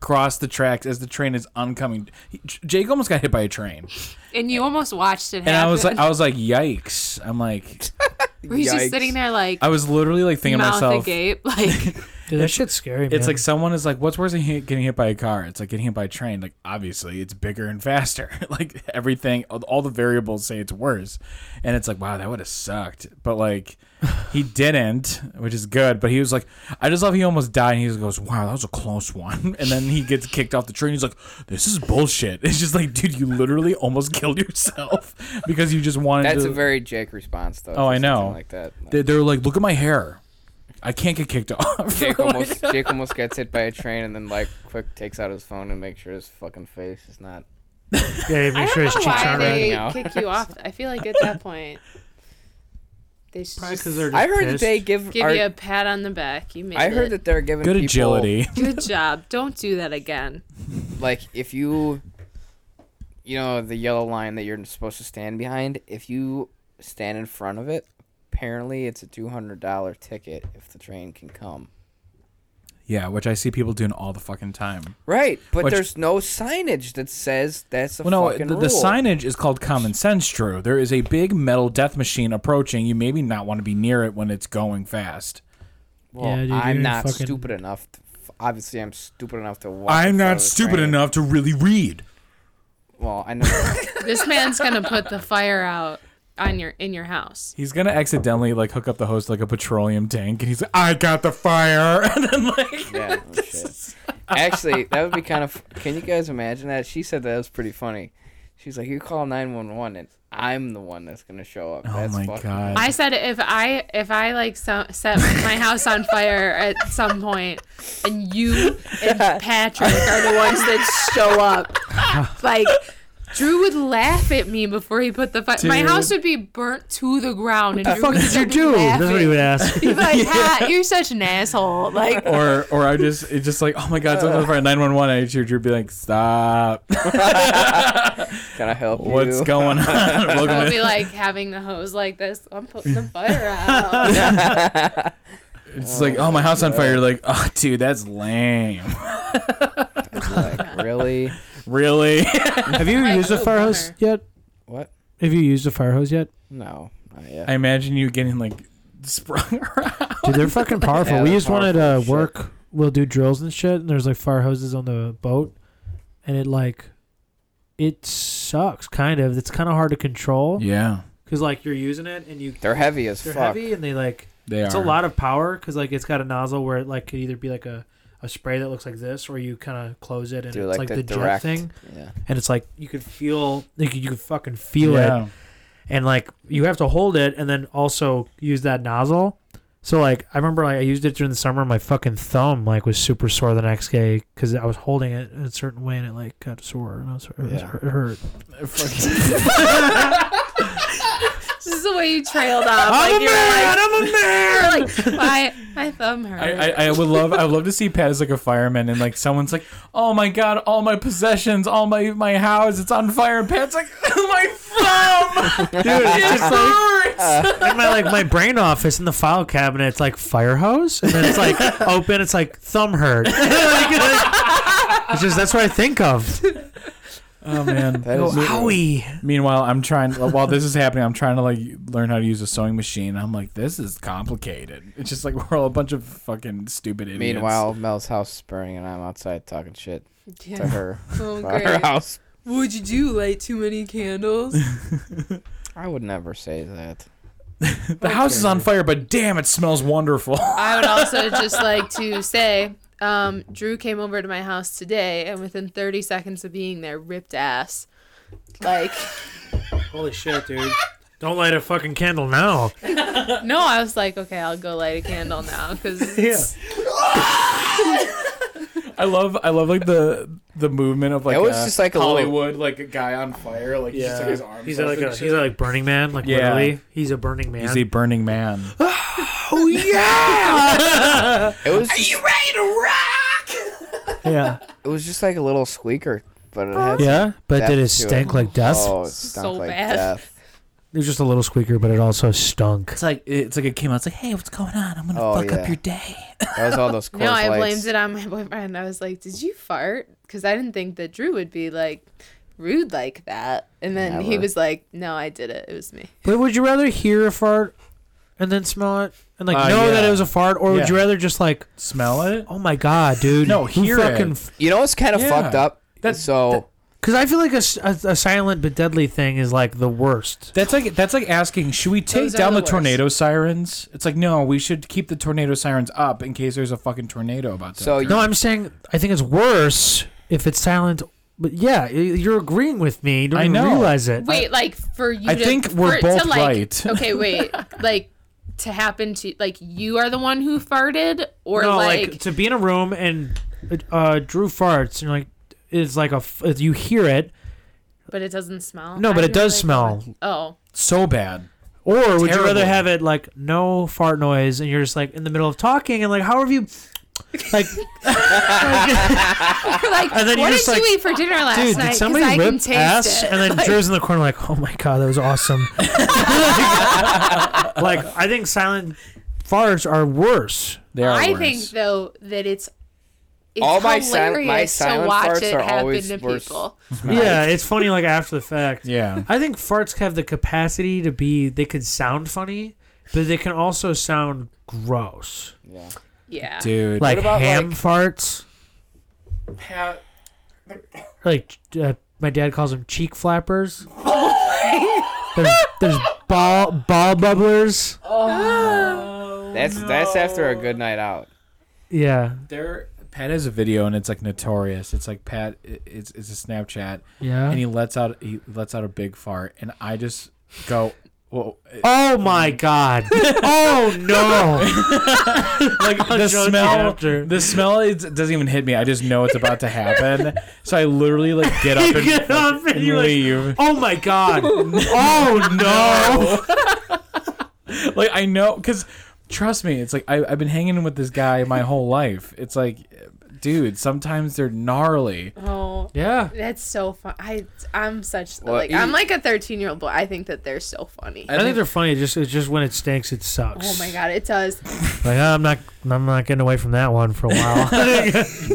Speaker 3: Crossed the tracks as the train is oncoming. He- J- Jake almost got hit by a train,
Speaker 1: And you almost watched it happen.
Speaker 3: and I was like, I was like, "Yikes!" I'm like,
Speaker 1: Were you just sitting there like
Speaker 3: I was literally like thinking to
Speaker 1: mouth
Speaker 3: myself,
Speaker 1: agape? Like
Speaker 2: Dude, that shit's scary.
Speaker 3: It's
Speaker 2: man.
Speaker 3: like someone is like, what's worse than hit, getting hit by a car? It's like getting hit by a train. Like obviously, it's bigger and faster. like everything, all- all the variables say it's worse, and it's like, wow, that would have sucked. But like, he didn't, which is good. But he was like, I just love he almost died. And he just goes, wow, that was a close one. And then he gets kicked off the train. He's like, this is bullshit. It's just like, dude, you literally almost killed yourself because you just wanted.
Speaker 4: That's
Speaker 3: to,
Speaker 4: a very Jake response, though.
Speaker 3: Oh,
Speaker 4: to
Speaker 3: I know.
Speaker 4: something Like that.
Speaker 3: They- They're like, look at my hair. I can't get kicked off.
Speaker 4: Jake
Speaker 5: Oh
Speaker 4: almost Jake almost gets hit by a train and then like quick takes out his phone and makes sure his fucking face is not.
Speaker 2: yeah,
Speaker 5: I
Speaker 2: make
Speaker 5: don't
Speaker 2: sure his
Speaker 5: know
Speaker 2: cheeks
Speaker 5: why
Speaker 2: aren't red.
Speaker 5: they
Speaker 4: red.
Speaker 5: kick you off. I feel like at that point, they should
Speaker 2: Probably
Speaker 5: just
Speaker 2: 'cause they're just
Speaker 4: I heard that
Speaker 2: pissed.
Speaker 4: they give.
Speaker 5: give
Speaker 4: our-
Speaker 5: you a pat on the back. You made
Speaker 4: I heard
Speaker 5: it.
Speaker 4: that they're giving
Speaker 3: Good
Speaker 4: people,
Speaker 3: agility.
Speaker 5: Good job. Don't do that again.
Speaker 4: Like if you, you know, the yellow line that you're supposed to stand behind. If you stand in front of it, apparently it's a two hundred dollar ticket if the train can come.
Speaker 3: Yeah, which I see people doing all the fucking time.
Speaker 4: Right, but
Speaker 3: Which-
Speaker 4: there's no signage that says that's a
Speaker 3: Well, no, the,
Speaker 4: fucking
Speaker 3: the
Speaker 4: rule.
Speaker 3: signage is called common sense. True, there is a big metal death machine approaching. You maybe not want to be near it when it's going fast.
Speaker 4: Well,
Speaker 2: Yeah, dude,
Speaker 4: I'm
Speaker 2: you're
Speaker 4: not
Speaker 2: fucking-
Speaker 4: stupid enough. To, obviously, I'm stupid enough to. Walk in
Speaker 3: I'm
Speaker 4: front
Speaker 3: not
Speaker 4: of the
Speaker 3: stupid
Speaker 4: train.
Speaker 3: enough to really read.
Speaker 4: Well, I know.
Speaker 5: This man's gonna put the fire out on your in your house.
Speaker 3: He's gonna accidentally like hook up the hose to, like a petroleum tank, and he's like, "I got the fire," and then like,
Speaker 4: yeah. oh, shit. Actually, that would be kind of. Can you guys imagine that? She said that was pretty funny. She's like, "You call 911, and I'm the one that's gonna show up."
Speaker 3: oh
Speaker 4: That's
Speaker 3: my
Speaker 4: fucking-
Speaker 3: god,
Speaker 5: I said if I if I like so, set my house on fire at some point, and you and Patrick are the ones that show up, like Drew would laugh at me before he put the fire. My
Speaker 3: Dude.
Speaker 5: house would be burnt to the ground. and
Speaker 2: The
Speaker 5: Drew
Speaker 2: fuck
Speaker 5: would
Speaker 2: did you
Speaker 5: still
Speaker 2: do?
Speaker 5: be
Speaker 2: That's what he
Speaker 5: laughing.
Speaker 2: would ask.
Speaker 5: He'd be like, "Pat, you're such an asshole. Like,
Speaker 3: or or I just it's just like, "Oh my god, something for nine one one." I hear Drew be like, "Stop,
Speaker 4: Can I help you?
Speaker 3: what's going on?" Welcome
Speaker 5: I'll
Speaker 3: to-
Speaker 5: be like having the hose like this. I'm putting the fire out.
Speaker 3: it's like, "Oh, my house on fire." You're like, "Oh, dude, that's lame."
Speaker 4: like, really?
Speaker 3: Really?
Speaker 2: Have you
Speaker 5: Like,
Speaker 2: used a
Speaker 5: oh,
Speaker 2: fire hose
Speaker 5: bummer.
Speaker 2: yet?
Speaker 4: What?
Speaker 2: Have you used a fire hose yet?
Speaker 4: No, not yet.
Speaker 3: I imagine you getting like sprung around.
Speaker 2: Dude, they're fucking powerful.
Speaker 4: Yeah,
Speaker 2: we
Speaker 4: they're
Speaker 2: used one at
Speaker 4: powerful
Speaker 2: uh,
Speaker 4: as shit.
Speaker 2: work. We'll do drills and shit, and there's like fire hoses on the boat, and it like, it sucks. Kind of. It's kind of hard to control
Speaker 3: Yeah,
Speaker 2: because like you're using it and you
Speaker 4: They're heavy as
Speaker 2: they're
Speaker 4: fuck.
Speaker 2: heavy and they like
Speaker 3: they
Speaker 2: it's a lot of power because like it's got a nozzle where it like could either be like a a spray that looks like this, or you kind of close it and
Speaker 4: Do
Speaker 2: it's
Speaker 4: like,
Speaker 2: like,
Speaker 4: the,
Speaker 2: the jet
Speaker 4: direct
Speaker 2: thing,
Speaker 4: Yeah.
Speaker 2: and it's like you could feel, like you could fucking feel it,
Speaker 3: yeah.
Speaker 2: and like you have to hold it and then also use that nozzle. So like I remember like I used it during the summer. My fucking thumb like was super sore the next day because I was holding it in a certain way and it like got sore and I was, it, was,
Speaker 4: Yeah.
Speaker 2: it hurt.
Speaker 5: this is the way you trailed off. like, you're
Speaker 3: I'm a man.
Speaker 5: Like, you're like, my my thumb hurts.
Speaker 3: I, I, I would love I would love to see Pat as like a fireman and like someone's like oh my god all my possessions all my my house it's on fire and Pat's like "Oh my thumb
Speaker 2: Dude, it's
Speaker 3: it
Speaker 2: just like
Speaker 3: hurts
Speaker 2: in my like my brain office in the file cabinet. It's like fire hose and then it's like open. It's like thumb hurt. Like, it's just that's what I think of.
Speaker 3: oh man
Speaker 4: That
Speaker 2: Go,
Speaker 4: is-
Speaker 2: Owie.
Speaker 3: meanwhile I'm trying while this is happening I'm trying to like learn how to use a sewing machine I'm like this is complicated it's just like we're all a bunch of fucking stupid idiots
Speaker 4: Meanwhile, Mel's house is burning, and I'm outside talking shit to
Speaker 5: Yeah.
Speaker 4: her.
Speaker 5: Oh,
Speaker 4: about her
Speaker 5: great.
Speaker 4: house.
Speaker 5: Would you do light too many candles?
Speaker 4: I would never say that.
Speaker 3: the house is on fire but damn it smells wonderful
Speaker 5: I would also just like to say, um, Drew came over to my house today, and within 30 seconds of being there, ripped ass. Like,
Speaker 2: Holy shit, dude! Don't light a fucking candle now.
Speaker 5: no, I was like, okay, I'll go light a candle now because
Speaker 2: Yeah.
Speaker 3: I love I love like the the movement of like
Speaker 4: It was
Speaker 3: uh,
Speaker 4: just like a little-
Speaker 3: Hollywood like a guy on fire like he's just like his arms
Speaker 2: he's like
Speaker 3: up
Speaker 2: a,
Speaker 3: and
Speaker 2: he's
Speaker 3: shit.
Speaker 2: like Burning Man, like
Speaker 3: Yeah.
Speaker 2: literally, he's a Burning Man.
Speaker 3: He's a burning man.
Speaker 2: oh yeah,
Speaker 4: It was. Just,
Speaker 3: ready to rock?
Speaker 2: yeah.
Speaker 4: it was just like a little squeaker but it had
Speaker 2: Yeah, but did it
Speaker 4: Death to
Speaker 2: stink
Speaker 4: it.
Speaker 2: like death?
Speaker 4: Oh, it stunk
Speaker 5: So
Speaker 4: like
Speaker 5: bad.
Speaker 4: death.
Speaker 2: It was just a little squeaker, but it also stunk.
Speaker 3: It's like it's like it came out. It's like, hey, what's going on? I'm gonna
Speaker 4: Oh,
Speaker 3: fuck
Speaker 4: yeah.
Speaker 3: up your day.
Speaker 4: That was all those. Coors
Speaker 5: No, I
Speaker 4: Lights.
Speaker 5: blamed it on my boyfriend. I was like, "Did you fart?" Because I didn't think that Drew would be like rude like that. And then he
Speaker 4: Never.
Speaker 5: was like, "No, I did it. It was me."
Speaker 2: But would you rather hear a fart and then smell it and like
Speaker 3: Uh,
Speaker 2: know that
Speaker 3: yeah.
Speaker 2: it was a fart, or would
Speaker 3: Yeah.
Speaker 2: you rather just like,
Speaker 3: Smell it.
Speaker 2: oh my god, dude,
Speaker 3: No,
Speaker 2: who
Speaker 3: hear
Speaker 2: fucking
Speaker 3: it.
Speaker 2: f-
Speaker 4: You know what's kind of
Speaker 3: Yeah.
Speaker 4: fucked up?
Speaker 3: That's-
Speaker 4: so
Speaker 2: Because I feel like a, s- a- a silent but deadly thing is like the worst.
Speaker 3: That's like that's like asking, should we take
Speaker 5: Those are
Speaker 3: down
Speaker 5: the
Speaker 3: the,
Speaker 5: worst.
Speaker 3: tornado sirens? It's like no, we should keep the tornado sirens up in case there's a fucking tornado about to.
Speaker 4: So
Speaker 3: occur.
Speaker 2: No, I'm saying I think it's worse if it's silent. But yeah, y- you're agreeing with me. You don't
Speaker 3: I
Speaker 2: even
Speaker 3: know.
Speaker 2: realize it.
Speaker 5: Wait, like for you?
Speaker 3: I
Speaker 5: to,
Speaker 3: think
Speaker 5: for
Speaker 3: we're
Speaker 5: it
Speaker 3: both
Speaker 5: to, like,
Speaker 3: right.
Speaker 5: okay, wait, like to happen to like you are the one who farted, or
Speaker 2: no,
Speaker 5: like,
Speaker 2: like, to be in a room and uh, Drew farts and like it's like a f- you hear it.
Speaker 5: but it doesn't smell.
Speaker 2: No, but
Speaker 5: I
Speaker 2: it does
Speaker 5: realized-
Speaker 2: smell.
Speaker 5: Oh,
Speaker 3: so bad.
Speaker 2: Or would you rather
Speaker 3: Terrible.
Speaker 2: have it like no fart noise and you're just like in the middle of talking and like how have you like
Speaker 5: We're like,
Speaker 2: And then you
Speaker 5: what did
Speaker 2: just, like,
Speaker 5: you eat for dinner last
Speaker 2: dude
Speaker 5: night?
Speaker 2: did
Speaker 5: 'Cause
Speaker 2: somebody
Speaker 5: I can
Speaker 2: rip
Speaker 5: taste
Speaker 2: ass
Speaker 5: it.
Speaker 2: and then Drew's in the corner like oh my god that was awesome like, I think silent farts are worse
Speaker 3: They are.
Speaker 5: I
Speaker 3: worse.
Speaker 5: think though that it's. It's
Speaker 4: All my sil- my
Speaker 5: hilarious
Speaker 4: silent
Speaker 5: to watch
Speaker 4: farts
Speaker 5: it
Speaker 4: are
Speaker 5: happen
Speaker 4: always
Speaker 5: to
Speaker 4: worse.
Speaker 5: people.
Speaker 2: yeah it's funny like after the fact
Speaker 3: Yeah.
Speaker 2: I think farts have the capacity to be they could sound funny but they can also sound gross
Speaker 4: yeah.
Speaker 5: Yeah.
Speaker 3: Dude.
Speaker 2: like
Speaker 4: about,
Speaker 2: ham
Speaker 4: like-
Speaker 2: farts like uh, my dad calls them cheek flappers. there's there's ball ball bubblers.
Speaker 4: That's that's after a good night out.
Speaker 2: Yeah,
Speaker 3: there Pat has a video and it's like notorious. It's like Pat i- it's it's a Snapchat and
Speaker 2: yeah.
Speaker 3: he lets out he lets out a big fart and I just go Whoa.
Speaker 2: Oh my god. oh no.
Speaker 3: like the
Speaker 2: judge you
Speaker 3: smell
Speaker 2: after.
Speaker 3: the smell is, it doesn't even hit me i just know it's about to happen so i literally like get up
Speaker 2: You
Speaker 3: and,
Speaker 2: get up and
Speaker 3: and
Speaker 2: you're like-
Speaker 3: leave
Speaker 2: Oh my god. Oh
Speaker 3: like, i know because trust me it's like I, i've been hanging with this guy my whole life it's like dude sometimes they're gnarly
Speaker 5: Oh.
Speaker 2: no. Yeah.
Speaker 5: That's so fun. I I'm such
Speaker 4: Well,
Speaker 5: like
Speaker 4: you-
Speaker 5: I'm like a 13 year old boy. I think that they're so funny.
Speaker 2: I think they're funny. Just it's just when it stinks, it sucks.
Speaker 5: Oh my god, it does.
Speaker 2: Like I'm not I'm not getting away from that one for a while.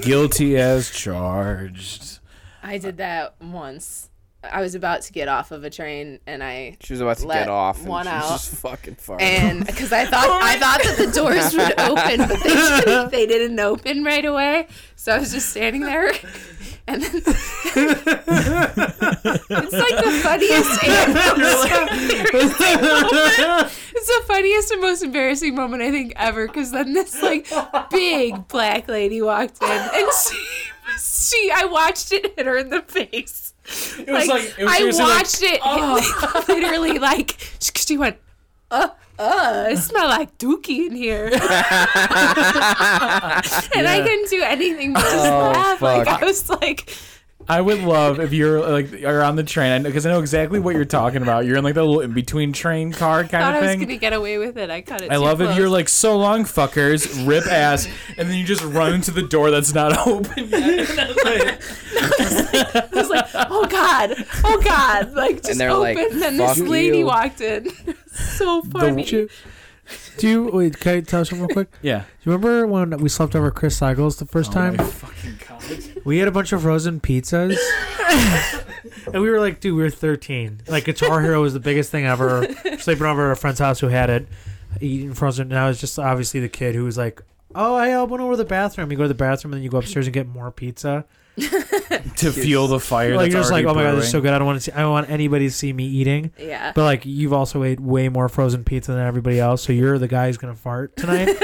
Speaker 3: guilty as charged
Speaker 5: I did that once. I was about to get off of a train and I
Speaker 4: She was about to
Speaker 5: Let
Speaker 4: get off and
Speaker 5: one
Speaker 4: she
Speaker 5: out.
Speaker 4: just fucking farted.
Speaker 5: and because I thought I thought that the doors would open, but they didn't, they didn't open right away. So I was just standing there, and then it's like the funniest. and It's the funniest and most embarrassing moment I think ever because then this like big black lady walked in and she was she I watched it hit her in the face. It
Speaker 3: was like- it was seriously
Speaker 5: I
Speaker 3: like, oh.
Speaker 5: watched it hit- literally like she, she went uh uh it smell like dookie in here and I couldn't do anything but just
Speaker 4: Oh,
Speaker 5: laugh
Speaker 4: fuck.
Speaker 5: like I was like
Speaker 3: I would love if you're like you're on the train because I know exactly what you're talking about. You're in like the little in between train car kind
Speaker 5: thought
Speaker 3: of
Speaker 5: I was
Speaker 3: thing.
Speaker 5: gonna get away with it I cut it
Speaker 3: I
Speaker 5: too
Speaker 3: love
Speaker 5: close.
Speaker 3: if you're like, so long, fuckers, rip ass, and then you just run into the door that's not open yet.
Speaker 5: I was like oh god oh god like just
Speaker 4: they're like,
Speaker 5: open and then this
Speaker 4: "Fuck
Speaker 5: lady
Speaker 4: you."
Speaker 5: walked in so funny
Speaker 2: Do you wait? Can I tell something real quick?
Speaker 3: yeah.
Speaker 2: Do you remember when we slept over at Chris Seigel's the
Speaker 3: Oh,
Speaker 2: first time?
Speaker 3: fucking god.
Speaker 2: We had a bunch of frozen pizzas. and we were like, dude, we were 13. Like, Guitar Hero was the biggest thing ever. Sleeping over at a friend's house who had it, eating frozen. And I was just obviously the kid who was like, oh, hey, I went over to the bathroom. You go to the bathroom, and then you go upstairs and get more pizza.
Speaker 3: To fuel the fire.
Speaker 2: like,
Speaker 3: Like,
Speaker 2: you're
Speaker 3: that's
Speaker 2: just like, oh my God, this is so
Speaker 3: so
Speaker 2: good. I don't want to see, I don't want anybody to see me eating.
Speaker 5: yeah
Speaker 2: But, like, you've also ate way more frozen pizza than everybody else. So you're the guy who's going to fart tonight. and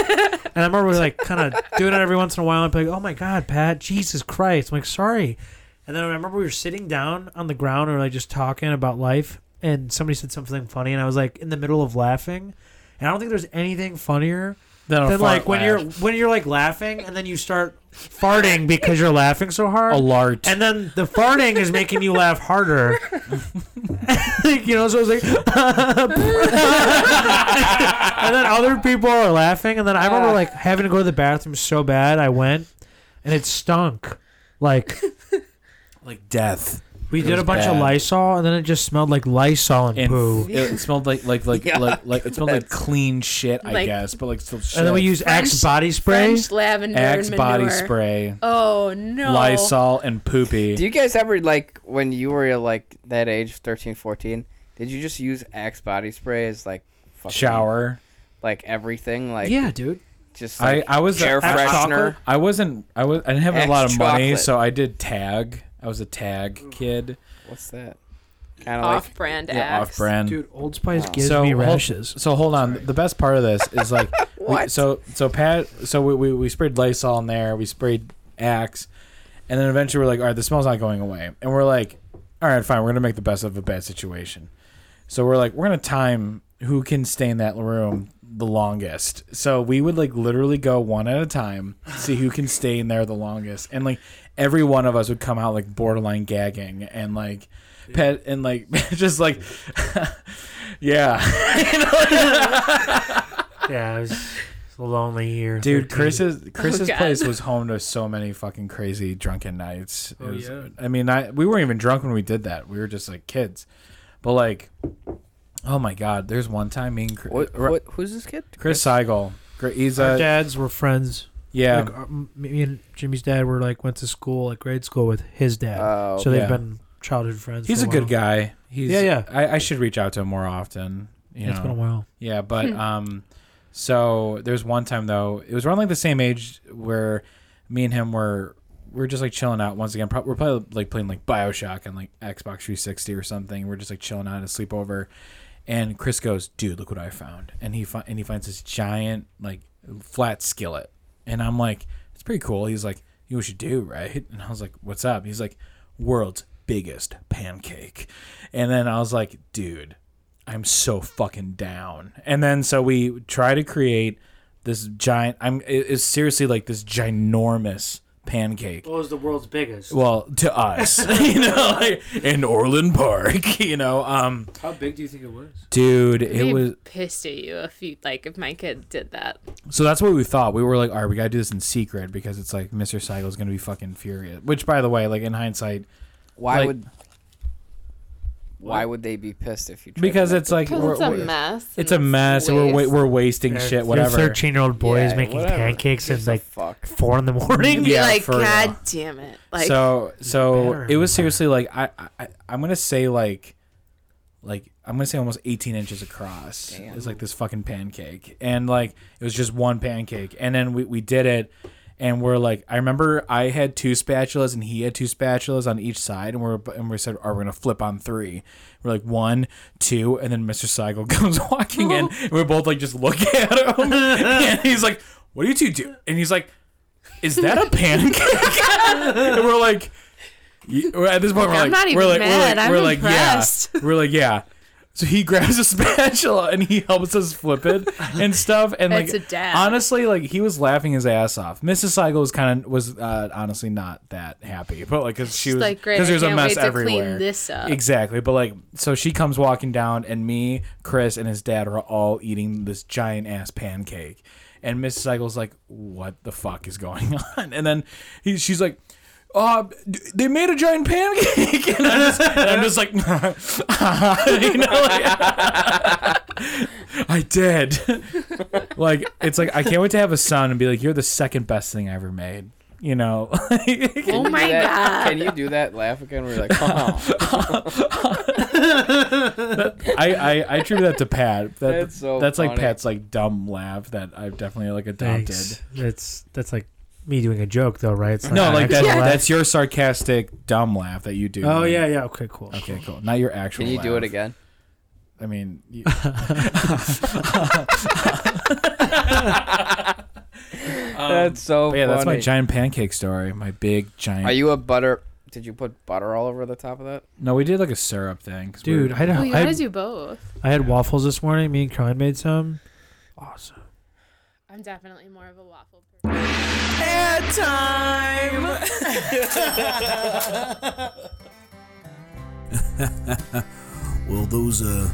Speaker 2: I remember, we like, kind of doing it every once in a while. I'd be like, oh my God, Pat, Jesus Christ. I'm like, sorry. And then I remember we were sitting down on the ground and we were like just talking about life, and somebody said something funny, and I was like in the middle of laughing, and I don't think there's anything funnier
Speaker 3: Then,
Speaker 2: than like when you're when you're like laughing and then you start farting because you're laughing so hard,
Speaker 3: a lart.
Speaker 2: and then the farting is making you laugh harder. like, you know, so I was like, and then other people are laughing, and then I remember like having to go to the bathroom so bad, I went, and it stunk, like
Speaker 3: like death.
Speaker 2: We
Speaker 3: It
Speaker 2: did
Speaker 3: was
Speaker 2: a bunch of
Speaker 3: bad.
Speaker 2: Lysol, and then it just smelled like Lysol and,
Speaker 3: And
Speaker 2: poo.
Speaker 3: it smelled like like like
Speaker 4: Yeah,
Speaker 3: like, like it smelled like
Speaker 4: that's-
Speaker 3: clean shit, I
Speaker 5: Like-
Speaker 3: guess, but like still shit.
Speaker 2: And then we used Axe
Speaker 5: French-
Speaker 2: body spray.
Speaker 5: French lavender
Speaker 3: Axe
Speaker 5: and
Speaker 3: body
Speaker 5: manure.
Speaker 3: spray,
Speaker 5: Oh no.
Speaker 3: Lysol, and poopy.
Speaker 4: Do you guys ever like when you were like that age, 13, 14, Did you just use Axe body spray as like fucking,
Speaker 3: shower.
Speaker 4: like everything, like
Speaker 2: yeah, dude.
Speaker 4: just
Speaker 3: I-
Speaker 4: like,
Speaker 3: I was a-
Speaker 4: air
Speaker 3: Axe
Speaker 4: freshener.
Speaker 2: chocolate?
Speaker 3: I wasn't. I was. I didn't have
Speaker 4: Axe
Speaker 3: a lot of money,
Speaker 4: chocolate.
Speaker 3: so I did tag. I was a tag kid.
Speaker 4: What's that? Kind of like
Speaker 5: Off-brand
Speaker 3: Yeah,
Speaker 5: axe.
Speaker 3: off brand.
Speaker 2: Dude, Old Spice gives
Speaker 3: So,
Speaker 2: me
Speaker 3: hold-
Speaker 2: rashes.
Speaker 3: So hold on. The best part of this is like we-
Speaker 5: What?
Speaker 3: so so Pat so we, we, we sprayed Lysol in there, we sprayed Axe, and then eventually we're like, all right, the smell's not going away. And we're like, all right, fine, we're gonna make the best of a bad situation. So we're like, we're gonna time who can stay in that room the longest. So we would like literally go one at a time, see who can stay in there the longest. And like every one of us would come out like borderline gagging and like pet and like just like yeah.
Speaker 2: yeah, it was lonely here.
Speaker 3: Dude, Chris's Chris's
Speaker 5: God.
Speaker 3: place was home to so many fucking crazy drunken nights. It
Speaker 2: Oh,
Speaker 3: was-
Speaker 2: yeah.
Speaker 3: I mean, I we weren't even drunk when we did that. We were just like kids. But like, oh my god, there's one time me and Chris,
Speaker 4: what, what? Who's this kid?
Speaker 3: Chris Seigel. Gr- He's
Speaker 2: Our
Speaker 3: a
Speaker 2: dads were friends.
Speaker 3: yeah.
Speaker 2: Like, our- m- me and Jimmy's dad were like went to school, like grade school with his dad.
Speaker 4: Oh,
Speaker 2: so they've
Speaker 3: yeah.
Speaker 2: been childhood friends.
Speaker 3: he's
Speaker 2: for
Speaker 3: a good
Speaker 2: while.
Speaker 3: guy. He's
Speaker 2: Yeah, yeah.
Speaker 3: I, I should reach out to him more often. You
Speaker 2: It's
Speaker 3: know.
Speaker 2: been a while.
Speaker 3: Yeah, but um, so there's one time though, it was around like the same age where me and him were we are just like chilling out once again. Probably, we're probably like playing like Bioshock and like Xbox 360 or something. We're just like chilling out at a sleepover, and Chris goes, "Dude, look what I found!" And he fi- and he finds this giant like flat skillet, and I'm like, "It's pretty cool." He's like, "You know what you do, right?" And I was like, "What's up?" He's like, "World's biggest pancake," and then I was like, "Dude." I'm so fucking down. And then so we try to create this giant. I'm it- it's seriously like this ginormous pancake.
Speaker 2: What was the world's biggest?
Speaker 3: Well, to us, you know, like in Orland Park, you know, um,
Speaker 2: How big do you think it was?
Speaker 3: dude, it
Speaker 5: They'd
Speaker 3: was
Speaker 5: pissed at you if you like if my kid did that.
Speaker 3: so that's what we thought. We were like, all right, we gotta do this in secret because it's like Mr. Seigel's gonna be fucking furious. Which, by the way, like in hindsight,
Speaker 4: Why
Speaker 3: Like-
Speaker 4: would? Why would they be pissed if you? tried to
Speaker 3: because
Speaker 4: make
Speaker 3: it's like
Speaker 5: Because
Speaker 3: we're-
Speaker 5: it's a
Speaker 3: we're-
Speaker 5: mess.
Speaker 3: it's a mess, and we're wa-
Speaker 5: waste.
Speaker 3: we're wasting shit, whatever.
Speaker 2: Thirteen-year-old boy is
Speaker 4: Yeah,
Speaker 2: making
Speaker 4: whatever.
Speaker 2: pancakes
Speaker 4: Gives
Speaker 2: at
Speaker 4: a
Speaker 2: like
Speaker 4: fuck.
Speaker 2: four in the morning.
Speaker 5: You'd be
Speaker 3: Yeah,
Speaker 5: like,
Speaker 3: for real.
Speaker 5: God damn it! Like,
Speaker 3: so so
Speaker 2: Better
Speaker 3: it was
Speaker 2: than
Speaker 3: seriously like I, I I- I'm gonna say like like I'm gonna say almost 18 inches across.
Speaker 4: Damn.
Speaker 3: It's like this fucking pancake, and like it was just one pancake, and then we we did it. And we're like, I remember I had two spatulas and he had two spatulas on each side, and we're and we said, "Are we gonna flip on three? We're like one, two, and then Mr. Seigel comes walking in, and we're both like just looking at him, and he's like, "What do you two do?" And he's like, "Is that a pancake?" and we're like, y- we're at this point, we're
Speaker 5: I'm
Speaker 3: like,
Speaker 5: not even
Speaker 3: we're like, we're like,
Speaker 5: mad. I'm
Speaker 3: we're like,
Speaker 5: impressed.
Speaker 3: yeah, we're like, yeah. So he grabs a spatula and he helps us flip it and stuff. And like,
Speaker 5: That's a dad.
Speaker 3: honestly, like he was laughing his ass off. Mrs. Seigel was kind of was uh, honestly not that happy, but like because she
Speaker 5: She's
Speaker 3: was
Speaker 5: like, "Great, I
Speaker 3: there's a
Speaker 5: can't
Speaker 3: mess
Speaker 5: wait to clean
Speaker 3: everywhere.
Speaker 5: this up.
Speaker 3: Exactly, but like, so she comes walking down, and me, Chris, and his dad are all eating this giant ass pancake, and Mrs. Seigel's like, "What the fuck is going on?" And then he, she's like. Uh, d- they made a giant pancake, and I'm just, and I'm just like, you know, like, I did. like, it's like I can't wait to have a son and be like, you're the second best thing I ever made. You know,
Speaker 5: oh
Speaker 4: Can you
Speaker 5: my
Speaker 4: do that-
Speaker 5: god!
Speaker 4: Can you do that laugh again? We're like, oh,
Speaker 3: I, I I attribute that to Pat. That, that's
Speaker 4: That's so
Speaker 3: like
Speaker 4: funny.
Speaker 3: Pat's like dumb laugh that I've definitely like adopted.
Speaker 2: Thanks. That's that's like me doing a joke though, right? It's
Speaker 3: No,
Speaker 2: an
Speaker 3: like that,
Speaker 2: actual laugh.
Speaker 3: that's your sarcastic dumb laugh that you do.
Speaker 2: Oh
Speaker 3: Like,
Speaker 2: yeah, yeah. Okay, cool.
Speaker 3: Okay, cool. Not your actual.
Speaker 4: can you do
Speaker 3: laugh.
Speaker 4: it again?
Speaker 3: I mean, you-
Speaker 4: that's so.
Speaker 3: Um, but yeah, that's my
Speaker 4: funny.
Speaker 3: giant pancake story. My big giant.
Speaker 4: Are you a butter? Did you put butter all over the top of that?
Speaker 3: No, we did like a syrup thing, 'cause we
Speaker 2: Dude,
Speaker 3: were-
Speaker 2: I had,
Speaker 5: Oh, you
Speaker 2: I,
Speaker 5: gotta
Speaker 2: had,
Speaker 5: do both.
Speaker 2: I had waffles this morning. Me and Cohen made some. Awesome.
Speaker 5: I'm definitely more of a waffle person.
Speaker 6: Well, those uh,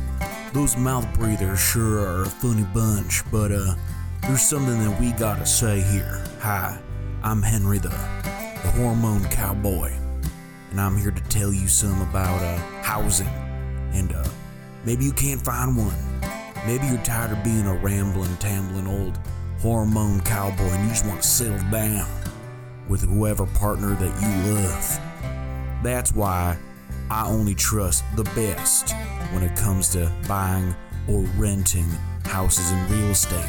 Speaker 6: those mouth breathers sure are a funny bunch, but uh, there's something that we gotta say here. Hi, I'm Henry the, the hormone cowboy, and I'm here to tell you some about uh, housing. And uh, maybe you can't find one. Maybe you're tired of being a rambling, tambling old hormone cowboy and you just want to settle down with whoever partner that you love. That's why I only trust the best when it comes to buying or renting houses and real estate.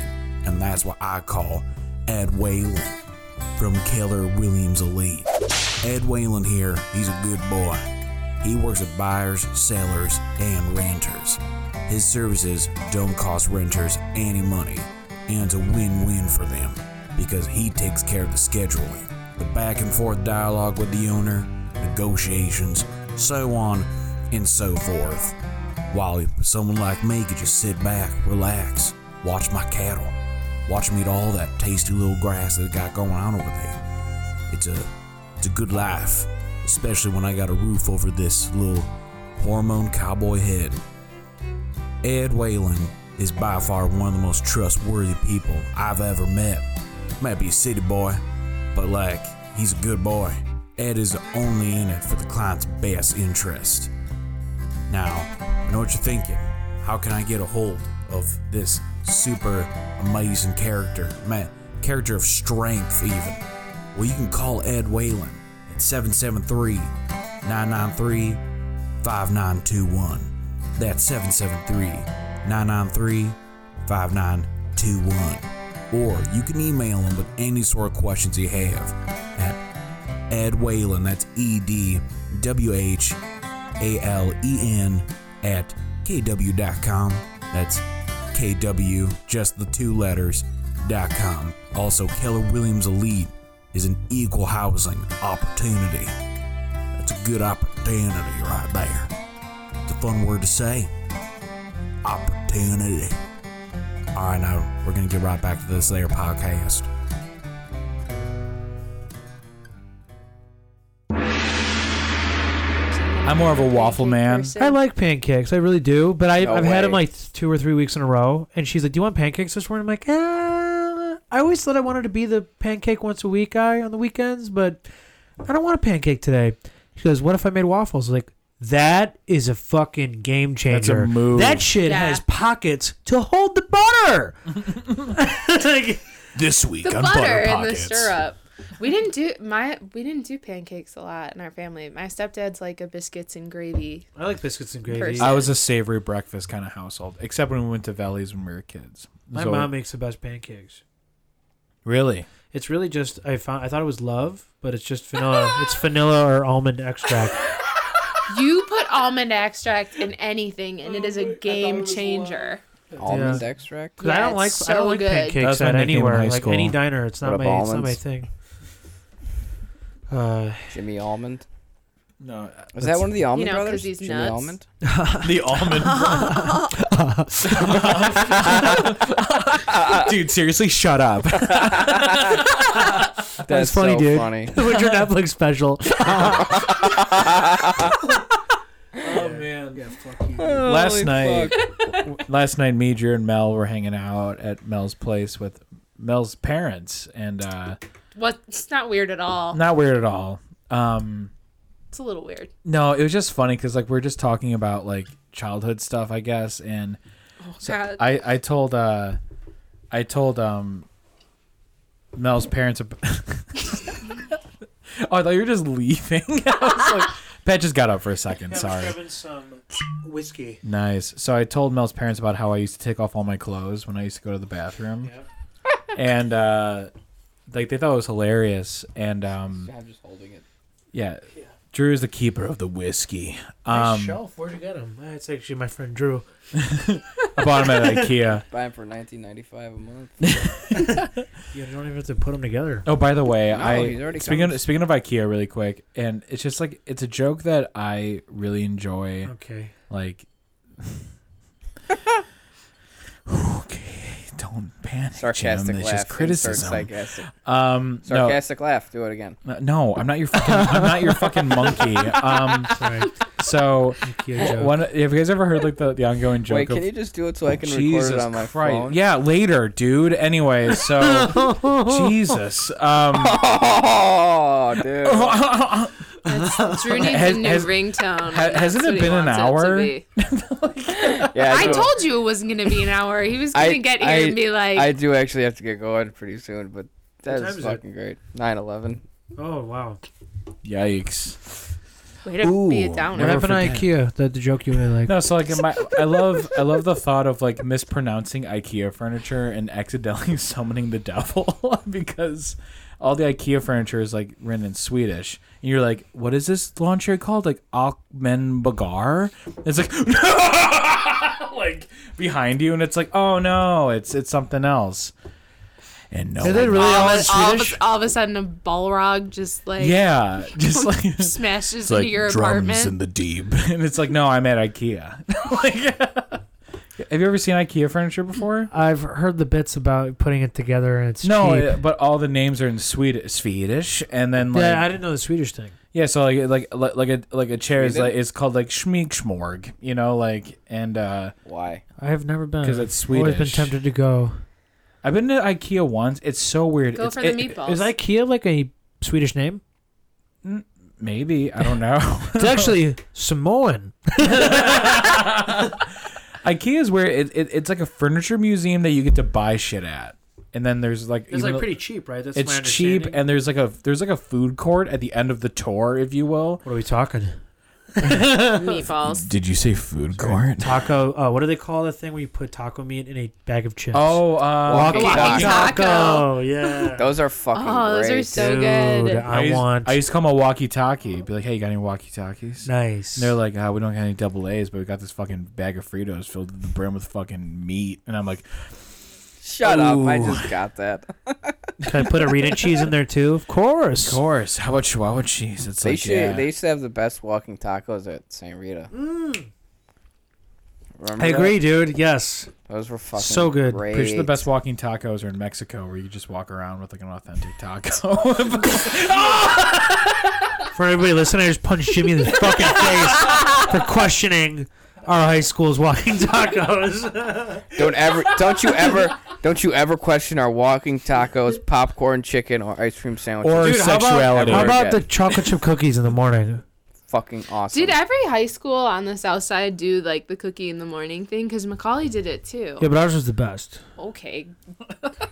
Speaker 6: And that's what I call Ed Whalen from Keller Williams Elite. Ed Whalen here, he's a good boy. He works with buyers, sellers, and renters. His services don't cost renters any money, and it's a win win for them because he takes care of the scheduling, the back and forth dialogue with the owner, negotiations, so on and so forth. While someone like me could just sit back, relax, watch my cattle, watch me eat all that tasty little grass that I got going on over there. It's a it's a good life, especially when I got a roof over this little hormone cowboy head. Ed Whalen is by far one of the most trustworthy people I've ever met. Might be a city boy, but like, he's a good boy. Ed is only in it for the client's best interest. Now, I know what you're thinking. How can I get a hold of this super amazing character? Man, character of strength, even. Well, you can call Ed Whalen at 773 993 5921. That's 773 993 5921. Or you can email him with any sort of questions you have at Ed Whalen, that's E D W H a L E N at KW.com. That's KW, just the two letters, dot .com. Also, Keller Williams Elite is an equal housing opportunity. That's a good opportunity right there. It's a fun word to say. Opportunity. All right, now we're going to get right back to this there podcast.
Speaker 3: I'm more of a waffle man.
Speaker 5: Person.
Speaker 2: I like pancakes. I really do. But I,
Speaker 4: No
Speaker 2: I've had them
Speaker 4: way.
Speaker 2: like two or three weeks in a row. And she's like, Do you want pancakes this morning? I'm like, ah. I always thought I wanted to be the pancake once a week guy on the weekends, but I don't want a pancake today. She goes, What if I made waffles? I'm like, that is a fucking game
Speaker 3: That's
Speaker 2: changer.
Speaker 3: a move.
Speaker 2: That shit
Speaker 5: Yeah.
Speaker 2: has pockets to hold the butter. Like,
Speaker 6: This week
Speaker 5: the
Speaker 6: on
Speaker 5: butter
Speaker 6: Butter
Speaker 5: and the
Speaker 6: Pockets.
Speaker 5: syrup. We didn't do my we didn't do pancakes a lot in our family. My stepdad's like a biscuits and gravy.
Speaker 2: I like biscuits and gravy.
Speaker 5: Person.
Speaker 3: I was a savory breakfast kind of household, except when we went to Valley's when we were kids.
Speaker 2: My
Speaker 3: So-
Speaker 2: mom makes the best pancakes.
Speaker 3: really.
Speaker 2: It's really just I found I thought it was love, but it's just vanilla. it's vanilla or almond extract.
Speaker 5: You put almond extract in anything and it is a game changer.
Speaker 4: Almond extract.
Speaker 2: 'Cause I
Speaker 5: Yeah,
Speaker 2: don't like
Speaker 5: it's
Speaker 2: I don't
Speaker 5: so
Speaker 2: like
Speaker 5: good.
Speaker 2: pancakes
Speaker 3: That's my
Speaker 2: at
Speaker 3: nickname in
Speaker 2: anywhere.
Speaker 3: high
Speaker 2: Like
Speaker 3: school.
Speaker 2: any diner, it's not
Speaker 4: What
Speaker 2: my
Speaker 4: up,
Speaker 2: it's not my
Speaker 4: almonds?
Speaker 2: thing. Uh,
Speaker 4: Jimmy Almond.
Speaker 3: No,
Speaker 4: Was that one of the Almond
Speaker 5: know, 'cause
Speaker 4: brothers?
Speaker 5: he's
Speaker 4: Jimmy
Speaker 5: nuts.
Speaker 4: Almond.
Speaker 3: the almond? Dude, seriously, shut up.
Speaker 4: That's,
Speaker 2: funny,
Speaker 4: so
Speaker 2: dude.
Speaker 4: Funny.
Speaker 2: what's your Netflix special?
Speaker 3: last night, last night, me, Drew, and Mel were hanging out at Mel's place with Mel's parents, and uh,
Speaker 5: What it's not weird at all.
Speaker 3: not weird at all. Um,
Speaker 5: It's a little weird.
Speaker 3: no, it was just funny because like we we're just talking about like childhood stuff, I guess, and so
Speaker 5: God.
Speaker 3: I I told uh, I told um, Mel's parents. Ab- oh, I thought you were just leaving. I was like, Pat just got up for a second. Sorry.
Speaker 2: some whiskey.
Speaker 3: Nice. So I told Mel's parents about how I used to take off all my clothes when I used to go to the bathroom, and uh, like they thought it was hilarious. And um,
Speaker 4: I'm just holding it.
Speaker 3: yeah, Drew is the keeper of the whiskey.
Speaker 2: Nice
Speaker 3: Um,
Speaker 2: shelf. Where'd you get them? uh, It's actually my friend Drew.
Speaker 3: I bought him at IKEA.
Speaker 4: Buy 'em for 19.95 a month.
Speaker 2: You don't even have to put them together.
Speaker 3: Oh, by the way,
Speaker 4: No, he's
Speaker 3: I
Speaker 4: already
Speaker 3: speaking
Speaker 4: coming.
Speaker 3: of, speaking of IKEA really quick, and it's just like it's a joke that I really enjoy.
Speaker 2: Okay.
Speaker 3: Like, okay, don't panic,
Speaker 4: Sarcastic
Speaker 3: Jim. It's
Speaker 4: laugh.
Speaker 3: just
Speaker 4: insert
Speaker 3: criticism.
Speaker 4: Sarcastic.
Speaker 3: Um, no,
Speaker 4: Sarcastic laugh. Do it again.
Speaker 3: Uh, No, I'm not your fucking. I'm not your fucking monkey. Um,
Speaker 2: Sorry.
Speaker 3: so
Speaker 2: Ikea joke.
Speaker 3: one, have you guys ever heard like the, the ongoing joke
Speaker 4: Wait,
Speaker 3: of
Speaker 4: can you just do it so I can
Speaker 3: Jesus
Speaker 4: record it on my
Speaker 3: Christ?
Speaker 4: phone?
Speaker 3: Yeah, later, dude. Anyway, so Jesus. Um,
Speaker 4: Oh, dude.
Speaker 5: That's, Drew needs
Speaker 3: Has-
Speaker 5: a new
Speaker 3: has-
Speaker 5: ringtone.
Speaker 3: ha-
Speaker 5: and
Speaker 3: hasn't it
Speaker 5: that's what he
Speaker 3: been an
Speaker 5: wants it to
Speaker 3: hour?
Speaker 5: be.
Speaker 4: Yeah,
Speaker 1: I
Speaker 4: do-
Speaker 1: told you it wasn't gonna be an hour. He was gonna
Speaker 4: I-
Speaker 1: get here
Speaker 4: I-
Speaker 1: and be like,
Speaker 4: I do actually have to get going pretty soon, but that
Speaker 2: time
Speaker 4: is
Speaker 2: is it?
Speaker 4: fucking great. Nine eleven.
Speaker 2: Oh wow!
Speaker 3: Yikes.
Speaker 5: Way to be a
Speaker 6: Ooh.
Speaker 5: downer.
Speaker 2: What happened
Speaker 3: forget.
Speaker 2: to IKEA? That the joke you made, like
Speaker 3: No, so like in my, I love I love the thought of like mispronouncing IKEA furniture and accidentally summoning the devil because all the IKEA furniture is like written in Swedish. And you're like, what is this lawn chair called? Like Akmen Bagar? It's like like behind you and it's like, oh no, it's it's something else. And no
Speaker 2: Did they
Speaker 3: one-
Speaker 2: really
Speaker 1: all,
Speaker 2: all
Speaker 1: of,
Speaker 2: in
Speaker 1: all, of,
Speaker 2: Swedish?
Speaker 1: all of a sudden, a Balrog just like
Speaker 3: Yeah. Just like
Speaker 1: smashes
Speaker 3: It's like
Speaker 1: into your
Speaker 3: drums
Speaker 1: apartment.
Speaker 3: in the deep, and it's like, no, I'm at IKEA. like, have you ever seen IKEA furniture before?
Speaker 2: I've heard the bits about putting it together and it's
Speaker 3: No,
Speaker 2: cheap.
Speaker 3: uh, but all the names are in Swedish, Swedish, and then like,
Speaker 2: yeah, I
Speaker 3: yeah,
Speaker 2: didn't know the Swedish thing.
Speaker 3: so like, like, like, like a like a chair is
Speaker 4: Sweden?
Speaker 3: like it's called like schminkschmorg, you know, like, and uh
Speaker 4: Why?
Speaker 2: I have never been
Speaker 3: 'Cause it's
Speaker 2: I've Always been
Speaker 3: Swedish.
Speaker 2: tempted to go.
Speaker 3: I've been to IKEA once. It's so weird.
Speaker 5: Go
Speaker 3: It's-
Speaker 5: for the
Speaker 3: it-
Speaker 5: meatballs.
Speaker 2: Is IKEA like a Swedish name?
Speaker 3: Maybe I don't know.
Speaker 2: It's actually Samoan.
Speaker 3: IKEA is where it, it it's like a furniture museum that you get to buy shit at, and then there's like even though-
Speaker 2: cheap, right? That's
Speaker 3: it's cheap and there's like a there's like a food court at the end of the tour if you will
Speaker 2: what are we talking?
Speaker 5: meatballs.
Speaker 3: did you say food court
Speaker 2: Taco. Uh, what do they call the thing where you put taco meat in a bag of chips?
Speaker 3: oh uh
Speaker 4: Walking
Speaker 5: Walking
Speaker 4: taco.
Speaker 5: taco.
Speaker 2: taco. Yeah.
Speaker 4: Those are fucking
Speaker 5: Oh, those
Speaker 4: great.
Speaker 5: are so
Speaker 2: Dude,
Speaker 5: good.
Speaker 2: I,
Speaker 3: used,
Speaker 2: want
Speaker 3: i used to call them a walkie talkie be like hey you got any walkie talkies
Speaker 2: nice.
Speaker 3: and they're like, ah, we don't got any double A's, but we got this fucking bag of Fritos filled to the brim with fucking meat. And I'm like,
Speaker 4: Shut up! I
Speaker 3: Ooh.
Speaker 4: just got that.
Speaker 2: Can I put arena cheese in there too? Of course.
Speaker 3: of course. How about Chihuahua cheese? It's
Speaker 4: They
Speaker 3: like,
Speaker 4: should.
Speaker 3: yeah.
Speaker 4: They used to have the best walking tacos at St. Rita.
Speaker 2: Mm.
Speaker 4: Remember
Speaker 2: I
Speaker 4: that?
Speaker 2: agree, dude. Yes.
Speaker 4: Those were fucking
Speaker 2: So good.
Speaker 4: Great.
Speaker 3: Pretty sure the best walking tacos are in Mexico, where you just walk around with like an authentic taco.
Speaker 2: For everybody listening, I just punched Jimmy in the fucking face for questioning our high school's walking tacos.
Speaker 4: Don't ever. Don't you ever. Don't you ever question our walking tacos, popcorn, chicken, or ice cream sandwiches?
Speaker 3: Or
Speaker 2: Dude, how about-
Speaker 3: sexuality.
Speaker 2: How
Speaker 4: Or
Speaker 2: about the
Speaker 4: dead.
Speaker 2: chocolate chip cookies in the morning?
Speaker 4: fucking awesome.
Speaker 5: Did every high school on the south side do like the cookie in the morning thing? Because Macaulay did it too.
Speaker 2: Yeah, but ours was the best.
Speaker 5: Okay.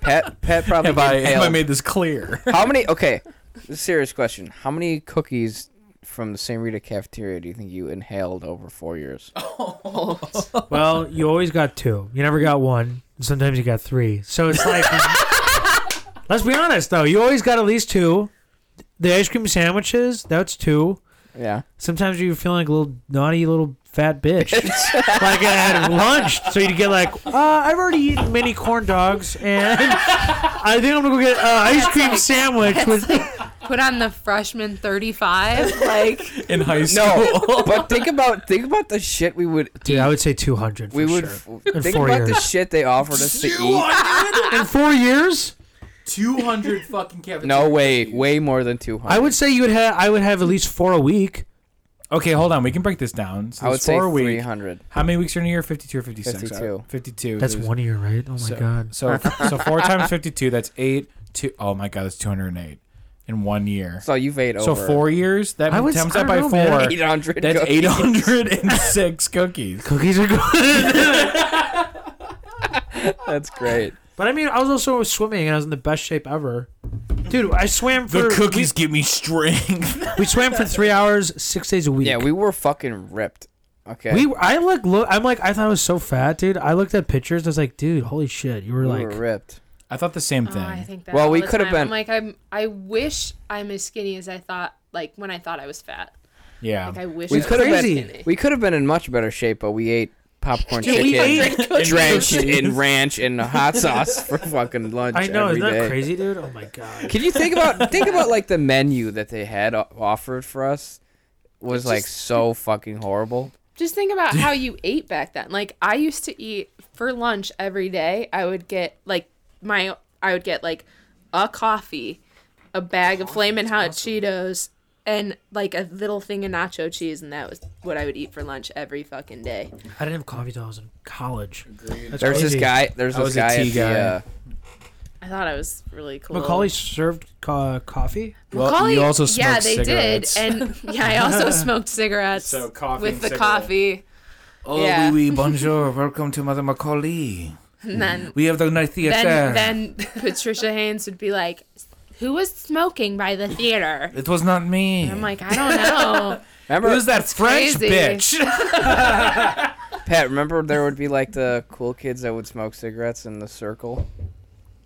Speaker 4: Pet. Pet probably.
Speaker 3: have, I, have I
Speaker 4: inhaled-
Speaker 3: made this clear?
Speaker 4: How many? Okay, this is a serious question. How many cookies from the St. Rita cafeteria do you think you inhaled over four years?
Speaker 2: Well, you always got two. You never got one. And sometimes you got three. So it's like, let's be honest though. You always got at least two. The ice cream sandwiches, that's two.
Speaker 4: Yeah.
Speaker 2: Sometimes you're feeling like a little naughty little fat bitch. like at lunch. So you'd get like, uh, I've already eaten many corn dogs and I think I'm gonna go get an ice cream sandwich with
Speaker 1: put on the freshman 35.
Speaker 5: Like
Speaker 3: in high school.
Speaker 4: No, but think about think about the shit we would.
Speaker 2: Dude, I would say two hundred.
Speaker 4: We would
Speaker 2: sure.
Speaker 4: f-
Speaker 2: In
Speaker 4: think
Speaker 2: four
Speaker 4: about the
Speaker 2: years.
Speaker 4: shit they offered us to eat.
Speaker 2: in four years?
Speaker 3: Two hundred fucking Kevin.
Speaker 4: No way, way more than two hundred.
Speaker 2: I would say you would have I would have at least four a week.
Speaker 3: Okay, hold on. We can break this down. So
Speaker 4: I would
Speaker 3: there's
Speaker 4: say
Speaker 3: four a week.
Speaker 4: three hundred.
Speaker 3: How many weeks are in a year? Fifty-two or fifty-six?
Speaker 4: 52.
Speaker 3: Fifty-two.
Speaker 2: That's
Speaker 3: There's-
Speaker 2: one year, right? Oh my
Speaker 3: so,
Speaker 2: god.
Speaker 3: So so four times fifty-two. That's eight. Two oh my god. That's two hundred and eight in one year.
Speaker 4: So you've ate
Speaker 3: So
Speaker 4: over
Speaker 3: four years. That
Speaker 2: I would-
Speaker 3: times
Speaker 2: I
Speaker 3: that by
Speaker 2: don't know, man.
Speaker 3: four.
Speaker 4: eight hundred.
Speaker 3: That's eight hundred and six cookies.
Speaker 2: Cookies are good.
Speaker 4: That's great.
Speaker 2: but I mean I was also swimming and I was in the best shape ever. Dude, I swam for
Speaker 3: The cookies give me strength.
Speaker 2: we swam for three hours, six days a week.
Speaker 4: Yeah, we were fucking ripped. Okay.
Speaker 2: We, I look, look, I'm like, I thought I was so fat, dude. I looked at pictures. I was like, dude, holy shit, you were
Speaker 4: We
Speaker 2: like,
Speaker 4: were ripped.
Speaker 3: I thought the same
Speaker 5: Oh, I
Speaker 3: thing.
Speaker 5: think that.
Speaker 4: Well,
Speaker 5: all
Speaker 4: we
Speaker 5: the
Speaker 4: could've
Speaker 5: time. I'm
Speaker 4: been-
Speaker 5: like I'm. I wish I'm as skinny as I thought. Like when I thought I was fat.
Speaker 3: Yeah.
Speaker 5: Like I wish.
Speaker 4: We
Speaker 5: I
Speaker 4: could have
Speaker 5: was
Speaker 2: crazy.
Speaker 4: been.
Speaker 5: skinny.
Speaker 4: We could have been in much better shape, but we ate popcorn
Speaker 2: Dude,
Speaker 4: chicken.
Speaker 2: we ate-
Speaker 4: drenched in ranch and hot sauce for fucking lunch.
Speaker 2: I know,
Speaker 4: every
Speaker 2: isn't that
Speaker 4: day.
Speaker 2: crazy, dude? Oh my god.
Speaker 4: Can you think about think about like the menu that they had o- offered for us was like so fucking horrible.
Speaker 5: Just think about how you ate back then. Like I used to eat for lunch every day. I would get like my I would get like a coffee, a bag of flaming hot Cheetos, and like a little thing of nacho cheese, and that was what I would eat for lunch every fucking day.
Speaker 2: I didn't have coffee till I was in college. That's
Speaker 4: There's this
Speaker 2: crazy.
Speaker 4: guy. There's
Speaker 3: I
Speaker 4: this
Speaker 3: was a
Speaker 4: guy at
Speaker 3: tea
Speaker 4: the
Speaker 3: guy.
Speaker 4: uh,
Speaker 5: I I thought I was really cool.
Speaker 2: Macaulay served co- coffee.
Speaker 3: Well,
Speaker 5: Macaulay-
Speaker 3: you also
Speaker 5: yeah,
Speaker 3: smoked
Speaker 5: they
Speaker 3: cigarettes.
Speaker 5: did, and yeah, I also smoked cigarettes
Speaker 3: So coffee
Speaker 5: with
Speaker 3: and
Speaker 5: the
Speaker 3: cigarette.
Speaker 5: coffee,
Speaker 3: Oh,
Speaker 5: Yeah.
Speaker 3: oui, oui, bonjour. Welcome to Mother Macaulay.
Speaker 5: and then
Speaker 3: We have the night
Speaker 5: then
Speaker 3: theater.
Speaker 5: then Patricia Haynes would be like, "Who was smoking by the theater?"
Speaker 3: it was not me.
Speaker 5: I'm like, I don't know.
Speaker 4: Remember,
Speaker 3: Who's that French
Speaker 5: Oh crazy.
Speaker 3: bitch?
Speaker 4: Pat, remember there would be like the cool kids that would smoke cigarettes in the circle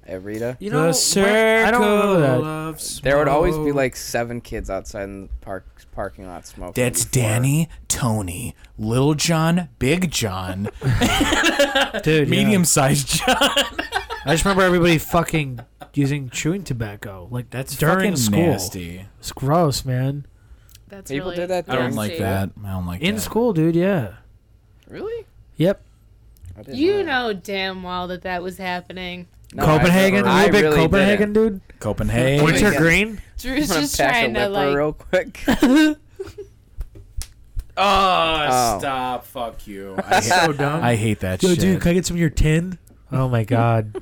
Speaker 4: at Rita?
Speaker 2: You
Speaker 3: the circle
Speaker 2: I don't remember that.
Speaker 3: of smoke.
Speaker 4: There would always be like seven kids outside in the park, parking lot smoking.
Speaker 3: That's
Speaker 4: before-
Speaker 3: Danny, Tony, Little John, Big John,
Speaker 2: Dude, yeah.
Speaker 3: Medium Sized John.
Speaker 2: I just remember everybody fucking using chewing tobacco. Like that's during
Speaker 3: Fucking
Speaker 2: school.
Speaker 3: nasty.
Speaker 2: It's gross, man.
Speaker 5: That's
Speaker 4: People
Speaker 5: really
Speaker 4: did that
Speaker 3: I don't like
Speaker 5: nasty.
Speaker 3: that. I don't like
Speaker 2: In
Speaker 3: that.
Speaker 2: school, dude. Yeah.
Speaker 4: Really?
Speaker 2: Yep.
Speaker 4: I didn't
Speaker 5: You
Speaker 4: that.
Speaker 5: know damn well that that was happening.
Speaker 4: No, I
Speaker 2: Copenhagen.
Speaker 4: never-
Speaker 2: you
Speaker 4: I
Speaker 2: a big
Speaker 4: really
Speaker 2: Copenhagen dude.
Speaker 3: Copenhagen.
Speaker 2: Winter
Speaker 4: Yes.
Speaker 2: green.
Speaker 5: Drew's
Speaker 4: I'm gonna
Speaker 5: just
Speaker 4: pack a
Speaker 5: trying to
Speaker 4: lipper
Speaker 5: like.
Speaker 4: real quick.
Speaker 3: Oh,
Speaker 4: Oh.
Speaker 3: stop. Fuck you. I hate,
Speaker 2: So dumb.
Speaker 3: I hate that
Speaker 2: Yo,
Speaker 3: shit.
Speaker 2: dude, can I get some of your tin? Oh my god.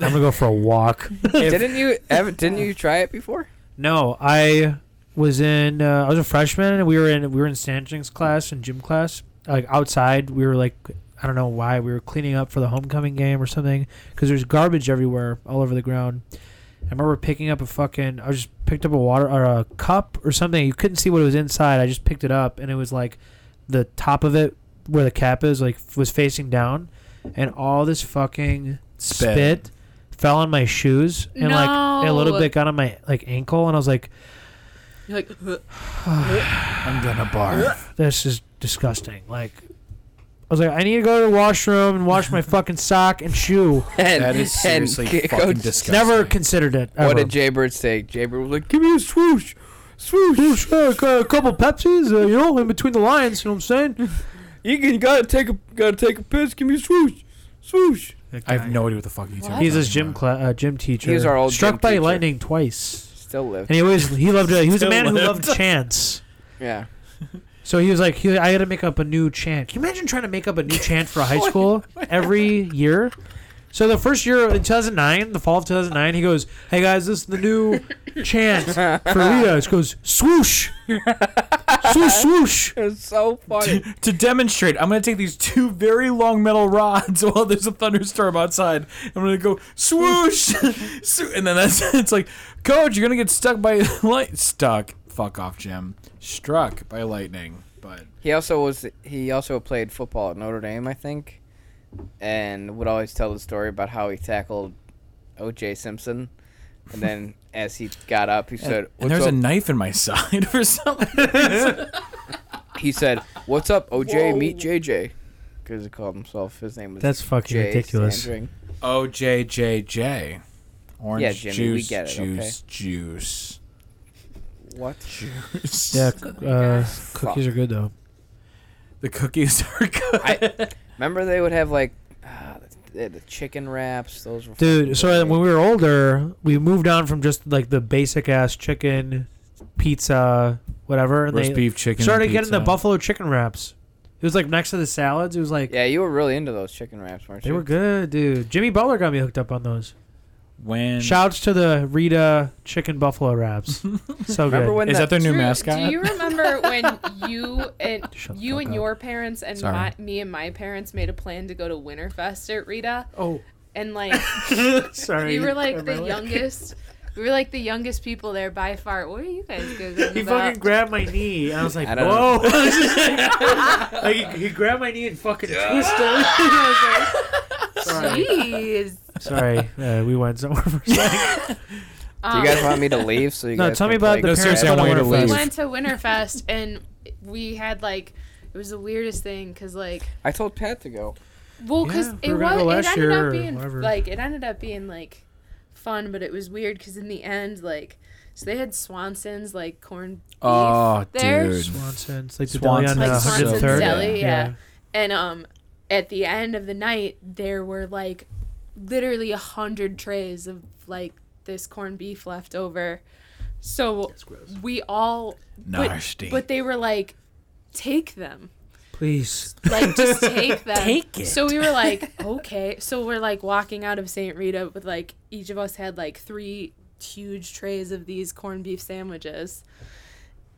Speaker 2: I'm gonna go for a walk.
Speaker 4: didn't you? Ev- didn't you try it before?
Speaker 2: No, I was in. Uh, I was a freshman, and we were in. We were in Stanching's class and gym class. Like outside, we were like, I don't know why we were cleaning up for the homecoming game or something because there's garbage everywhere, all over the ground. I remember picking up a fucking. I just picked up a water or a cup or something. You couldn't see what it was inside. I just picked it up, and it was like the top of it where the cap is, like was facing down, and all this fucking
Speaker 3: Spit.
Speaker 2: spit, fell on my shoes and like a little
Speaker 5: No.
Speaker 2: bit got on my like ankle, and I was like,
Speaker 5: You're like, "Ugh."
Speaker 3: I'm gonna barf.
Speaker 2: this is disgusting. Like, I was like, I need to go to the washroom and wash my fucking sock and shoe.
Speaker 4: And,
Speaker 3: That is
Speaker 4: and
Speaker 3: seriously
Speaker 4: Coach-
Speaker 3: fucking disgusting.
Speaker 2: Never considered it. Ever.
Speaker 4: What did Jaybird say? Jaybird was like, "Give me a swoosh,
Speaker 2: Oh,
Speaker 4: swoosh.
Speaker 2: sure, a cou- Uh, a couple Pepsis, uh, you know, in between the lines. You know what I'm saying?
Speaker 4: You can, gotta take a gotta take a piss. Give me a swoosh, swoosh."
Speaker 3: I have no idea what the fuck you talking
Speaker 2: He's his
Speaker 3: about.
Speaker 2: gym cla- uh, gym teacher.
Speaker 4: He was our old
Speaker 2: struck
Speaker 4: gym
Speaker 2: by
Speaker 4: teacher.
Speaker 2: lightning twice,
Speaker 4: Still live.
Speaker 2: and he always he loved. Uh, he was a
Speaker 3: Still
Speaker 2: man who
Speaker 3: lived.
Speaker 2: loved chance.
Speaker 4: Yeah.
Speaker 2: So he was like, he, I had to make up a new chant. Can you imagine trying to make up a new chant for a high school every year? So the first year in 2009, the fall of 2009, he goes, "Hey guys, this is the new chant for Rita." It goes swoosh, swoosh, swoosh.
Speaker 4: It's so funny.
Speaker 3: to demonstrate, I'm gonna take these two very long metal rods while there's a thunderstorm outside. I'm gonna go swoosh, Swoo- and then that's it's like, coach, you're gonna get stuck by light. Stuck. Fuck off, Jim. Struck by lightning. But
Speaker 4: He also was he also played football at Notre Dame, I think, and would always tell the story about how he tackled O.J. Simpson, and then as he got up, he said,
Speaker 3: and
Speaker 4: "What's
Speaker 3: there's a
Speaker 4: up?"
Speaker 3: knife in my side for something.
Speaker 4: he said, "What's up, O.J. Meet J.J." Because he called himself. His name was.
Speaker 2: That's fucking
Speaker 4: Jay
Speaker 2: ridiculous.
Speaker 4: Sandring.
Speaker 3: O J J J. Orange
Speaker 4: Yeah, Jimmy, we
Speaker 3: juice,
Speaker 4: get it,
Speaker 3: juice,
Speaker 4: okay.
Speaker 3: juice.
Speaker 4: What?
Speaker 2: Yeah, c- uh, cookies are good though.
Speaker 3: The cookies are good.
Speaker 4: I remember they would have like ah, the, the chicken wraps. Those were fucking
Speaker 2: Dude, so
Speaker 4: great.
Speaker 2: when we were older, we moved on from just like the basic ass chicken, pizza, whatever, and
Speaker 3: Roast
Speaker 2: they
Speaker 3: beef, chicken,
Speaker 2: started getting the
Speaker 3: pizza.
Speaker 2: buffalo chicken wraps. It was like next to the salads. It was like
Speaker 4: yeah, you were really into those chicken wraps, weren't
Speaker 2: They
Speaker 4: you?
Speaker 2: were good, dude. Jimmy Butler got me hooked up on those.
Speaker 3: When
Speaker 2: Shouts to the Rita chicken buffalo wraps. so
Speaker 4: Remember
Speaker 2: good.
Speaker 4: when
Speaker 3: is that their new
Speaker 5: Drew,
Speaker 3: mascot?
Speaker 5: Do you remember when you and
Speaker 2: Shut the
Speaker 5: you
Speaker 2: fuck
Speaker 5: and
Speaker 2: up.
Speaker 5: your parents and
Speaker 3: Sorry.
Speaker 5: my, me and my parents made a plan to go to Winterfest at Rita,
Speaker 2: Oh,
Speaker 5: and like
Speaker 2: sorry.
Speaker 5: we were like the youngest. We were like the youngest people there by far. What are you guys giggling
Speaker 2: He
Speaker 5: about?
Speaker 2: fucking grabbed my knee. I was like,
Speaker 4: I don't
Speaker 2: whoa. like, he, he grabbed my knee and fucking twisted. I was like, sorry.
Speaker 5: Jeez.
Speaker 2: sorry. Uh, we went somewhere for a second.
Speaker 4: Do you guys want me to leave? So you
Speaker 2: No,
Speaker 4: guys
Speaker 2: tell
Speaker 4: can
Speaker 2: me about
Speaker 4: play
Speaker 2: the
Speaker 3: No,
Speaker 2: parents
Speaker 3: seriously, I
Speaker 2: went
Speaker 3: want you
Speaker 2: on
Speaker 3: to
Speaker 2: Winterfest.
Speaker 5: Um,
Speaker 3: leave.
Speaker 5: we went to Winterfest and we had like it was the weirdest thing because like
Speaker 4: I told Pat to go.
Speaker 5: well because
Speaker 2: Yeah, we
Speaker 5: it
Speaker 2: were gonna
Speaker 5: was
Speaker 2: go
Speaker 5: it
Speaker 2: last
Speaker 5: ended
Speaker 2: year or
Speaker 5: up being
Speaker 2: whatever.
Speaker 5: like it ended up being like fun but it was weird because in the end like so they had Swanson's like corn beef
Speaker 3: Oh,
Speaker 5: there
Speaker 3: dude.
Speaker 2: Swanson. It's like the deli
Speaker 3: Swanson's
Speaker 2: on
Speaker 5: like
Speaker 2: uh,
Speaker 3: so
Speaker 5: Swanson's
Speaker 2: 103rd.
Speaker 5: deli yeah. and um at the end of the night there were like literally a hundred trays of like this corned beef left over so we all but-
Speaker 3: Nasty.
Speaker 5: But they were like, take them.
Speaker 2: Please.
Speaker 5: like just take them.
Speaker 2: Take it.
Speaker 5: So we were like, okay. So we're like walking out of St. Rita with like each of us had like three huge trays of these corned beef sandwiches,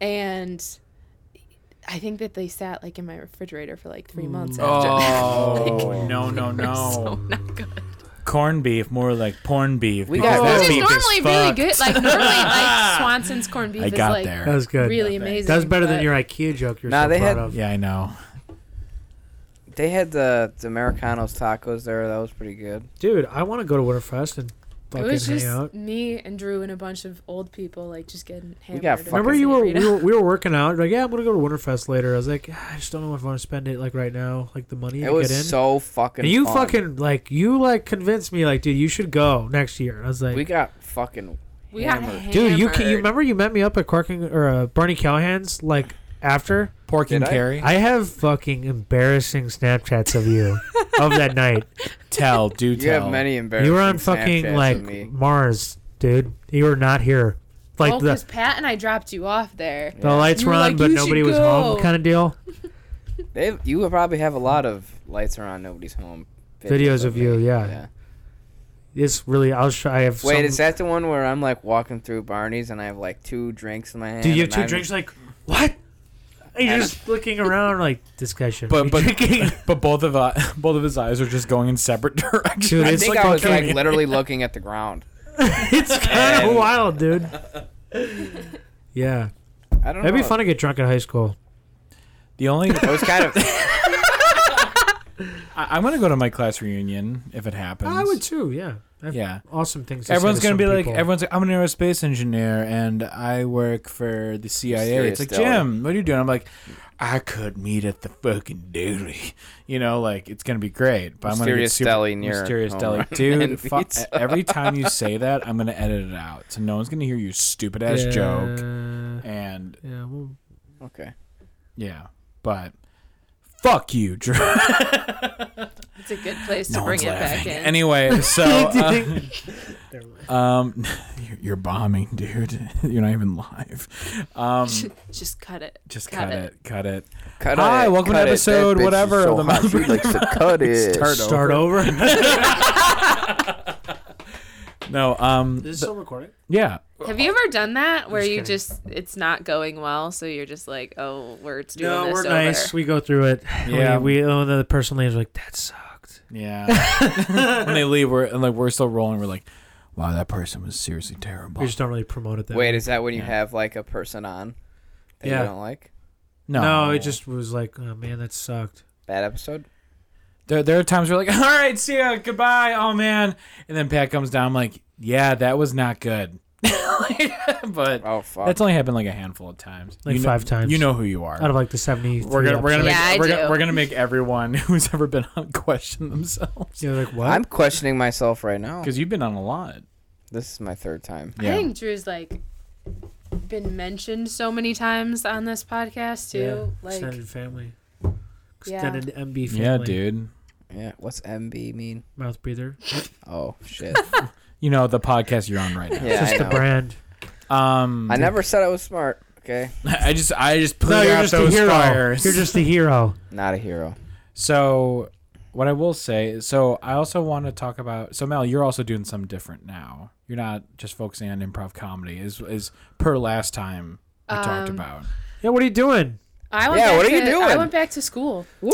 Speaker 5: and I think that they sat like in my refrigerator for like three
Speaker 2: Mm.
Speaker 5: months after.
Speaker 3: Oh no no no!
Speaker 7: Corn beef, more like porn beef.
Speaker 4: We
Speaker 7: because
Speaker 4: got-
Speaker 7: that
Speaker 4: Which is
Speaker 7: beef
Speaker 5: It's normally
Speaker 7: is
Speaker 5: really
Speaker 7: fucked.
Speaker 5: good. Like normally, like Swanson's corned beef
Speaker 3: I
Speaker 5: is
Speaker 3: got
Speaker 5: like
Speaker 3: there.
Speaker 2: That was good.
Speaker 5: really amazing.
Speaker 2: that was better than
Speaker 5: but
Speaker 2: your IKEA joke you're
Speaker 4: Nah,
Speaker 2: so
Speaker 4: they
Speaker 2: proud
Speaker 4: had-
Speaker 2: of.
Speaker 3: Yeah, I know.
Speaker 4: They had the, the Americanos tacos there. That was pretty good.
Speaker 2: Dude, I want to go to Winterfest and
Speaker 5: It
Speaker 2: fucking
Speaker 5: was
Speaker 2: hang
Speaker 5: just
Speaker 2: out.
Speaker 5: me and Drew and a bunch of old people like just getting hammered.
Speaker 4: got
Speaker 5: at
Speaker 4: fucking-
Speaker 2: Remember
Speaker 5: St.
Speaker 2: you were,
Speaker 5: Rita.
Speaker 2: we were we were working out. Like, yeah, I'm gonna go to Winterfest later. I was like, "Ah, I just don't know if I want to spend it like right now, like the money
Speaker 4: It
Speaker 2: to
Speaker 4: was
Speaker 2: get in.
Speaker 4: so fucking.
Speaker 2: and you
Speaker 4: fun.
Speaker 2: fucking like you like convinced me like, dude, you should go next year. And I was like,
Speaker 4: We got fucking.
Speaker 5: We got
Speaker 4: hammered.
Speaker 5: hammered.
Speaker 2: dude, you can, you remember you met me up at Corking or uh, Barney Callahan's like after.
Speaker 3: Pork
Speaker 4: Did
Speaker 3: and
Speaker 4: I?
Speaker 3: carry.
Speaker 2: I have fucking embarrassing Snapchats of you of that night.
Speaker 3: tell, do
Speaker 4: You
Speaker 3: tell.
Speaker 4: have many embarrassing.
Speaker 2: You were on fucking
Speaker 4: Snapchats of
Speaker 2: like
Speaker 4: me.
Speaker 2: Mars, dude. You were not here. Like
Speaker 5: well,
Speaker 2: the
Speaker 5: because Pat and I dropped you off there.
Speaker 2: the lights
Speaker 5: You
Speaker 2: were
Speaker 5: were
Speaker 2: on,
Speaker 5: like,
Speaker 2: but
Speaker 5: "You
Speaker 2: nobody
Speaker 5: should
Speaker 2: was home,
Speaker 5: go."
Speaker 2: kind of deal.
Speaker 4: They, you probably have a lot of lights around nobody's home.
Speaker 2: Videos of you, yeah. It's really. I'll show. I have.
Speaker 4: Wait,
Speaker 2: some,
Speaker 4: is that the one where I'm like walking through Barney's and I have like two drinks in my hand?
Speaker 2: Do you have
Speaker 4: and
Speaker 2: 2
Speaker 4: I'm-
Speaker 2: drinks? Like what? And You're just looking around like this guy should.
Speaker 3: But
Speaker 2: But,
Speaker 3: but but both of uh, both of his eyes are just going in separate directions.
Speaker 2: Dude,
Speaker 4: I
Speaker 2: it's
Speaker 4: think
Speaker 2: like
Speaker 4: I was
Speaker 2: fucking-
Speaker 4: like literally looking at the ground.
Speaker 2: it's kind of
Speaker 4: And-
Speaker 2: wild, dude. Yeah,
Speaker 4: I don't know.
Speaker 2: that'd be fun to get drunk in high school.
Speaker 3: The only
Speaker 4: It was kind of.
Speaker 3: I, I'm gonna go to my class reunion if it happens.
Speaker 2: I would too. Yeah. I have
Speaker 3: Yeah.
Speaker 2: Awesome things. To
Speaker 3: Everyone's
Speaker 2: say to
Speaker 3: gonna be
Speaker 2: some
Speaker 3: like,
Speaker 2: people.
Speaker 3: everyone's like, I'm an aerospace engineer and I work for the CIA. It's like,
Speaker 4: Mysterious Deli.
Speaker 3: Jim, what are you doing? I'm like, I could meet at the fucking deli. You know, like it's gonna be great. But
Speaker 4: Mysterious
Speaker 3: I'm gonna
Speaker 4: deli
Speaker 3: get super
Speaker 4: near
Speaker 3: mysterious
Speaker 4: home
Speaker 3: deli,
Speaker 4: run
Speaker 3: dude.
Speaker 4: and
Speaker 3: fu- e,
Speaker 4: pizza.
Speaker 3: every time you say that, I'm gonna edit it out, so no one's gonna hear your stupid ass
Speaker 2: Yeah.
Speaker 3: joke. And
Speaker 2: Yeah. Well,
Speaker 4: Okay.
Speaker 3: yeah, but fuck you, Drew.
Speaker 5: It's a good place to
Speaker 3: No
Speaker 5: bring
Speaker 3: one's
Speaker 5: it back
Speaker 3: laughing.
Speaker 5: in.
Speaker 3: Anyway, so uh, um, you're, you're bombing, dude. You're not even live. Um,
Speaker 5: just cut it.
Speaker 3: just cut,
Speaker 5: Cut
Speaker 3: it. cut it.
Speaker 4: Cut
Speaker 3: Hi,
Speaker 4: it,
Speaker 3: welcome to
Speaker 4: cut it. That
Speaker 3: episode
Speaker 4: bitch is
Speaker 3: whatever
Speaker 4: so
Speaker 3: of the
Speaker 4: hot.
Speaker 3: Mouth
Speaker 4: She likes to cut it.
Speaker 2: start over.
Speaker 3: No, um,
Speaker 2: Is this
Speaker 3: th-
Speaker 2: still recording?
Speaker 3: yeah.
Speaker 5: Have you ever done that where
Speaker 2: Just
Speaker 5: you
Speaker 2: kidding.
Speaker 5: just it's not going well, so you're just like, oh, we're doing
Speaker 2: No,
Speaker 5: this
Speaker 2: we're
Speaker 5: over.
Speaker 2: nice. We go through it.
Speaker 3: Yeah.
Speaker 2: We, we oh, the person leaves like that sucked.
Speaker 3: Yeah. when they leave, we're and like we're still rolling. We're like, wow, that person was seriously terrible.
Speaker 2: We just don't really promote it. That
Speaker 4: Wait,
Speaker 2: way.
Speaker 4: is that when you
Speaker 3: Yeah.
Speaker 4: have like a person on that
Speaker 2: Yeah.
Speaker 4: you don't like?
Speaker 3: no,
Speaker 2: no, it just was like, oh man, that sucked.
Speaker 4: That episode?
Speaker 3: there. There are times we're like, all right, see ya, goodbye. Oh man, and then Pat comes down. I'm like, yeah, that was not good. but
Speaker 4: Oh fuck.
Speaker 3: that's only happened like a handful of times.
Speaker 2: Like
Speaker 3: You
Speaker 2: five
Speaker 3: know,
Speaker 2: times.
Speaker 3: You know who you are.
Speaker 2: Out of like the seventy.
Speaker 3: We're gonna we're gonna make
Speaker 5: Yeah, I
Speaker 3: we're, gonna,
Speaker 5: do.
Speaker 3: we're gonna make everyone who's ever been on question themselves
Speaker 2: You're like what?
Speaker 4: I'm questioning myself right now.
Speaker 3: because you've been on a lot.
Speaker 4: This is my third time.
Speaker 5: I think Drew's like been mentioned so many times on this podcast too. Like
Speaker 2: extended family.
Speaker 5: Yeah.
Speaker 2: Extended MB family.
Speaker 3: Yeah, dude.
Speaker 4: Yeah. What's MB mean?
Speaker 2: Mouth breather.
Speaker 4: Oh shit.
Speaker 3: You know the podcast you're on right now.
Speaker 4: Yeah, I
Speaker 2: Just the
Speaker 4: know.
Speaker 2: brand.
Speaker 3: Um,
Speaker 4: I never said I was smart. Okay.
Speaker 3: I just, I just put
Speaker 2: No, you're
Speaker 3: out
Speaker 2: just a
Speaker 3: those
Speaker 2: hero.
Speaker 3: fires.
Speaker 2: You're just a hero.
Speaker 4: Not a hero.
Speaker 3: so. What I will say, is- so I also want to talk about. So Mel, you're also doing something different now. You're not just focusing on improv comedy, is is per last time we talked
Speaker 5: Um,
Speaker 3: about.
Speaker 2: Yeah, what are you doing?
Speaker 5: I went
Speaker 4: Yeah,
Speaker 5: back
Speaker 4: what are you
Speaker 5: to, I
Speaker 4: doing?
Speaker 5: went back to school.
Speaker 4: Woo!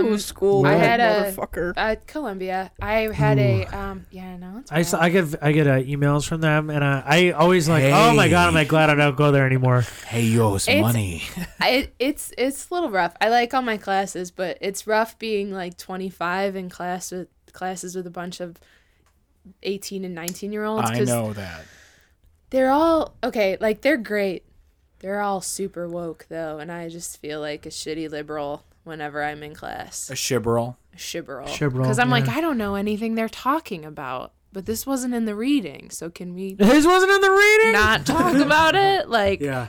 Speaker 5: Um,
Speaker 4: school.
Speaker 5: I had a-
Speaker 4: motherfucker.
Speaker 5: At Columbia. I had a um yeah, no, it's
Speaker 2: I, s-
Speaker 5: bad.
Speaker 2: I get I get uh, emails from them, and uh, I always like, oh my god, am I glad I don't go there anymore?
Speaker 3: Hey, yo, it's
Speaker 5: It's-
Speaker 3: money.
Speaker 5: I, it's it's a little rough. I like all my classes, but it's rough being like 25 in class with classes with a bunch of 18 and 19 year olds.
Speaker 3: I know that.
Speaker 5: They're all okay. Like they're great. They're all super woke though, and I just feel like a shitty liberal whenever I'm in class.
Speaker 3: A shibberl.
Speaker 5: Shibberl.
Speaker 2: Shibberel,
Speaker 5: Because I'm like,
Speaker 2: yeah.
Speaker 5: I don't know anything they're talking about, but this wasn't in the reading, so can we
Speaker 2: His wasn't in the reading.
Speaker 5: not talk about it? Like,
Speaker 2: Yeah.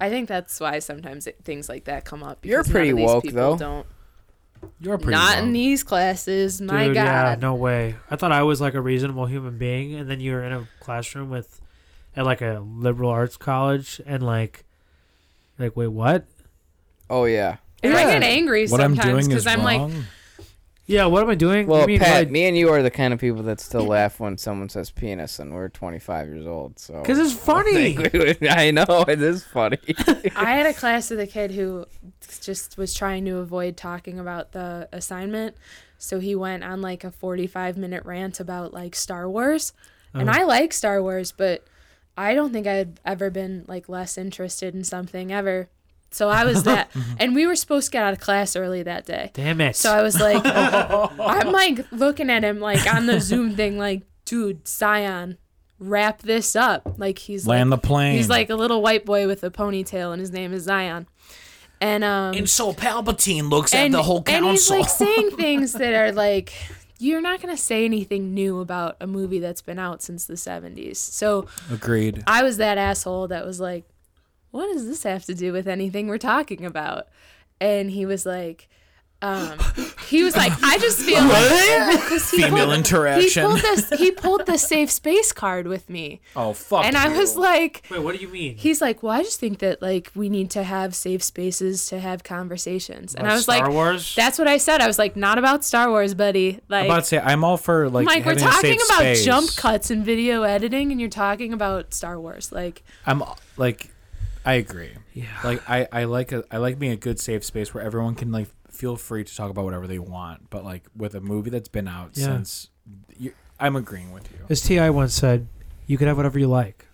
Speaker 5: I think that's why sometimes it, things like that come up.
Speaker 4: You're
Speaker 5: because none
Speaker 4: pretty
Speaker 5: of these
Speaker 4: woke, though.
Speaker 5: people Don't
Speaker 3: You're pretty.
Speaker 5: not
Speaker 3: woke.
Speaker 5: in these classes. My
Speaker 2: Dude,
Speaker 5: God.
Speaker 2: yeah, no way. I thought I was like a reasonable human being, and then you're in a classroom with, at like a liberal arts college, and like, like wait, what?
Speaker 4: Oh yeah.
Speaker 1: And I get angry
Speaker 7: What I'm
Speaker 1: sometimes
Speaker 7: doing
Speaker 1: because
Speaker 7: is
Speaker 1: I'm,
Speaker 7: wrong.
Speaker 1: like,
Speaker 2: Yeah, what am I doing?
Speaker 4: Well,
Speaker 2: You mean,
Speaker 4: Pat,
Speaker 2: like-
Speaker 4: me and you are the kind of people that still laugh when someone says penis, and we're 25 years old. So
Speaker 2: 'Cause it's funny.
Speaker 4: I know it is funny.
Speaker 5: I had a class with a kid who just was trying to avoid talking about the assignment. So he went on like a 45 minute rant about like Star Wars. And I like Star Wars, but I don't think I've ever been like less interested in something ever. So I was that. and we were supposed to get out of class early that day.
Speaker 2: damn it.
Speaker 5: So I was like, I'm like looking at him like on the Zoom thing, like, dude, Scion, wrap this up. Like he's
Speaker 7: land
Speaker 5: like,
Speaker 7: the plane.
Speaker 5: He's like a little white boy with a ponytail, and his name is Zion. And um,
Speaker 6: And so Palpatine looks
Speaker 5: and,
Speaker 6: at the whole
Speaker 5: and
Speaker 6: council.
Speaker 5: he's like saying things that are like, you're not gonna say anything new about a movie that's been out since the '70s. So
Speaker 3: Agreed.
Speaker 5: I was that asshole that was like, what does this have to do with anything we're talking about? And he was like. Um, he was like, I just feel like 'cause he
Speaker 7: Female
Speaker 5: pulled-
Speaker 7: interaction.
Speaker 5: He pulled this. He pulled the safe space card with me,
Speaker 3: Oh fuck.
Speaker 5: and I was like,
Speaker 2: Wait, what do you mean?
Speaker 5: he's like, well, I just think that like we need to have safe spaces to have conversations, and I was
Speaker 2: Star
Speaker 5: like,
Speaker 2: Wars?
Speaker 5: that's what I said. I was like, not about Star Wars, buddy. Like,
Speaker 7: I'm about to say I'm all for like.
Speaker 5: I'm like we're
Speaker 7: having a
Speaker 5: talking
Speaker 7: safe
Speaker 5: about
Speaker 7: space.
Speaker 5: jump cuts and video editing, and you're talking about Star Wars. Like,
Speaker 3: I'm like, I agree.
Speaker 2: Yeah.
Speaker 3: Like I, I like a, I like being a good safe space where everyone can like feel free to talk about whatever they want. But like with a movie that's been out
Speaker 2: Yeah.
Speaker 3: since, you, I'm agreeing with you.
Speaker 2: As Ti once said, you can have whatever you like.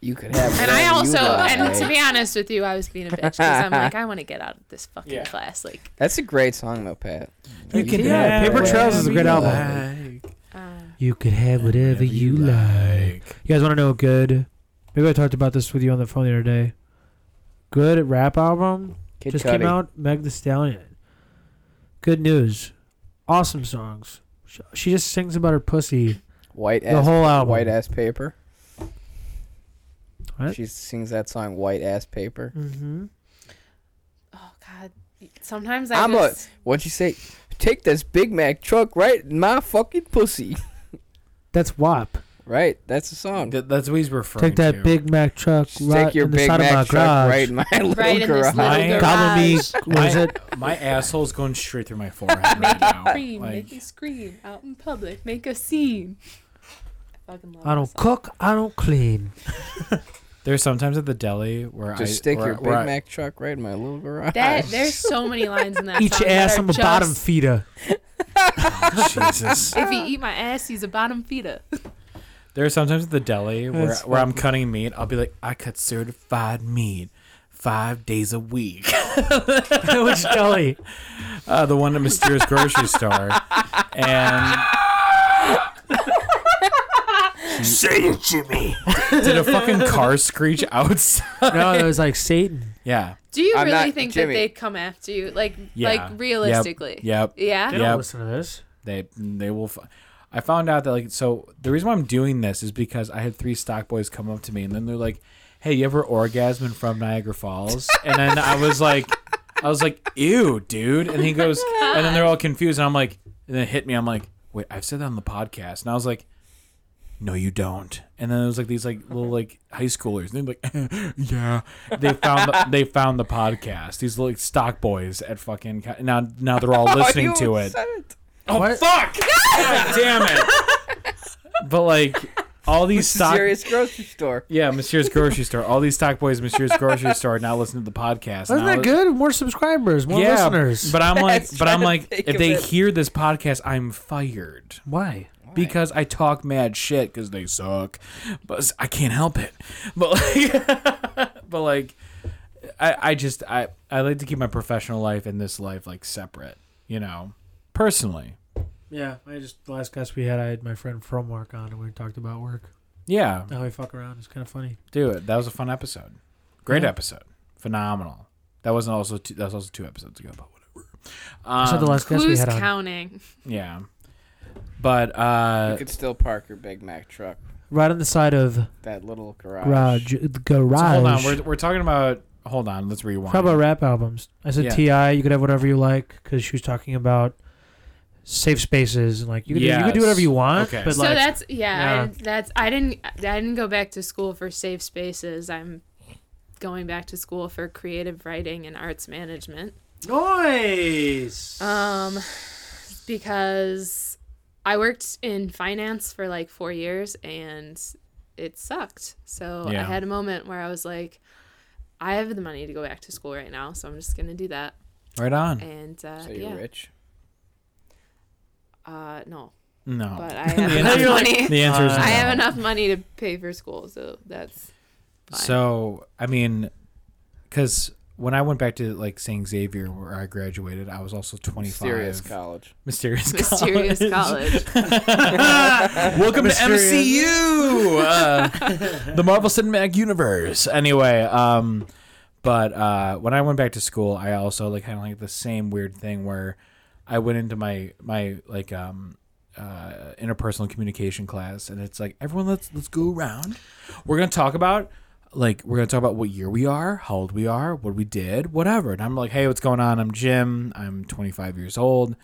Speaker 4: you could have.
Speaker 5: and I
Speaker 4: whatever you
Speaker 5: also,
Speaker 4: like.
Speaker 5: and to be honest with you, I was being a bitch because I'm like, I want to get out of this fucking class. Like,
Speaker 4: that's a great song though, Pat.
Speaker 2: You can have
Speaker 7: have
Speaker 2: Paper
Speaker 7: whatever
Speaker 2: Trails is a great
Speaker 7: you
Speaker 2: album.
Speaker 5: um,
Speaker 2: You could have whatever you like. You guys want to know a good? Maybe I talked about this with you on the phone the other day. Good rap album
Speaker 4: Kid
Speaker 2: just
Speaker 4: Cudi.
Speaker 2: came out. Meg the Stallion. Good news. Awesome songs. Sh- She just sings about her pussy
Speaker 4: White
Speaker 2: the
Speaker 4: ass,
Speaker 2: whole album.
Speaker 4: white ass paper.
Speaker 2: What?
Speaker 4: She sings that song, white ass paper.
Speaker 2: Mm-hmm.
Speaker 5: oh god, sometimes I
Speaker 4: I'm a.
Speaker 5: just.
Speaker 4: What'd you say? Take this Big Mac truck right in my fucking pussy.
Speaker 2: That's WAP.
Speaker 4: Right, that's the song.
Speaker 3: Th- that's what he's referring.
Speaker 2: Take that
Speaker 3: to.
Speaker 2: Big Mac truck
Speaker 4: Just
Speaker 2: right
Speaker 4: take your
Speaker 2: in the
Speaker 4: Big
Speaker 2: side
Speaker 4: Mac
Speaker 2: of my
Speaker 4: truck
Speaker 2: garage.
Speaker 4: right in my little
Speaker 5: Right in this
Speaker 4: garage.
Speaker 5: little
Speaker 7: Mine-
Speaker 2: Gobble me.
Speaker 5: garage.
Speaker 2: What is it?
Speaker 3: My asshole's going straight through my forehead right now.
Speaker 5: scream,
Speaker 3: Like,
Speaker 5: make you scream out in public, make a scene. I fucking love
Speaker 2: I don't cook. I don't clean.
Speaker 3: there's sometimes at the deli where I
Speaker 4: Just stick
Speaker 3: where-
Speaker 4: your Big
Speaker 3: where I-
Speaker 4: Mac truck right in my little garage.
Speaker 5: that. There's so many lines in that.
Speaker 2: Each
Speaker 5: song
Speaker 2: ass,
Speaker 5: that are
Speaker 2: I'm a
Speaker 5: just,
Speaker 2: bottom feeder.
Speaker 3: Jesus.
Speaker 5: If you eat my ass, he's a bottom feeder.
Speaker 3: There's sometimes at the deli where,
Speaker 2: That's
Speaker 3: where I'm cutting meat. I'll be like, I cut certified meat five days a week.
Speaker 2: Which deli?
Speaker 3: Uh, the one at Mysterious Grocery Store. And
Speaker 6: Say it to me.
Speaker 3: did a fucking car screech outside.
Speaker 2: No, it was like Satan.
Speaker 3: Yeah.
Speaker 5: Do you
Speaker 4: I'm
Speaker 5: really
Speaker 4: not-
Speaker 5: think
Speaker 4: Jimmy.
Speaker 5: that they'd come after you? Like,
Speaker 3: Yeah.
Speaker 5: like realistically?
Speaker 3: Yep. yep.
Speaker 5: Yeah.
Speaker 2: They
Speaker 3: Yeah.
Speaker 2: don't listen to this.
Speaker 3: They they will. F- I found out that like so the reason why I'm doing this is because I had three stock boys come up to me and then they're like, "Hey, you ever orgasm from Niagara Falls?" And then I was like, I was like, "Ew, dude!" And he goes, and then they're all confused, and I'm like, and then it hit me. I'm like, "Wait, I've said that on the podcast," and I was like. No, you don't. And then there was like these like little like high schoolers. And they're like, yeah. They found the, they found the podcast. These like stock boys at fucking co- now now they're all listening
Speaker 4: You
Speaker 3: to it.
Speaker 4: said it.
Speaker 3: Oh fuck! God damn it! But like all these stock,
Speaker 4: Serious grocery store.
Speaker 3: yeah, Monsieur's grocery store. All these stock boys, Monsieur's grocery store, now listen to the podcast.
Speaker 2: Isn't
Speaker 3: and I
Speaker 2: that
Speaker 3: was-
Speaker 2: good? More subscribers, more
Speaker 3: yeah,
Speaker 2: listeners.
Speaker 3: but I'm like,
Speaker 4: That's
Speaker 3: but I'm
Speaker 4: trying
Speaker 3: like,
Speaker 4: to think
Speaker 3: if
Speaker 4: of
Speaker 3: they
Speaker 4: it.
Speaker 3: hear this podcast, I'm fired
Speaker 2: why?
Speaker 3: because I talk mad shit because they suck, but I can't help it. But like, but like, I I just I I like to keep my professional life and this life like separate, you know, personally.
Speaker 2: Yeah, I just the last guest we had, I had my friend from work on, and we talked about work.
Speaker 3: Yeah,
Speaker 2: How we fuck around It's kind of funny.
Speaker 3: Do it. That was a fun episode. Great
Speaker 2: Yeah.
Speaker 3: episode. Phenomenal. That wasn't also two, that was also two episodes ago, but whatever. Um,
Speaker 2: So the last guest we
Speaker 5: Who's
Speaker 2: had on.
Speaker 5: counting?
Speaker 3: Yeah. But
Speaker 4: You
Speaker 3: uh,
Speaker 4: could still park your Big Mac truck.
Speaker 2: Right on the side of
Speaker 4: That little garage.
Speaker 2: garage. uh,
Speaker 3: so
Speaker 2: Garage.
Speaker 3: hold on. We're, we're talking about. Hold on. Let's rewind.
Speaker 2: Talk about rap albums. I said
Speaker 3: Yeah.
Speaker 2: Ti, you could have whatever you like because she was talking about safe spaces and like you could, do, you could do
Speaker 3: Yes.
Speaker 2: whatever you want.
Speaker 3: Okay.
Speaker 2: But
Speaker 5: So
Speaker 2: like,
Speaker 5: that's yeah.
Speaker 2: Yeah.
Speaker 5: I, that's I didn't I didn't go back to school for safe spaces. I'm going back to school for creative writing and arts management
Speaker 2: Nice.
Speaker 5: um, because I worked in finance for like four years and it sucked. So I
Speaker 3: Yeah.
Speaker 5: had a moment where I was like, I have the money to go back to school right now, so I'm just gonna do that.
Speaker 3: Right on.
Speaker 5: And uh,
Speaker 4: So you're
Speaker 5: yeah,
Speaker 4: rich.
Speaker 5: uh, no,
Speaker 2: Oh.
Speaker 7: No.
Speaker 5: but I have
Speaker 7: The
Speaker 5: enough
Speaker 7: answer-
Speaker 5: money.
Speaker 7: the answer is
Speaker 5: I
Speaker 7: no.
Speaker 5: have enough money to pay for school, so that's fine.
Speaker 3: So I mean, because when I went back to like St. Xavier where I graduated, I was also 25.
Speaker 4: Serious college.
Speaker 7: Mysterious.
Speaker 5: mysterious college.
Speaker 3: Welcome to MCU, uh, the Marvel Cinematic Universe. Anyway, um, but uh, when I went back to school, I also like kind of like the same weird thing where I went into my my like um, uh, interpersonal communication class, and it's like everyone let's let's go around. We're gonna talk about like we're gonna talk about what year we are, how old we are, what we did, whatever. And I'm like, hey, what's going on? I'm Jim. I'm 25 years old.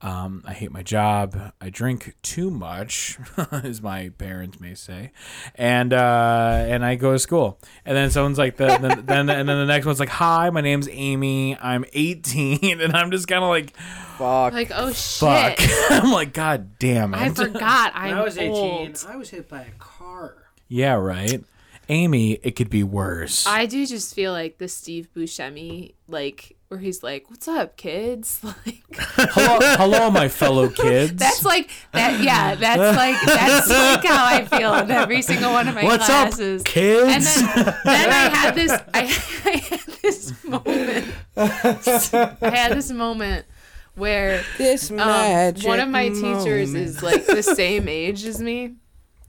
Speaker 3: Um, I hate my job. I drink too much, as my parents may say, and uh, and I go to school. And then someone's like, the, then, then and then the next one's like, "Hi, my name's Amy. I'm 18," and I'm just kind of like,
Speaker 4: Fuck.
Speaker 5: like, oh
Speaker 3: "Fuck."
Speaker 5: shit,
Speaker 3: I'm like, "God damn it!"
Speaker 5: I forgot. I'm
Speaker 2: when I was 18,
Speaker 5: old.
Speaker 2: I was hit by a car.
Speaker 3: yeah, right. Amy, it could be worse.
Speaker 5: I do just feel like the Steve Buscemi, like where he's like, "What's up, kids?" Like
Speaker 3: hello, hello, my fellow kids.
Speaker 5: that's like that. Yeah, that's like that's like how I feel in every single one of my
Speaker 3: What's
Speaker 5: classes.
Speaker 3: up, kids?
Speaker 5: And then, then I had this. I, I had this moment. I had this moment where
Speaker 4: This
Speaker 5: um, one of my teachers is like the same age as me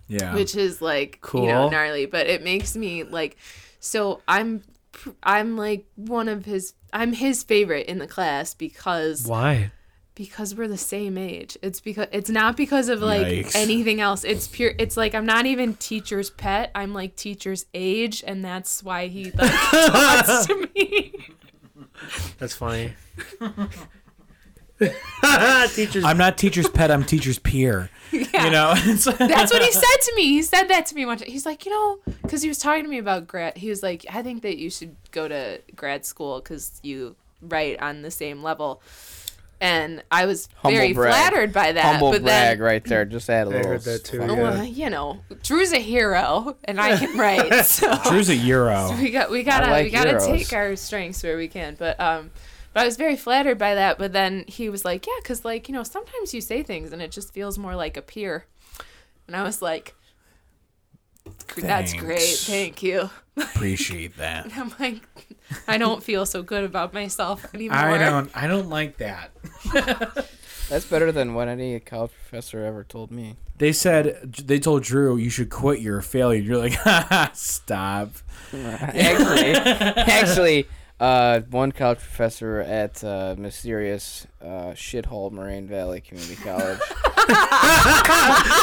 Speaker 3: yeah,
Speaker 5: which is like you know
Speaker 3: Oh. Cool.
Speaker 5: gnarly but it makes me like so i'm pr- i'm like one of his i'm his favorite in the class because
Speaker 2: Why?
Speaker 5: because we're the same age it's because it's not because of like
Speaker 3: Yikes.
Speaker 5: anything else it's pure it's like i'm not even teacher's pet i'm like teacher's age and that's why he like talks to me
Speaker 2: That's funny. Teachers.
Speaker 3: I'm not teacher's pet. I'm teacher's peer.
Speaker 5: Yeah.
Speaker 3: You know, It's-
Speaker 5: That's what he said to me. He said that to me one time. He's like, you know, because he was talking to me about grad. He was like, I think that you should go to grad school because you write on the same level. And I was
Speaker 4: Humble
Speaker 5: very
Speaker 4: brag.
Speaker 5: flattered by that.
Speaker 4: Humble
Speaker 5: but
Speaker 4: brag
Speaker 5: then,
Speaker 4: right there. Just add a little.
Speaker 2: heard that too,
Speaker 4: fuck.
Speaker 2: yeah.
Speaker 5: well, you know, Drew's a hero, and I can write. So
Speaker 3: Drew's a euro.
Speaker 5: we got we gotta
Speaker 4: like
Speaker 5: we gotta
Speaker 4: heroes.
Speaker 5: take our strengths where we can. But um, but I was very flattered by that. But then he was like, yeah, because like you know, sometimes you say things and it just feels more like a peer. And I was like, that's great,
Speaker 3: Thanks.
Speaker 5: thank you.
Speaker 3: Appreciate that.
Speaker 5: I'm like, I don't feel so good about myself anymore.
Speaker 3: I don't. I don't like that.
Speaker 4: That's better than what any college professor ever told me.
Speaker 3: They said they told Drew you should quit. You're a failure. You're like, stop.
Speaker 4: actually, actually, uh, one college professor at uh, mysterious uh, shithole Moraine Valley Community College.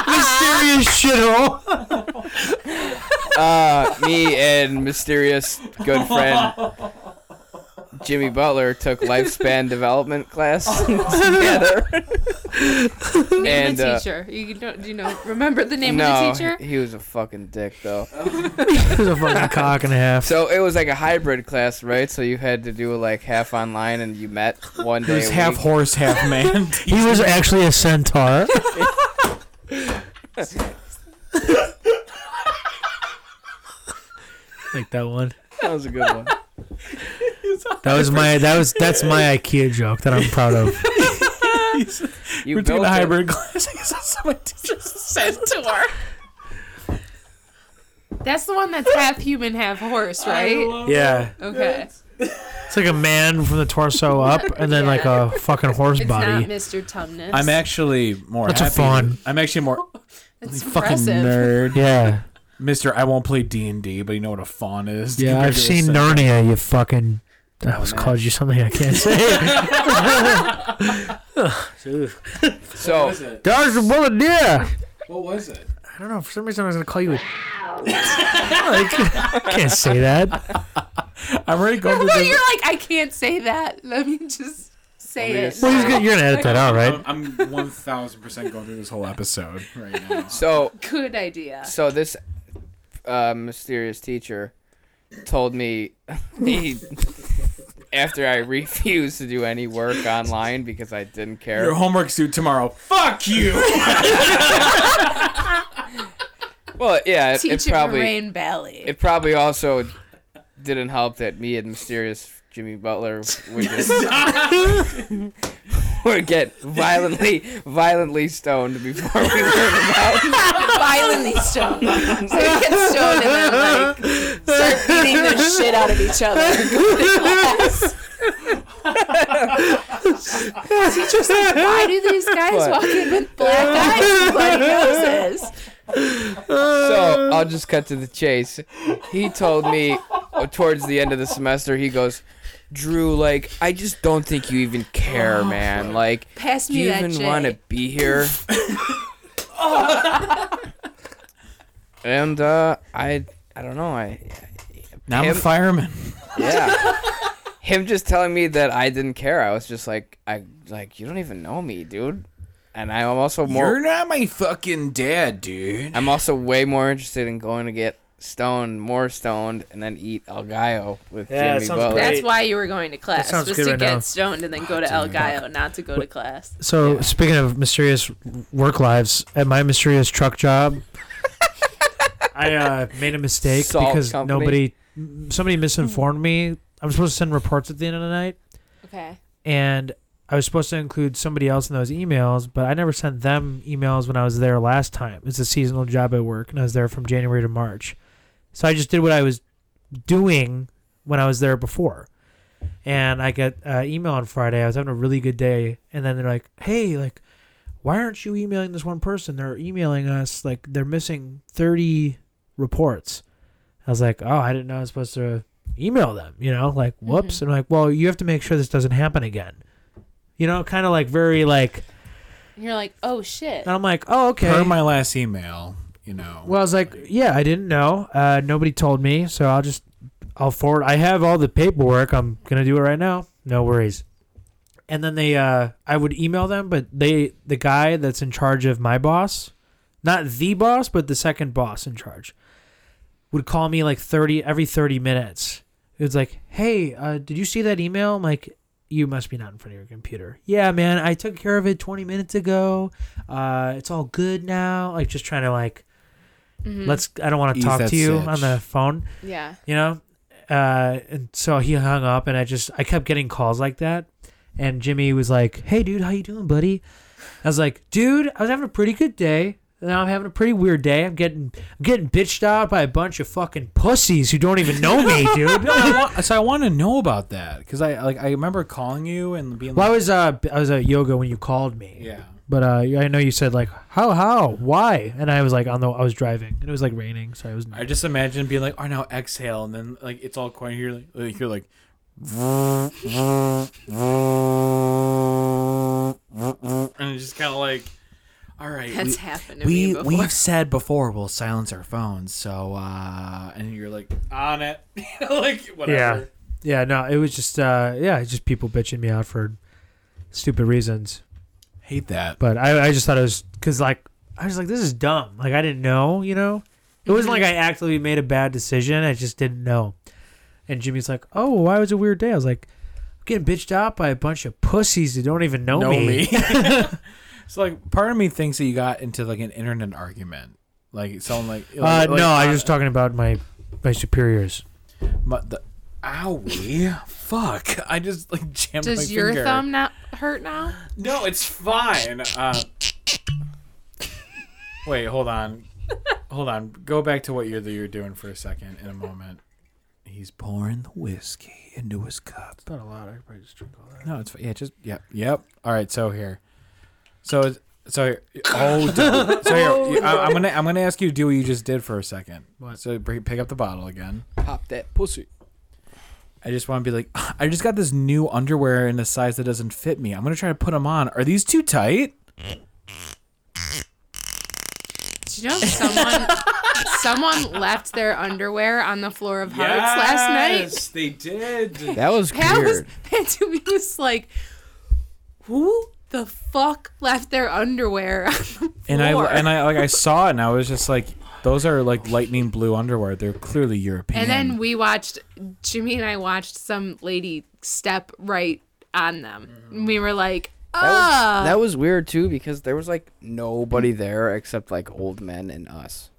Speaker 3: Mysterious shithole.
Speaker 4: uh, me and mysterious good friend Jimmy Butler took lifespan development class together.
Speaker 5: Name
Speaker 4: and
Speaker 5: the
Speaker 4: uh,
Speaker 5: teacher. you don't, do you know? Remember the name
Speaker 4: no,
Speaker 5: of the teacher?
Speaker 4: he was a fucking dick though.
Speaker 2: There's a fucking cock and a half.
Speaker 4: So it was like a hybrid class, right? So you had to do like half online, and you met one day.
Speaker 3: It was
Speaker 4: a
Speaker 3: half
Speaker 4: week.
Speaker 3: horse, half man.
Speaker 2: he was actually a centaur. like that one.
Speaker 4: That was a good one.
Speaker 2: That was my. That was that's my IKEA joke that I'm proud of.
Speaker 4: You
Speaker 3: We're taking a
Speaker 4: built it.
Speaker 3: hybrid class. I guess my teacher said.
Speaker 5: Centaur. That's the one that's half human, half horse, right?
Speaker 2: Yeah,
Speaker 5: Okay.
Speaker 2: it's like a man from the torso up, and then like a fucking horse
Speaker 5: It's not
Speaker 2: body.
Speaker 5: Mr. Tumnus.
Speaker 3: I'm actually more.
Speaker 2: That's a
Speaker 3: happy-
Speaker 2: fawn.
Speaker 3: I'm actually more.
Speaker 5: It's
Speaker 3: fucking
Speaker 5: impressive.
Speaker 3: nerd,
Speaker 2: Yeah,
Speaker 3: Mister. I won't play D and D, but you know what a fawn is.
Speaker 2: yeah.
Speaker 3: compared
Speaker 2: I've
Speaker 3: to a
Speaker 2: seen
Speaker 3: centaur.
Speaker 2: Narnia. You fucking. I was called you something I can't say.
Speaker 4: So
Speaker 2: Dodge the bullet, deer.
Speaker 3: What was it?
Speaker 2: I don't know. For some reason, I was gonna call you. A... I can't say that.
Speaker 3: I'm already going to
Speaker 5: Well,
Speaker 3: the.
Speaker 5: you're like, I can't say that. Let me just say it.
Speaker 2: Well, he's gonna, you're gonna edit that out, right?
Speaker 3: I'm 1,000% going through this whole episode right now.
Speaker 4: so
Speaker 5: Good idea.
Speaker 4: so this uh, mysterious teacher told me he, after I refused to do any work online because I didn't care.
Speaker 8: Your homework's due tomorrow. Fuck you.
Speaker 4: Well, yeah, it, it
Speaker 5: Teaching
Speaker 4: probably
Speaker 5: Moraine Valley.
Speaker 4: it probably also didn't help that me and mysterious Jimmy Butler were just were get violently violently stoned before we learned about
Speaker 5: violently stoned. So we get stoned and then like start beating the shit out of each other. in class. Teacher's like, why do these guys
Speaker 4: What?
Speaker 5: walk in with black eyes? Nobody knows this.
Speaker 4: so I'll just cut to the chase. He told me uh, towards the end of the semester, he goes, Drew, like, I just don't think you even care, man. Like,
Speaker 5: Pass
Speaker 4: do
Speaker 5: me
Speaker 4: you
Speaker 5: that
Speaker 4: even
Speaker 5: J.
Speaker 4: want to be here? and, uh, I, I don't know. I,
Speaker 3: Now I'm a
Speaker 4: Him-
Speaker 3: fireman.
Speaker 4: yeah. Him just telling me that I didn't care. I was just like, I, like, you don't even know me, dude. And I'm also more.
Speaker 8: You're not my fucking dad, dude.
Speaker 4: I'm also way more interested in going to get stoned, more stoned, and then eat El Gallo with
Speaker 2: Yeah,
Speaker 4: Jimmy
Speaker 2: sounds
Speaker 4: Butler.
Speaker 2: great.
Speaker 5: That's why you were going to class,
Speaker 2: sounds
Speaker 5: just
Speaker 2: good
Speaker 5: to
Speaker 2: right
Speaker 5: get
Speaker 2: now.
Speaker 5: stoned and then go to El Gallo, not to go to class.
Speaker 2: So speaking of mysterious work lives, at my mysterious truck job, I uh, made a mistake
Speaker 4: Salt
Speaker 2: because
Speaker 4: company.
Speaker 2: nobody, somebody misinformed me. I'm supposed to send reports at the end of the night,
Speaker 5: Okay.
Speaker 2: and I was supposed to include somebody else in those emails, but I never sent them emails when I was there last time. It's a seasonal job at work, and I was there from January to March, so I just did what I was doing when I was there before. And I got uh, email on Friday. I was having a really good day, and then they're like, "Hey, like, why aren't you emailing this one person? They're emailing us like they're missing thirty reports." I was like, "Oh, I didn't know I was supposed to email them." You know, like, whoops. And I'm like, "Well, you have to make sure this doesn't happen again." You know, kind of like very like,
Speaker 5: And you're like, oh shit.
Speaker 2: and I'm like, "Oh, okay."
Speaker 3: Per my last email, you know.
Speaker 2: Well, I was like, yeah, I didn't know. Uh, nobody told me, so I'll just, I'll forward. I have all the paperwork. I'm gonna do it right now. No worries. And then they, uh, I would email them, but they, the guy that's in charge of my boss, not the boss, but the second boss in charge, would call me like thirty every thirty minutes. It was like, hey, uh, did you see that email? I'm like, you must be not in front of your computer. Yeah, man, I took care of it twenty minutes ago. Uh, it's all good now. Like just trying to like let's i don't want to
Speaker 8: Ease
Speaker 2: talk
Speaker 8: that
Speaker 2: to you
Speaker 8: sitch.
Speaker 2: on the phone
Speaker 5: Yeah.
Speaker 2: you know uh, and so he hung up and i just i kept getting calls like that and jimmy was like hey dude how you doing buddy i was like dude i was having a pretty good day now i'm having a pretty weird day i'm getting I'm getting bitched out by a bunch of fucking pussies who don't even know me dude
Speaker 3: I want- so I want to know about that because I like I remember calling you and being
Speaker 2: well i
Speaker 3: like,
Speaker 2: was uh i was at yoga when you called me
Speaker 3: yeah.
Speaker 2: but uh, I know you said like how how why and I was like on the I was driving and it was like raining so I was
Speaker 3: I just imagine being like, oh now exhale, and then like it's all quiet. You're like, like, you're like, and it's just kind of like, all right,
Speaker 5: That's happened to me
Speaker 3: we,
Speaker 5: before.
Speaker 3: we we've said before we'll silence our phones. So uh, and you're like on it, You know, like whatever.
Speaker 2: Yeah, no, it was just uh yeah, it's just people bitching me out for stupid reasons.
Speaker 8: Hate that.
Speaker 2: But I, I just thought it was cuz like I was like this is dumb. Like I didn't know, you know? It wasn't like I actively made a bad decision. I just didn't know. And Jimmy's like, "Oh, why was it a weird day?" I was like, I'm "Getting bitched out by a bunch of pussies who don't even know,
Speaker 3: know
Speaker 2: me."
Speaker 3: me. so like, part of me thinks that you got into like an internet argument, like someone like,
Speaker 2: Uh,
Speaker 3: like-
Speaker 2: no, I
Speaker 3: uh,
Speaker 2: was just talking about my my superiors.
Speaker 3: my, the, owie, fuck! I just like jammed my
Speaker 9: Does your
Speaker 3: finger.
Speaker 9: thumb not hurt now?
Speaker 3: No, it's fine. Uh, wait, hold on, hold on. Go back to what you're you're doing for a second in a moment. He's pouring the whiskey into his cup.
Speaker 2: Not a lot. I could probably just drink all that.
Speaker 3: No, it's yeah, just yep, yep. All right, so here, so it's- so here- oh, dude. so here, you- I, am gonna I'm gonna ask you to do what you just did for a second. So br- pick up the bottle again.
Speaker 4: Pop that pussy.
Speaker 3: I just want to be like, I just got this new underwear in a size that doesn't fit me. I'm gonna try to put them on. Are these too tight?
Speaker 9: Do you know someone someone left their underwear on the floor of Hearts last night?
Speaker 3: they did.
Speaker 4: That was
Speaker 9: Pat was
Speaker 4: weird.
Speaker 9: Pat to me was like, who the fuck left their underwear on the floor?
Speaker 3: And I and I like I saw it and I was just like, Those are like lightning blue underwear. They're clearly European.
Speaker 1: And then we watched Jimmy and I watched some lady step right on them. And we were like,
Speaker 4: That
Speaker 1: "Oh,
Speaker 4: was, that was weird too because there was like nobody there except like old men and us.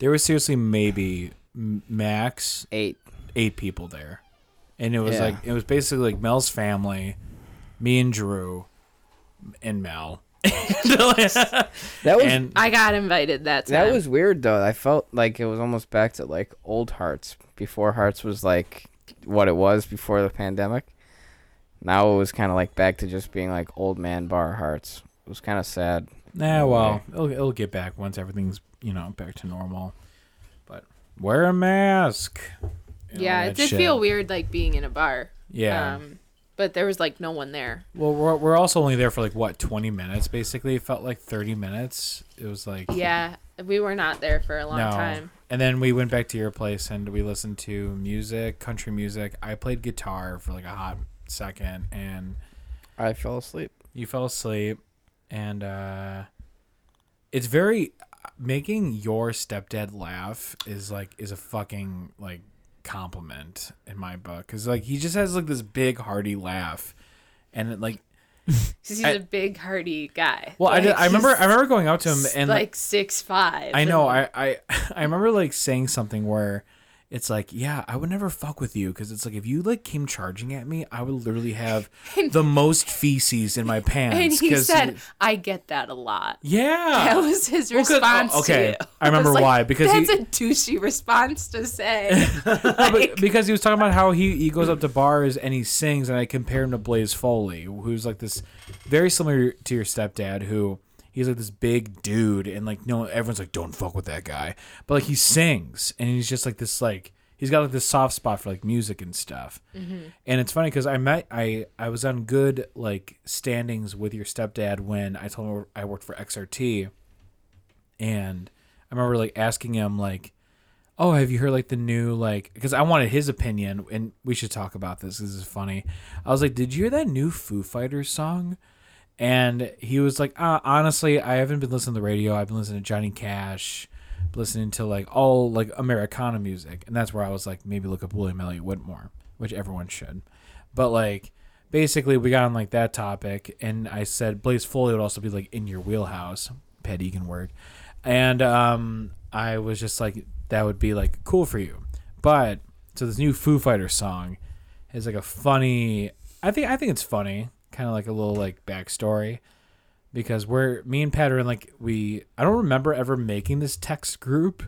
Speaker 3: there was seriously maybe m- max
Speaker 4: Eight.
Speaker 3: eight people there, and it was
Speaker 4: Yeah.
Speaker 3: like it was basically like Mel's family, me and Drew, and Mel.
Speaker 4: That was
Speaker 3: And
Speaker 1: I got invited that time."
Speaker 4: that was weird though. I felt like it was almost back to like old Hearts before Hearts was like what it was before the pandemic. Now it was kind of like back to just being like old man bar Hearts. It was kind of sad.
Speaker 3: nah, well, it'll, it'll get back once everything's you know back to normal. But wear a mask. and all
Speaker 1: yeah,
Speaker 3: Oh, that
Speaker 1: it did
Speaker 3: shit.
Speaker 1: feel weird like being in a bar.
Speaker 3: Yeah.
Speaker 1: Um, but there was like no one there.
Speaker 3: well, we're, we're also only there for like what twenty minutes. Basically, it felt like thirty minutes. It was like
Speaker 1: Yeah, we were not there for a long time.
Speaker 3: And then we went back to your place and we listened to music, country music. I played guitar for like a hot second and
Speaker 4: I fell asleep.
Speaker 3: you fell asleep. And uh it's very making your stepdad laugh is like is a fucking like compliment in my book cuz like he just has like this big hearty laugh and it, like
Speaker 1: 'Cause he's
Speaker 3: I-
Speaker 1: a big hearty guy.
Speaker 3: well I,
Speaker 1: Like,
Speaker 3: did, I remember I
Speaker 1: he's
Speaker 3: remember going up to him and
Speaker 1: like six five.
Speaker 3: I know. I, I I remember like saying something where it's like, yeah, I would never fuck with you because it's like if you like came charging at me, I would literally have the most feces in my pants.
Speaker 1: And he
Speaker 3: 'cause-
Speaker 1: said, "I get that a lot."
Speaker 3: yeah.
Speaker 1: That was his
Speaker 3: Well, 'cause- oh,
Speaker 1: response.
Speaker 3: okay.
Speaker 1: to it.
Speaker 3: I remember
Speaker 1: was like,
Speaker 3: why, because he-
Speaker 1: that's a douchey response to say.
Speaker 3: No, but- because he was talking about how he, he goes up to bars and he sings, and I compare him to Blaze Foley, who's like this very similar to your stepdad, who he's like this big dude, and like no everyone's like don't fuck with that guy, but like he sings, and he's just like this like he's got like this soft spot for like music and stuff, and it's funny because I met I I was on good like standings with your stepdad when I told him I worked for XRT, and I remember like asking him like oh have you heard like the new like because i wanted his opinion and we should talk about this 'cause this is funny i was like did you hear that new foo fighters song and he was like uh, honestly i haven't been listening to the radio i've been listening to johnny cash listening to like all like americana music and that's where i was like maybe look up william elliott whitmore which everyone should but like basically we got on like that topic and i said blaze foley would also be like in your wheelhouse pet egan word and um i was just like that would be like cool for you but so this new foo fighter song is like a funny i think i think it's funny kind of like a little like backstory because we're me and pat are in like we i don't remember ever making this text group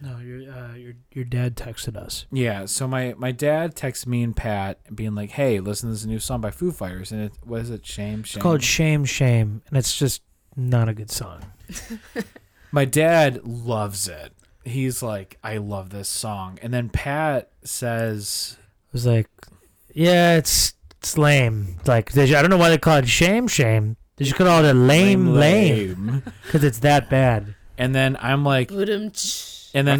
Speaker 2: No, your uh, your your dad texted us.
Speaker 3: yeah, so my my dad texts me and Pat being like, "Hey, listen to this new song by Foo Fighters." And it was it Shame Shame.
Speaker 2: It's called Shame Shame, and it's just not a good song.
Speaker 3: my dad loves it. He's like, "I love this song." And then Pat says,
Speaker 2: It was like, yeah, it's it's lame. Like they, I don't know why they call it Shame Shame. They just call it a lame lame because it's that bad.
Speaker 3: And then I'm like, and
Speaker 4: I
Speaker 3: then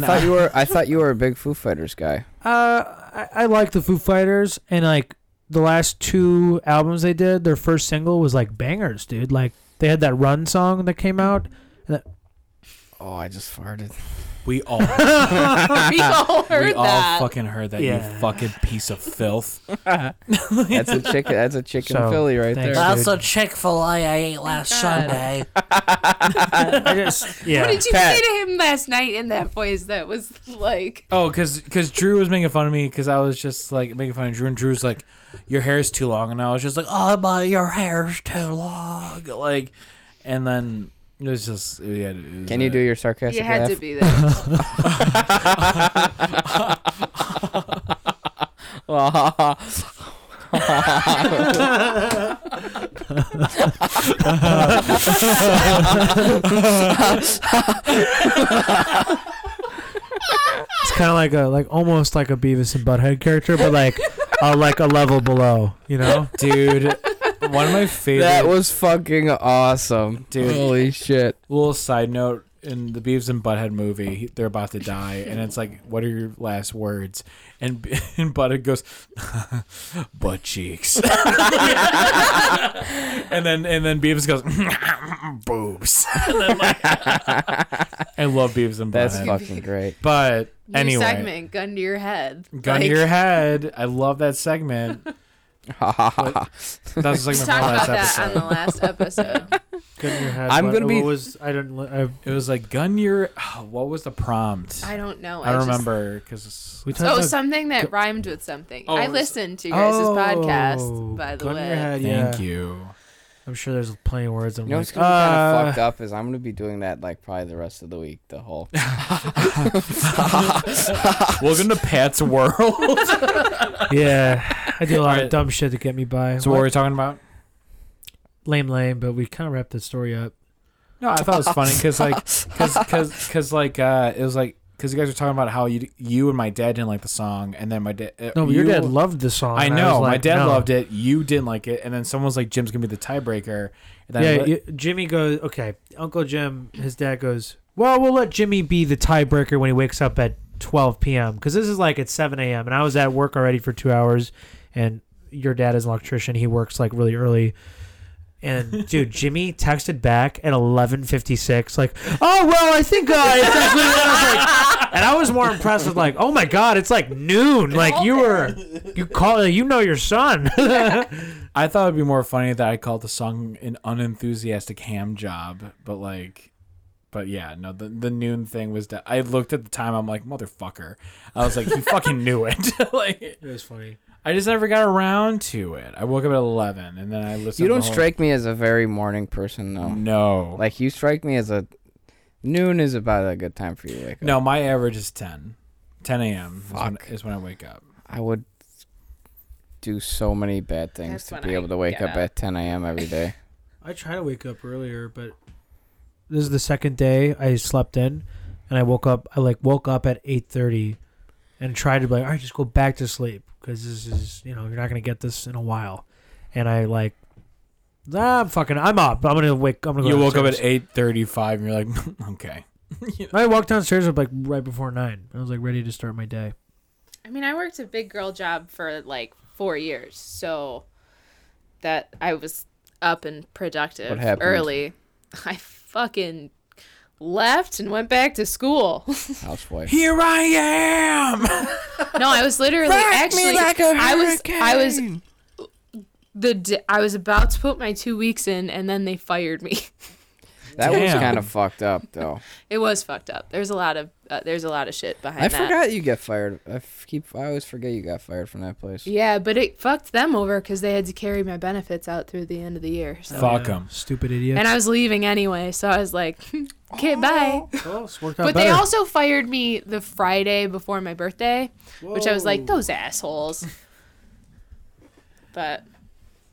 Speaker 4: thought
Speaker 3: I,
Speaker 4: you were I thought you were a big Foo Fighters guy.
Speaker 2: Uh, I, I like the Foo Fighters, and like the last two albums they did, their first single was like bangers, dude. Like they had that Run song that came out.
Speaker 4: Oh, I just farted.
Speaker 3: we all
Speaker 1: we all heard
Speaker 3: we all
Speaker 1: that.
Speaker 3: fucking heard that
Speaker 2: Yeah.
Speaker 3: you fucking piece of filth.
Speaker 4: That's a chicken. That's a chicken
Speaker 2: So,
Speaker 4: Philly right
Speaker 2: thanks.
Speaker 4: there.
Speaker 2: That's a
Speaker 10: Chick fil A I ate last Sunday.
Speaker 2: I just yeah.
Speaker 1: What did you
Speaker 4: Pat.
Speaker 1: say to him last night in that voice that was like
Speaker 3: Oh, because Drew was making fun of me because I was just like making fun of Drew, and Drew's like, "Your hair is too long," and I was just like, "Oh my, your hair's too long," like, and then it was just yeah. It was
Speaker 4: Can you
Speaker 3: a-
Speaker 4: do your sarcastic
Speaker 1: you had
Speaker 4: laugh?
Speaker 1: to be there?
Speaker 2: It's kind of like a like almost like a Beavis and Butthead character, but like uh, like a level below. You know,
Speaker 3: dude? One of my favorite
Speaker 4: that was fucking awesome,
Speaker 3: Dude.
Speaker 4: Holy shit!
Speaker 3: little side note in the Beavis and Butthead movie, he- they're about to die, and it's like, "What are your last words?" And, B- and Butthead goes, "Butt cheeks," and then and then Beavis goes boobs. and then, like, I love Beavis and
Speaker 4: That's
Speaker 3: Butthead.
Speaker 4: fucking great.
Speaker 3: But
Speaker 5: New
Speaker 3: anyway,
Speaker 5: segment, gun to your head.
Speaker 3: gun
Speaker 5: Like,
Speaker 3: to your head. I love that segment. That was like
Speaker 5: We
Speaker 3: my last
Speaker 5: talked about that
Speaker 3: episode.
Speaker 5: on the last episode.
Speaker 2: Gun your head.
Speaker 4: I'm
Speaker 2: What-
Speaker 4: gonna be-
Speaker 2: What was I don't. li- I,
Speaker 3: It was like gun your. oh, what was the prompt? I,
Speaker 5: I don't know.
Speaker 3: don't
Speaker 5: just-
Speaker 3: remember because
Speaker 2: we talked
Speaker 5: Oh,
Speaker 2: about
Speaker 5: something that rhymed with something.
Speaker 3: Oh,
Speaker 5: I
Speaker 3: it's-
Speaker 5: listened to your guys' podcast, by the
Speaker 2: gun
Speaker 5: way.
Speaker 2: Your head, yeah.
Speaker 3: thank you.
Speaker 2: I'm sure there's plenty of words. I'm
Speaker 4: You know what's
Speaker 2: like,
Speaker 4: gonna be kind
Speaker 2: uh,
Speaker 4: of fucked up is I'm gonna be doing that like probably the rest of the week. The whole
Speaker 3: Welcome to Pat's world.
Speaker 2: yeah, I do a lot
Speaker 3: Alright.
Speaker 2: of dumb shit to get me by.
Speaker 3: so what were we talking about?
Speaker 2: lame, lame, but we kind of wrapped the story up.
Speaker 3: No, I thought it was funny because like because because because like uh, it was like because you guys were talking about how you you and my dad didn't like the song, and then my dad uh,
Speaker 2: No, but your
Speaker 3: you-
Speaker 2: dad loved the song.
Speaker 3: I
Speaker 2: and was
Speaker 3: know my
Speaker 2: like,
Speaker 3: dad
Speaker 2: no.
Speaker 3: loved it. You didn't like it, and then someone was like, "Jim's gonna be the tiebreaker." And then I
Speaker 2: Yeah,
Speaker 3: let-
Speaker 2: you- Jimmy goes. Okay, Uncle Jim, his dad goes. Well, we'll let Jimmy be the tiebreaker when he wakes up at 12 p.m. because this is like at 7 a.m. and I was at work already for two hours, and your dad is an electrician. He works like really early. And dude, Jimmy texted back at 11:56, like, "Oh well, I think uh, it's actually." what I was like, and I was more impressed with like, "Oh my god, it's like noon! Like you were, you call, you know your son."
Speaker 3: I thought it'd be more funny that I called the song an unenthusiastic ham job, but like, but yeah, no, the the noon thing was. De- I looked at the time. I'm like, motherfucker. I was like, he fucking knew it. like,
Speaker 2: it was funny.
Speaker 3: I just never got around to it. I woke up at eleven, and then I listened.
Speaker 4: you
Speaker 3: to the
Speaker 4: don't
Speaker 3: whole-
Speaker 4: strike me as a very morning person though.
Speaker 3: No, like,
Speaker 4: Like you strike me as a noon is about a good time for you to wake up.
Speaker 3: no. My average is ten. 10 a.m. Is when,
Speaker 4: Fuck.
Speaker 3: is when I wake up.
Speaker 4: I would do so many bad things
Speaker 5: That's
Speaker 4: to
Speaker 5: when
Speaker 4: be
Speaker 5: I
Speaker 4: able to wake
Speaker 5: get
Speaker 4: up
Speaker 5: up.
Speaker 4: at 10 a.m. every day.
Speaker 2: I try to wake up earlier, but this is the second day I slept in, and I woke up. I like woke up at eight thirty, and tried to be like, all right, just go back to sleep because this is you know you're not gonna get this in a while, and I like. "Ah, I'm fucking. I'm up. I'm gonna wake. I'm gonna. Go
Speaker 3: You woke up at
Speaker 2: downstairs."
Speaker 3: eight thirty-five, and you're like, okay.
Speaker 2: I walked downstairs at like right before nine. I was like ready to start my day.
Speaker 5: I mean, I worked a big girl job for like four years, so that I was up and productive
Speaker 4: What happened?
Speaker 5: early. I fucking left and went back to school.
Speaker 4: Housewife.
Speaker 3: Here I am.
Speaker 5: no, I was literally actually I was I was the d- I was about to put my 2 weeks in and then they fired me.
Speaker 4: That was
Speaker 3: Damn.
Speaker 4: kind of fucked up though.
Speaker 5: It was fucked up. There's a lot of uh, there's a lot of shit behind
Speaker 4: I
Speaker 5: that.
Speaker 4: forgot you get fired. I f- keep. I always forget you got fired from that place.
Speaker 5: Yeah, but it fucked them over because they had to carry my benefits out through the end of the year. So.
Speaker 3: Fuck him.
Speaker 2: Stupid idiot.
Speaker 5: And I was leaving anyway, so I was like, okay, bye.
Speaker 2: oh, this worked out
Speaker 5: But they
Speaker 2: better.
Speaker 5: also fired me the Friday before my birthday, which I was like, those assholes. but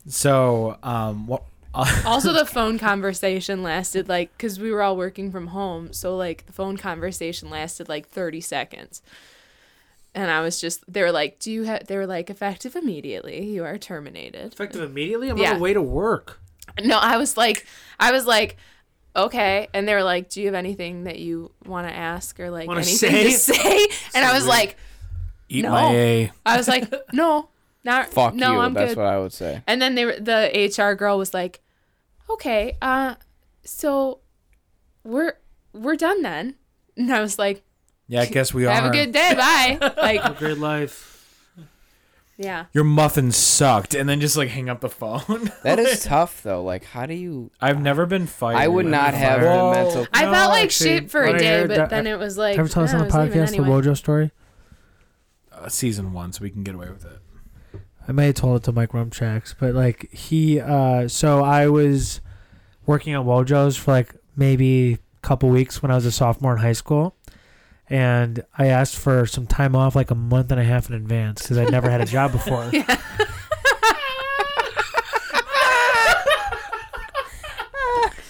Speaker 3: So, um, what?
Speaker 5: also, the phone conversation lasted like, because we were all working from home. So, like, the phone conversation lasted like 30 seconds. And I was just, they were like, do you have, they were like, effective immediately, you are terminated.
Speaker 2: effective immediately. I'm on
Speaker 5: Yeah.
Speaker 2: the way to work.
Speaker 5: No, I was like, I was like, okay. And they were like, do you have anything that you want to ask or like
Speaker 2: Wanna
Speaker 5: anything
Speaker 2: say?
Speaker 5: to say? And I was like,
Speaker 3: Eat
Speaker 5: No.
Speaker 3: my A.
Speaker 5: I was like, no, not
Speaker 4: Fuck
Speaker 5: no,
Speaker 4: you.
Speaker 5: I'm
Speaker 4: That's
Speaker 5: good.
Speaker 4: what I would say.
Speaker 5: and then they, were- the HR girl was like, okay, uh, so we're we're done then. And I was like,
Speaker 3: Yeah, I guess we are.
Speaker 5: have a good day, bye. like,
Speaker 2: Great life.
Speaker 5: yeah.
Speaker 3: Your muffin sucked, and then just like hang up the phone.
Speaker 4: That is tough though. Like, how do you?
Speaker 3: I've never been fired.
Speaker 4: I would not have
Speaker 3: Whoa.
Speaker 4: the mental.
Speaker 5: I
Speaker 3: No,
Speaker 5: felt like
Speaker 3: actually,
Speaker 5: shit for
Speaker 2: wanna
Speaker 5: a day,
Speaker 2: hear
Speaker 5: but
Speaker 2: that-
Speaker 5: then it was like,
Speaker 2: Ever tell us
Speaker 5: no,
Speaker 2: on
Speaker 5: I
Speaker 2: the
Speaker 5: was leaving
Speaker 2: podcast
Speaker 5: anyway.
Speaker 2: the Wojo story?
Speaker 3: Uh, season one, so we can get away with it.
Speaker 2: I may have told it to Mike Rumchacks, but like he, uh, so I was working at Wojo's for like maybe a couple weeks when I was a sophomore in high school. And I asked for some time off like a month and a half in advance because I'd never had a job before.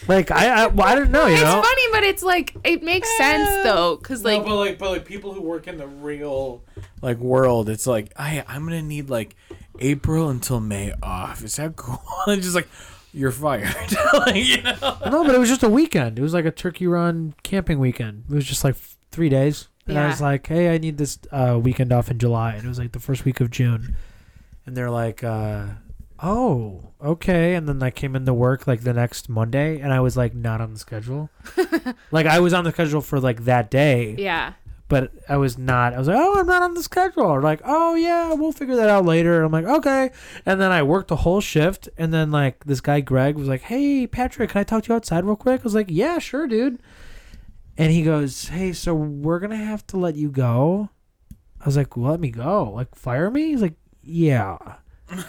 Speaker 2: Like, I, I, well, I didn't know, you
Speaker 5: It's
Speaker 2: know?
Speaker 5: funny, but it's like it makes sense though, because like
Speaker 3: but like, but like people who work in the real like world, it's like I I'm gonna need like April until May off. Is that cool? And just like you're fired. like, you know?
Speaker 2: No, but it was just a weekend. It was like a turkey run camping weekend. It was just like f- three days. And I
Speaker 5: Yeah.
Speaker 2: was like, hey, I need this uh, weekend off in July. And it was like the first week of June. And they're like, uh, oh, okay. And then I came into work like the next Monday, and I was like not on the schedule. like I was on the schedule for like that day,
Speaker 5: Yeah.
Speaker 2: but I was not. I was like, oh, I'm not on the schedule. Or like, oh yeah, we'll figure that out later. I'm like, okay. And then I worked the whole shift, and then like this guy Greg was like, hey Patrick, can I talk to you outside real quick? I was like, yeah, sure, dude. And he goes, hey, so we're gonna have to let you go. I was like, well, let me go. Like, fire me? He's like, yeah.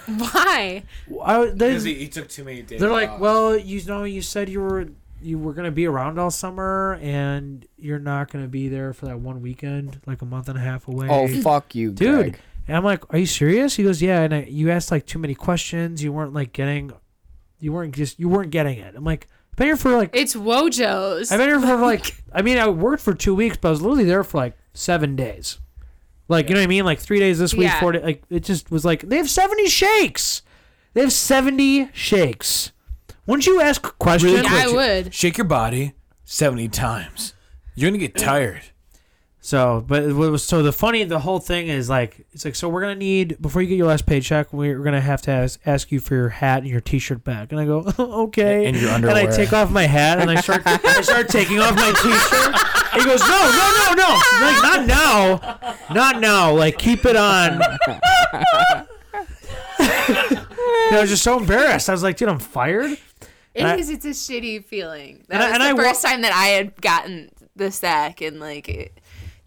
Speaker 5: Why?
Speaker 2: I, they,
Speaker 7: Because he, he took too many days.
Speaker 2: they're like,
Speaker 7: off.
Speaker 2: well, you know, you said you were you were gonna be around all summer, and you're not gonna be there for that one weekend, like a month and a half away.
Speaker 4: Oh fuck you,
Speaker 2: dude.
Speaker 4: Greg.
Speaker 2: And I'm like, are you serious? He goes, yeah. And I, you asked like too many questions. You weren't like getting, you weren't just you weren't getting it. I'm like, I've been here for like
Speaker 5: It's Wojo's.
Speaker 2: I've been here for like I mean I worked for two weeks, but I was literally there for like seven days. Like you know what I mean? Like three days this week,
Speaker 5: Yeah.
Speaker 2: four days. Like it just was like they have seventy shakes. They have seventy shakes. Wouldn't you ask questions?
Speaker 5: Yeah, I would.
Speaker 7: shake your body 70 times. You're going to get tired.
Speaker 2: So, but it was so the funny the whole thing is like it's like so we're gonna need before you get your last paycheck we're gonna have to ask, ask you for your hat and your t-shirt back and I go okay
Speaker 7: And your
Speaker 2: and I
Speaker 7: underwear.
Speaker 2: take off my hat and I start I start taking off my t-shirt he goes no no no no like not now not now like keep it on and I was just so embarrassed I was like dude I'm fired
Speaker 5: It
Speaker 2: I-
Speaker 5: is. It's a shitty feeling.
Speaker 2: And I-
Speaker 5: That
Speaker 2: and I
Speaker 5: was
Speaker 2: wa-
Speaker 5: the first time that I had gotten the sack and like it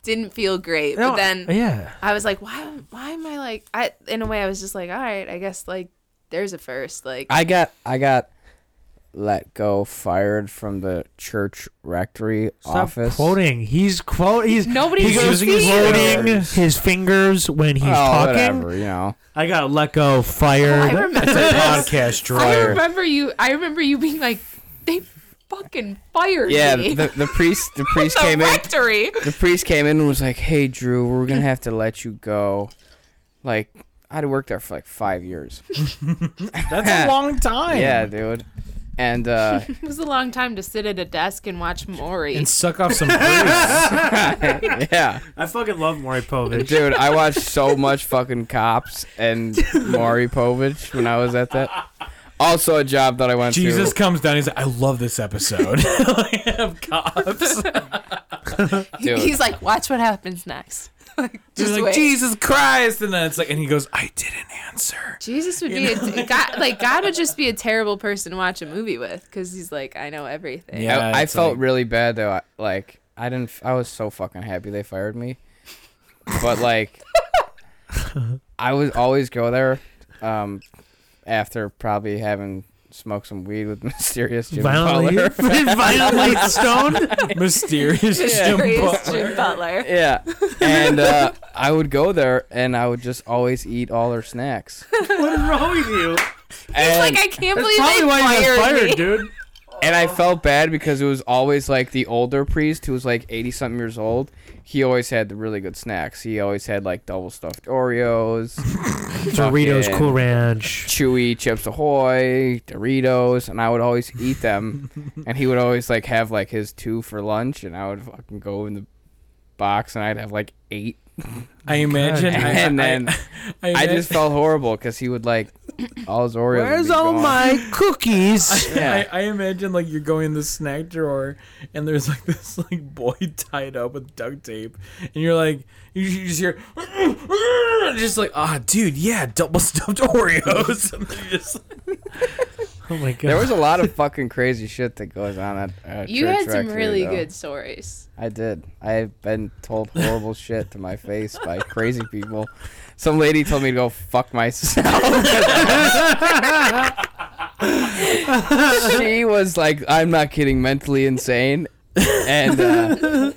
Speaker 5: didn't feel great.
Speaker 2: No,
Speaker 5: but then
Speaker 2: yeah
Speaker 5: I was like, why? Why am I like? I in a way I was just like, all right, I guess like there's a first. Like
Speaker 4: I got I got let go fired from the church rectory
Speaker 2: Stop
Speaker 4: office.
Speaker 2: quoting. He's quote. He's
Speaker 5: Nobody's
Speaker 2: he goes
Speaker 5: using his
Speaker 2: quoting
Speaker 7: words.
Speaker 2: his fingers when he's
Speaker 4: oh,
Speaker 2: talking.
Speaker 4: whatever, you know.
Speaker 2: I got let go,
Speaker 5: I
Speaker 2: fired.
Speaker 5: remember.
Speaker 7: Podcast
Speaker 5: I
Speaker 7: dryer.
Speaker 5: remember you. I remember you being like, they fucking fired
Speaker 4: Yeah,
Speaker 5: me.
Speaker 4: the, the priest the priest
Speaker 5: the
Speaker 4: came in.
Speaker 5: rectory.
Speaker 4: The priest came in and was like, "Hey, Drew, we're gonna have to let you go." Like, I'd worked there for like five years.
Speaker 7: That's a long time.
Speaker 4: Yeah, dude. And uh,
Speaker 5: It was a long time to sit at a desk and watch Maury.
Speaker 7: And suck off some booze.
Speaker 4: yeah,
Speaker 2: I fucking love Maury Povich.
Speaker 4: dude, I watched so much fucking cops and Maury Povich when I was at that. Also, a job that I went
Speaker 7: Jesus
Speaker 4: to.
Speaker 7: comes down. He's like, I love this episode. of cops.
Speaker 4: dude.
Speaker 5: He's like, watch what happens next. like,
Speaker 7: He's
Speaker 5: just
Speaker 7: like,
Speaker 5: wait.
Speaker 7: Jesus Christ. And then it's like, and he goes, I didn't answer.
Speaker 5: Jesus would be a, God, like God would just be a terrible person to watch a movie with because he's like, I know everything.
Speaker 7: Yeah,
Speaker 4: I, I
Speaker 7: it's
Speaker 4: felt
Speaker 7: like-
Speaker 4: really bad though. I- Like I didn't. f- I was so fucking happy they fired me, but like, I would always go there, um, after probably having smoked some weed with mysterious Jim
Speaker 2: Violently,
Speaker 4: Butler.
Speaker 2: violently stoned.
Speaker 7: Mysterious Jim
Speaker 5: Mysterious
Speaker 7: Butler.
Speaker 5: Jim Butler.
Speaker 4: Yeah, and uh, I would go there and I would just always eat all their snacks.
Speaker 2: What is wrong with you?
Speaker 4: And,
Speaker 5: Like I can't
Speaker 2: That's
Speaker 5: believe
Speaker 2: probably
Speaker 5: they
Speaker 2: why you
Speaker 5: fired,
Speaker 2: got fired,
Speaker 5: me.
Speaker 2: dude.
Speaker 4: and I felt bad because it was always like the older priest who was like eighty something years old. He always had the really good snacks. He always had like double stuffed Oreos.
Speaker 2: Doritos,
Speaker 4: Fucking-
Speaker 2: Cool Ranch.
Speaker 4: Chewy Chips Ahoy, Doritos, and I would always eat them. and he would always like have like his two for lunch, and I would fucking go in the box and I'd have like eight.
Speaker 7: I imagine. I,
Speaker 4: And
Speaker 7: I-
Speaker 4: then
Speaker 7: I,
Speaker 4: I just felt horrible because he would like all his Oreos. would
Speaker 2: Where's
Speaker 4: be
Speaker 2: all
Speaker 4: gone.
Speaker 2: my cookies?
Speaker 4: Yeah.
Speaker 7: I, I imagine like you're going in the snack drawer and there's like this like boy tied up with duct tape and you're like you, you just hear just like ah dude yeah double stuffed Oreos and then you just
Speaker 2: Oh my
Speaker 4: There
Speaker 2: god.
Speaker 4: was a lot of fucking crazy shit that goes on at uh,
Speaker 5: You
Speaker 4: church
Speaker 5: had some
Speaker 4: rectory,
Speaker 5: really
Speaker 4: though.
Speaker 5: good stories.
Speaker 4: I did. I've been told horrible shit to my face by crazy people. Some lady told me to go fuck myself. she was like, I'm not kidding, mentally insane. And uh,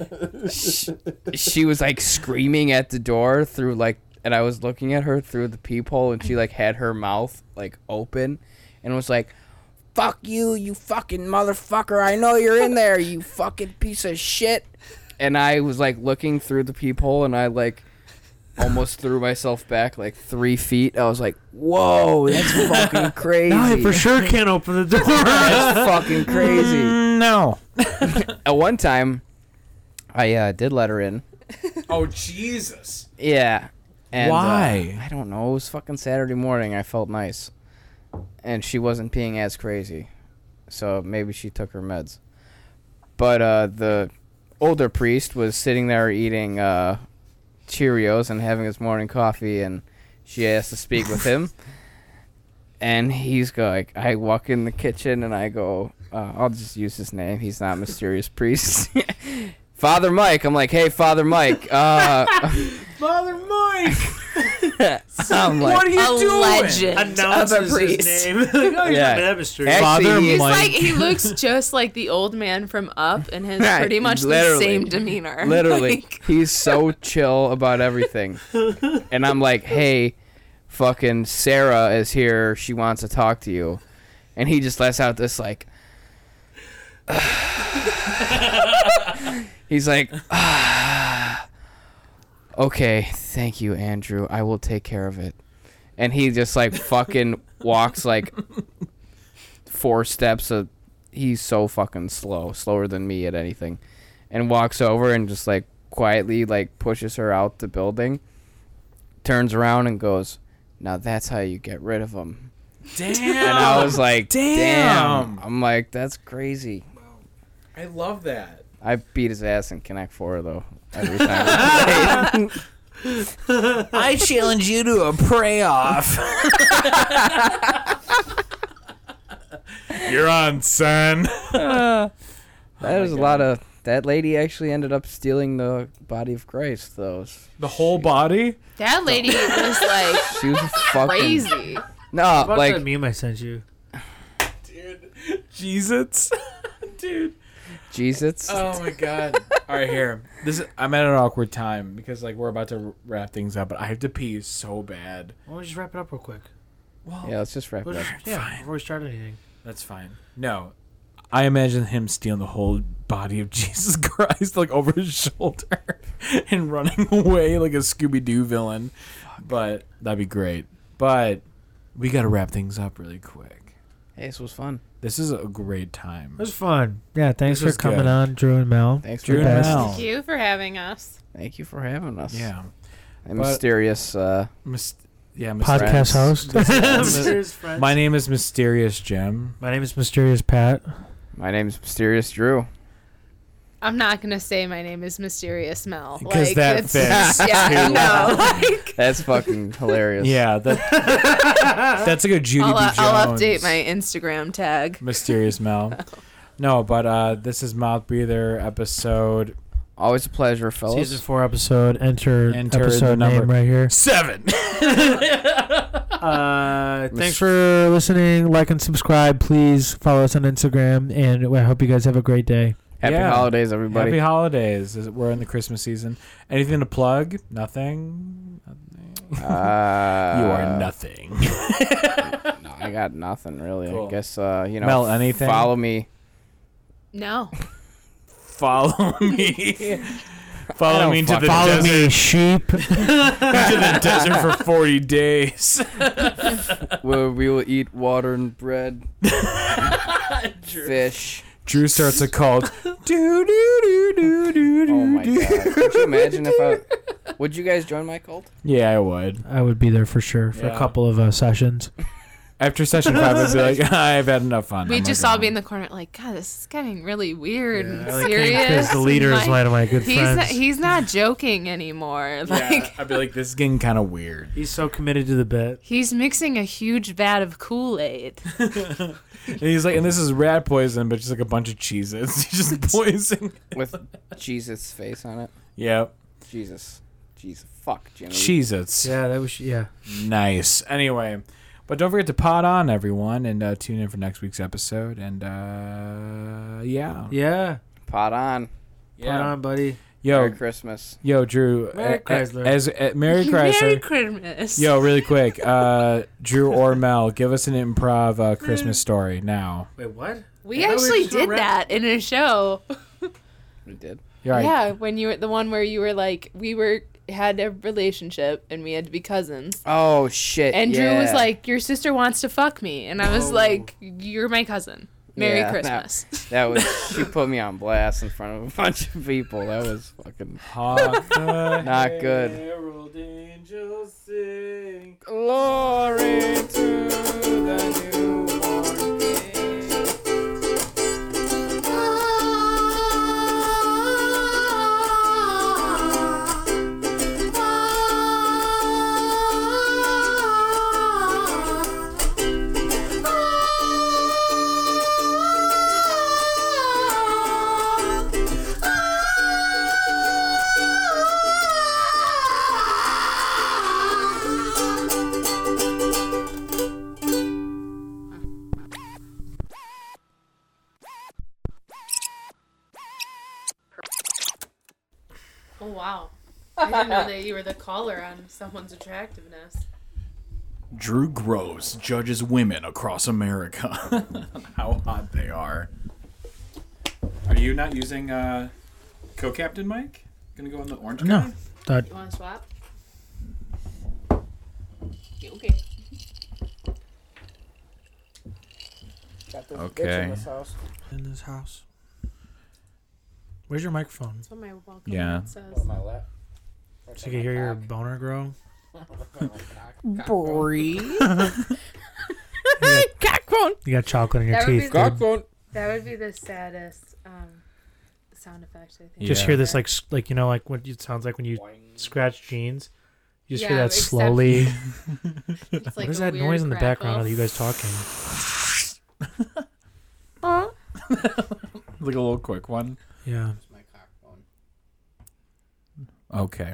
Speaker 4: sh- she was like screaming at the door through like, and I was looking at her through the peephole, and she like had her mouth like open and was like, fuck you, you fucking motherfucker. I know you're in there, you fucking piece of shit. And I was like looking through the peephole and I like almost threw myself back like three feet. I was like, whoa, that's fucking crazy.
Speaker 2: Now I for sure can't open the door.
Speaker 4: That's fucking crazy.
Speaker 7: no
Speaker 4: At one time, I uh, did let her in.
Speaker 7: oh Jesus
Speaker 4: Yeah. And, uh,
Speaker 7: Why?
Speaker 4: I don't know. It was fucking Saturday morning. I felt nice. and she wasn't being as crazy, so maybe she took her meds. But uh, the older priest was sitting there eating uh, Cheerios and having his morning coffee, and she asked to speak with him. And he's going. I walk in the kitchen and I go. Uh, I'll just use his name. He's not mysterious priest. Father Mike. I'm like, hey, Father Mike. Uh,
Speaker 2: Father Mike,
Speaker 4: I'm like,
Speaker 2: what are you
Speaker 5: a
Speaker 2: doing?
Speaker 5: legend of a
Speaker 2: Announces
Speaker 5: priest.
Speaker 2: his name. like, oh, you're
Speaker 4: Yeah.
Speaker 2: not that mystery.
Speaker 4: Actually,
Speaker 3: Father
Speaker 4: he-
Speaker 5: He's
Speaker 3: Mike.
Speaker 5: like he looks just like the old man from Up and has
Speaker 4: Right,
Speaker 5: pretty much the
Speaker 4: literally.
Speaker 5: same demeanor.
Speaker 4: Literally,
Speaker 5: Like,
Speaker 4: he's so chill about everything. And I'm like, hey, fucking Sarah is here. She wants to talk to you. And he just lets out this, like, he's like, "Ah. okay, thank you, Andrew. I will take care of it. And he just, like, fucking walks, like, four steps. Of, he's so fucking slow, slower than me at anything and walks over and just like quietly like pushes her out the building turns around and goes now that's how you get rid of them
Speaker 11: Damn.
Speaker 4: and i was like damn,
Speaker 11: Damn.
Speaker 4: i'm like that's crazy
Speaker 11: I love that.
Speaker 4: i beat his ass in connect four though every time I played.
Speaker 12: I challenge you to a pray off.
Speaker 3: You're on, son.
Speaker 4: that was a lot of that lady actually ended up stealing the body of christ though
Speaker 3: The whole body.
Speaker 5: that lady was like
Speaker 4: she was fucking
Speaker 5: crazy.
Speaker 4: no
Speaker 2: What
Speaker 4: like
Speaker 2: that meme I sent you?
Speaker 3: Jesus. Dude.
Speaker 4: jesus
Speaker 3: Oh my god. All right, here. This is, I'm at an awkward time because like we're about to wrap things up, but I have to pee so bad.
Speaker 2: Why don't we just wrap it up real quick?
Speaker 4: yeah let's just wrap it
Speaker 2: Let's-
Speaker 4: up
Speaker 2: yeah, before we start anything.
Speaker 3: That's fine. No. I imagine him stealing the whole body of Jesus Christ like over his shoulder and running away like a Scooby Doo villain. But that'd be great. But we got to wrap things up really quick.
Speaker 4: hey this was fun
Speaker 3: This is a great time.
Speaker 2: It was fun. Yeah, thanks
Speaker 3: This was
Speaker 2: for coming
Speaker 3: good.
Speaker 2: on, Drew and Mel.
Speaker 4: thanks
Speaker 3: Drew and
Speaker 4: for
Speaker 2: best.
Speaker 3: Mel.
Speaker 5: Thank you for having us.
Speaker 4: thank you for having us
Speaker 3: Yeah.
Speaker 4: and
Speaker 3: But-
Speaker 4: mysterious uh
Speaker 3: Mis- yeah. Mis-
Speaker 2: Podcast
Speaker 4: friends.
Speaker 2: host.
Speaker 3: My name is Mysterious Jim.
Speaker 2: My name is Mysterious Pat.
Speaker 4: My name's Mysterious Drew.
Speaker 5: I'm not gonna say my name is Mysterious Mel.
Speaker 3: 'Cause that
Speaker 5: it's,
Speaker 3: fits,
Speaker 5: Yeah, no. Like
Speaker 4: That's fucking hilarious.
Speaker 3: Yeah, that, that's a good Judy
Speaker 5: I'll, uh,
Speaker 3: B. Jones.
Speaker 5: I'll update my Instagram tag.
Speaker 3: Mysterious Mel. No, but uh, this is Mouth Breather episode
Speaker 4: Always a pleasure, fellas.
Speaker 2: Season four episode. Enter,
Speaker 3: Enter the
Speaker 2: episode
Speaker 3: number.
Speaker 2: name right here.
Speaker 3: seven.
Speaker 2: Uh, thanks for listening. Like and subscribe, please. Follow us on Instagram, and I hope you guys have a great day.
Speaker 4: Happy
Speaker 3: Yeah.
Speaker 4: holidays, everybody.
Speaker 3: Happy holidays. Is- We're in the Christmas season. Anything to plug? Nothing.
Speaker 4: uh,
Speaker 3: you
Speaker 4: you
Speaker 3: are nothing.
Speaker 4: No, I got nothing really.
Speaker 3: Cool.
Speaker 4: I guess uh, you know.
Speaker 3: Mel, anything?
Speaker 4: Follow me.
Speaker 5: No.
Speaker 3: Follow me. Follow me into the
Speaker 4: fucking-
Speaker 2: Follow
Speaker 3: desert.
Speaker 2: me, sheep.
Speaker 3: into the desert for forty days.
Speaker 4: Where we will eat water and bread, fish.
Speaker 3: Drew starts a cult. do do do do do do.
Speaker 4: Oh my god! Could you imagine if I? Would you guys join my cult?
Speaker 3: Yeah, I would.
Speaker 2: I would be there for sure for
Speaker 3: Yeah.
Speaker 2: a couple of uh, sessions.
Speaker 3: After session five, I'd be like, I've had enough fun.
Speaker 5: We'd
Speaker 3: I'm
Speaker 5: just
Speaker 3: not
Speaker 5: all
Speaker 3: going."
Speaker 5: be in the corner like, God, this is getting really weird and serious.
Speaker 2: Because the leader
Speaker 5: and,
Speaker 2: is
Speaker 5: like,
Speaker 2: one of my good
Speaker 5: He's
Speaker 2: friends.
Speaker 5: not, he's not joking anymore. Like
Speaker 3: "Oh." Yeah, I'd be like, this is getting kind of weird.
Speaker 2: he's so committed to the bit.
Speaker 5: he's mixing a huge vat of Kool-Aid.
Speaker 3: And he's like, and this is rat poison, but just like a bunch of cheeses. He's just poison.
Speaker 4: With Jesus' face on it.
Speaker 3: Yeah.
Speaker 4: Jesus. Jesus. Fuck, Jimmy.
Speaker 3: Cheez-Its.
Speaker 2: Yeah, that was yeah.
Speaker 3: Nice. Anyway, but don't forget to pod on, everyone, and uh, tune in for next week's episode. And uh, yeah.
Speaker 2: Yeah.
Speaker 4: Pot on.
Speaker 2: Right on, buddy.
Speaker 3: Yo,
Speaker 4: Merry Christmas.
Speaker 3: yo, Drew.
Speaker 2: Merry
Speaker 3: uh,
Speaker 2: Chrysler.
Speaker 3: As, uh, Merry Chrysler.
Speaker 5: Merry Christmas.
Speaker 3: Yo, really quick, uh, Drew or Mel, give us an improv uh, Christmas story now.
Speaker 2: Wait, what?
Speaker 5: we
Speaker 2: I thought we
Speaker 5: actually
Speaker 2: just
Speaker 5: did
Speaker 2: were
Speaker 5: that in a show.
Speaker 4: We did.
Speaker 3: You're right.
Speaker 5: Yeah, when you were the one where you were like, we were had a relationship and we had to be cousins.
Speaker 4: Oh shit.
Speaker 5: And Drew was
Speaker 4: yeah.
Speaker 5: Oh. like, "Your sister wants to fuck me," and I was like, "You're my cousin." Merry
Speaker 4: Yeah,
Speaker 5: Christmas.
Speaker 4: That, that was she put me on blast in front of a bunch of people. That was fucking
Speaker 7: Hawk the
Speaker 4: not good.
Speaker 7: Herald angels sing.
Speaker 4: Glory to the newborn
Speaker 5: Oh wow. I didn't know that you were the caller on someone's attractiveness.
Speaker 3: Drew Gross judges women across America on how hot they are. Are you not using uh, co-captain Mike? Gonna go on the orange
Speaker 2: No.
Speaker 3: guy?
Speaker 2: That
Speaker 5: You want to swap? Yeah, Okay.
Speaker 3: Okay.
Speaker 2: in this house. Where's your microphone?
Speaker 5: That's what my welcome
Speaker 3: Yeah.
Speaker 5: yeah. says.
Speaker 2: So you can hear your boner grow. You got chocolate in your
Speaker 5: That would be
Speaker 2: teeth. dude.
Speaker 5: That would be the saddest um, sound effect, I think.
Speaker 2: Just
Speaker 3: Yeah.
Speaker 2: hear this like s- like you know like what it sounds like when you scratch jeans. You just hear
Speaker 5: Yeah,
Speaker 2: that
Speaker 5: except-
Speaker 2: slowly.
Speaker 5: It's like
Speaker 2: what is
Speaker 5: a
Speaker 2: that
Speaker 5: weird
Speaker 2: noise in the background
Speaker 5: crackle.
Speaker 2: of you guys talking?
Speaker 3: Like a little quick one.
Speaker 2: Yeah.
Speaker 3: Okay.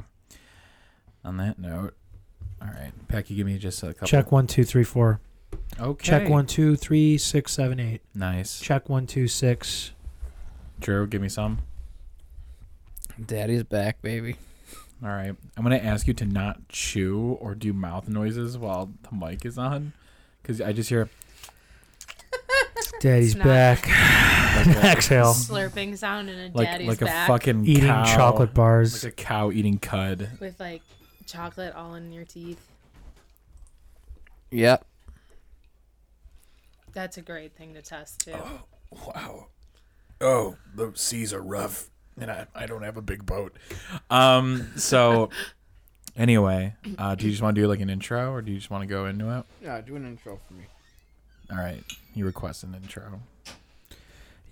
Speaker 3: On that note, all right, Packy, give me just a couple.
Speaker 2: Check one two three four.
Speaker 3: Okay.
Speaker 2: Check one two three six seven eight.
Speaker 3: Nice.
Speaker 2: Check one two six.
Speaker 3: Drew, give me some.
Speaker 4: Daddy's back, baby.
Speaker 3: All right. I'm gonna ask you to not chew or do mouth noises while the mic is on, because I just hear
Speaker 2: Daddy's
Speaker 5: It's not-
Speaker 2: back.
Speaker 3: like a,
Speaker 2: Exhale.
Speaker 5: Slurping sound and a
Speaker 3: like
Speaker 5: daddy's
Speaker 3: like a
Speaker 5: back
Speaker 3: fucking
Speaker 2: Eating
Speaker 3: cow,
Speaker 2: chocolate bars.
Speaker 3: like a cow eating cud.
Speaker 5: with like chocolate all in your teeth.
Speaker 4: Yep.
Speaker 5: That's a great thing to test too.
Speaker 3: Wow. Oh, the seas are rough, and I, I don't have a big boat. Um. So, anyway, uh, do you just want to do like an intro, or do you just want to go into it?
Speaker 4: Yeah, do an intro for me.
Speaker 3: All right. You request an intro.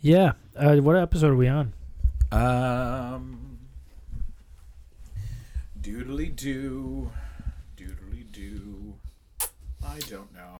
Speaker 2: yeah. Uh, what episode are we on?
Speaker 3: Um. Doodly doo. Doodly doo. I don't know.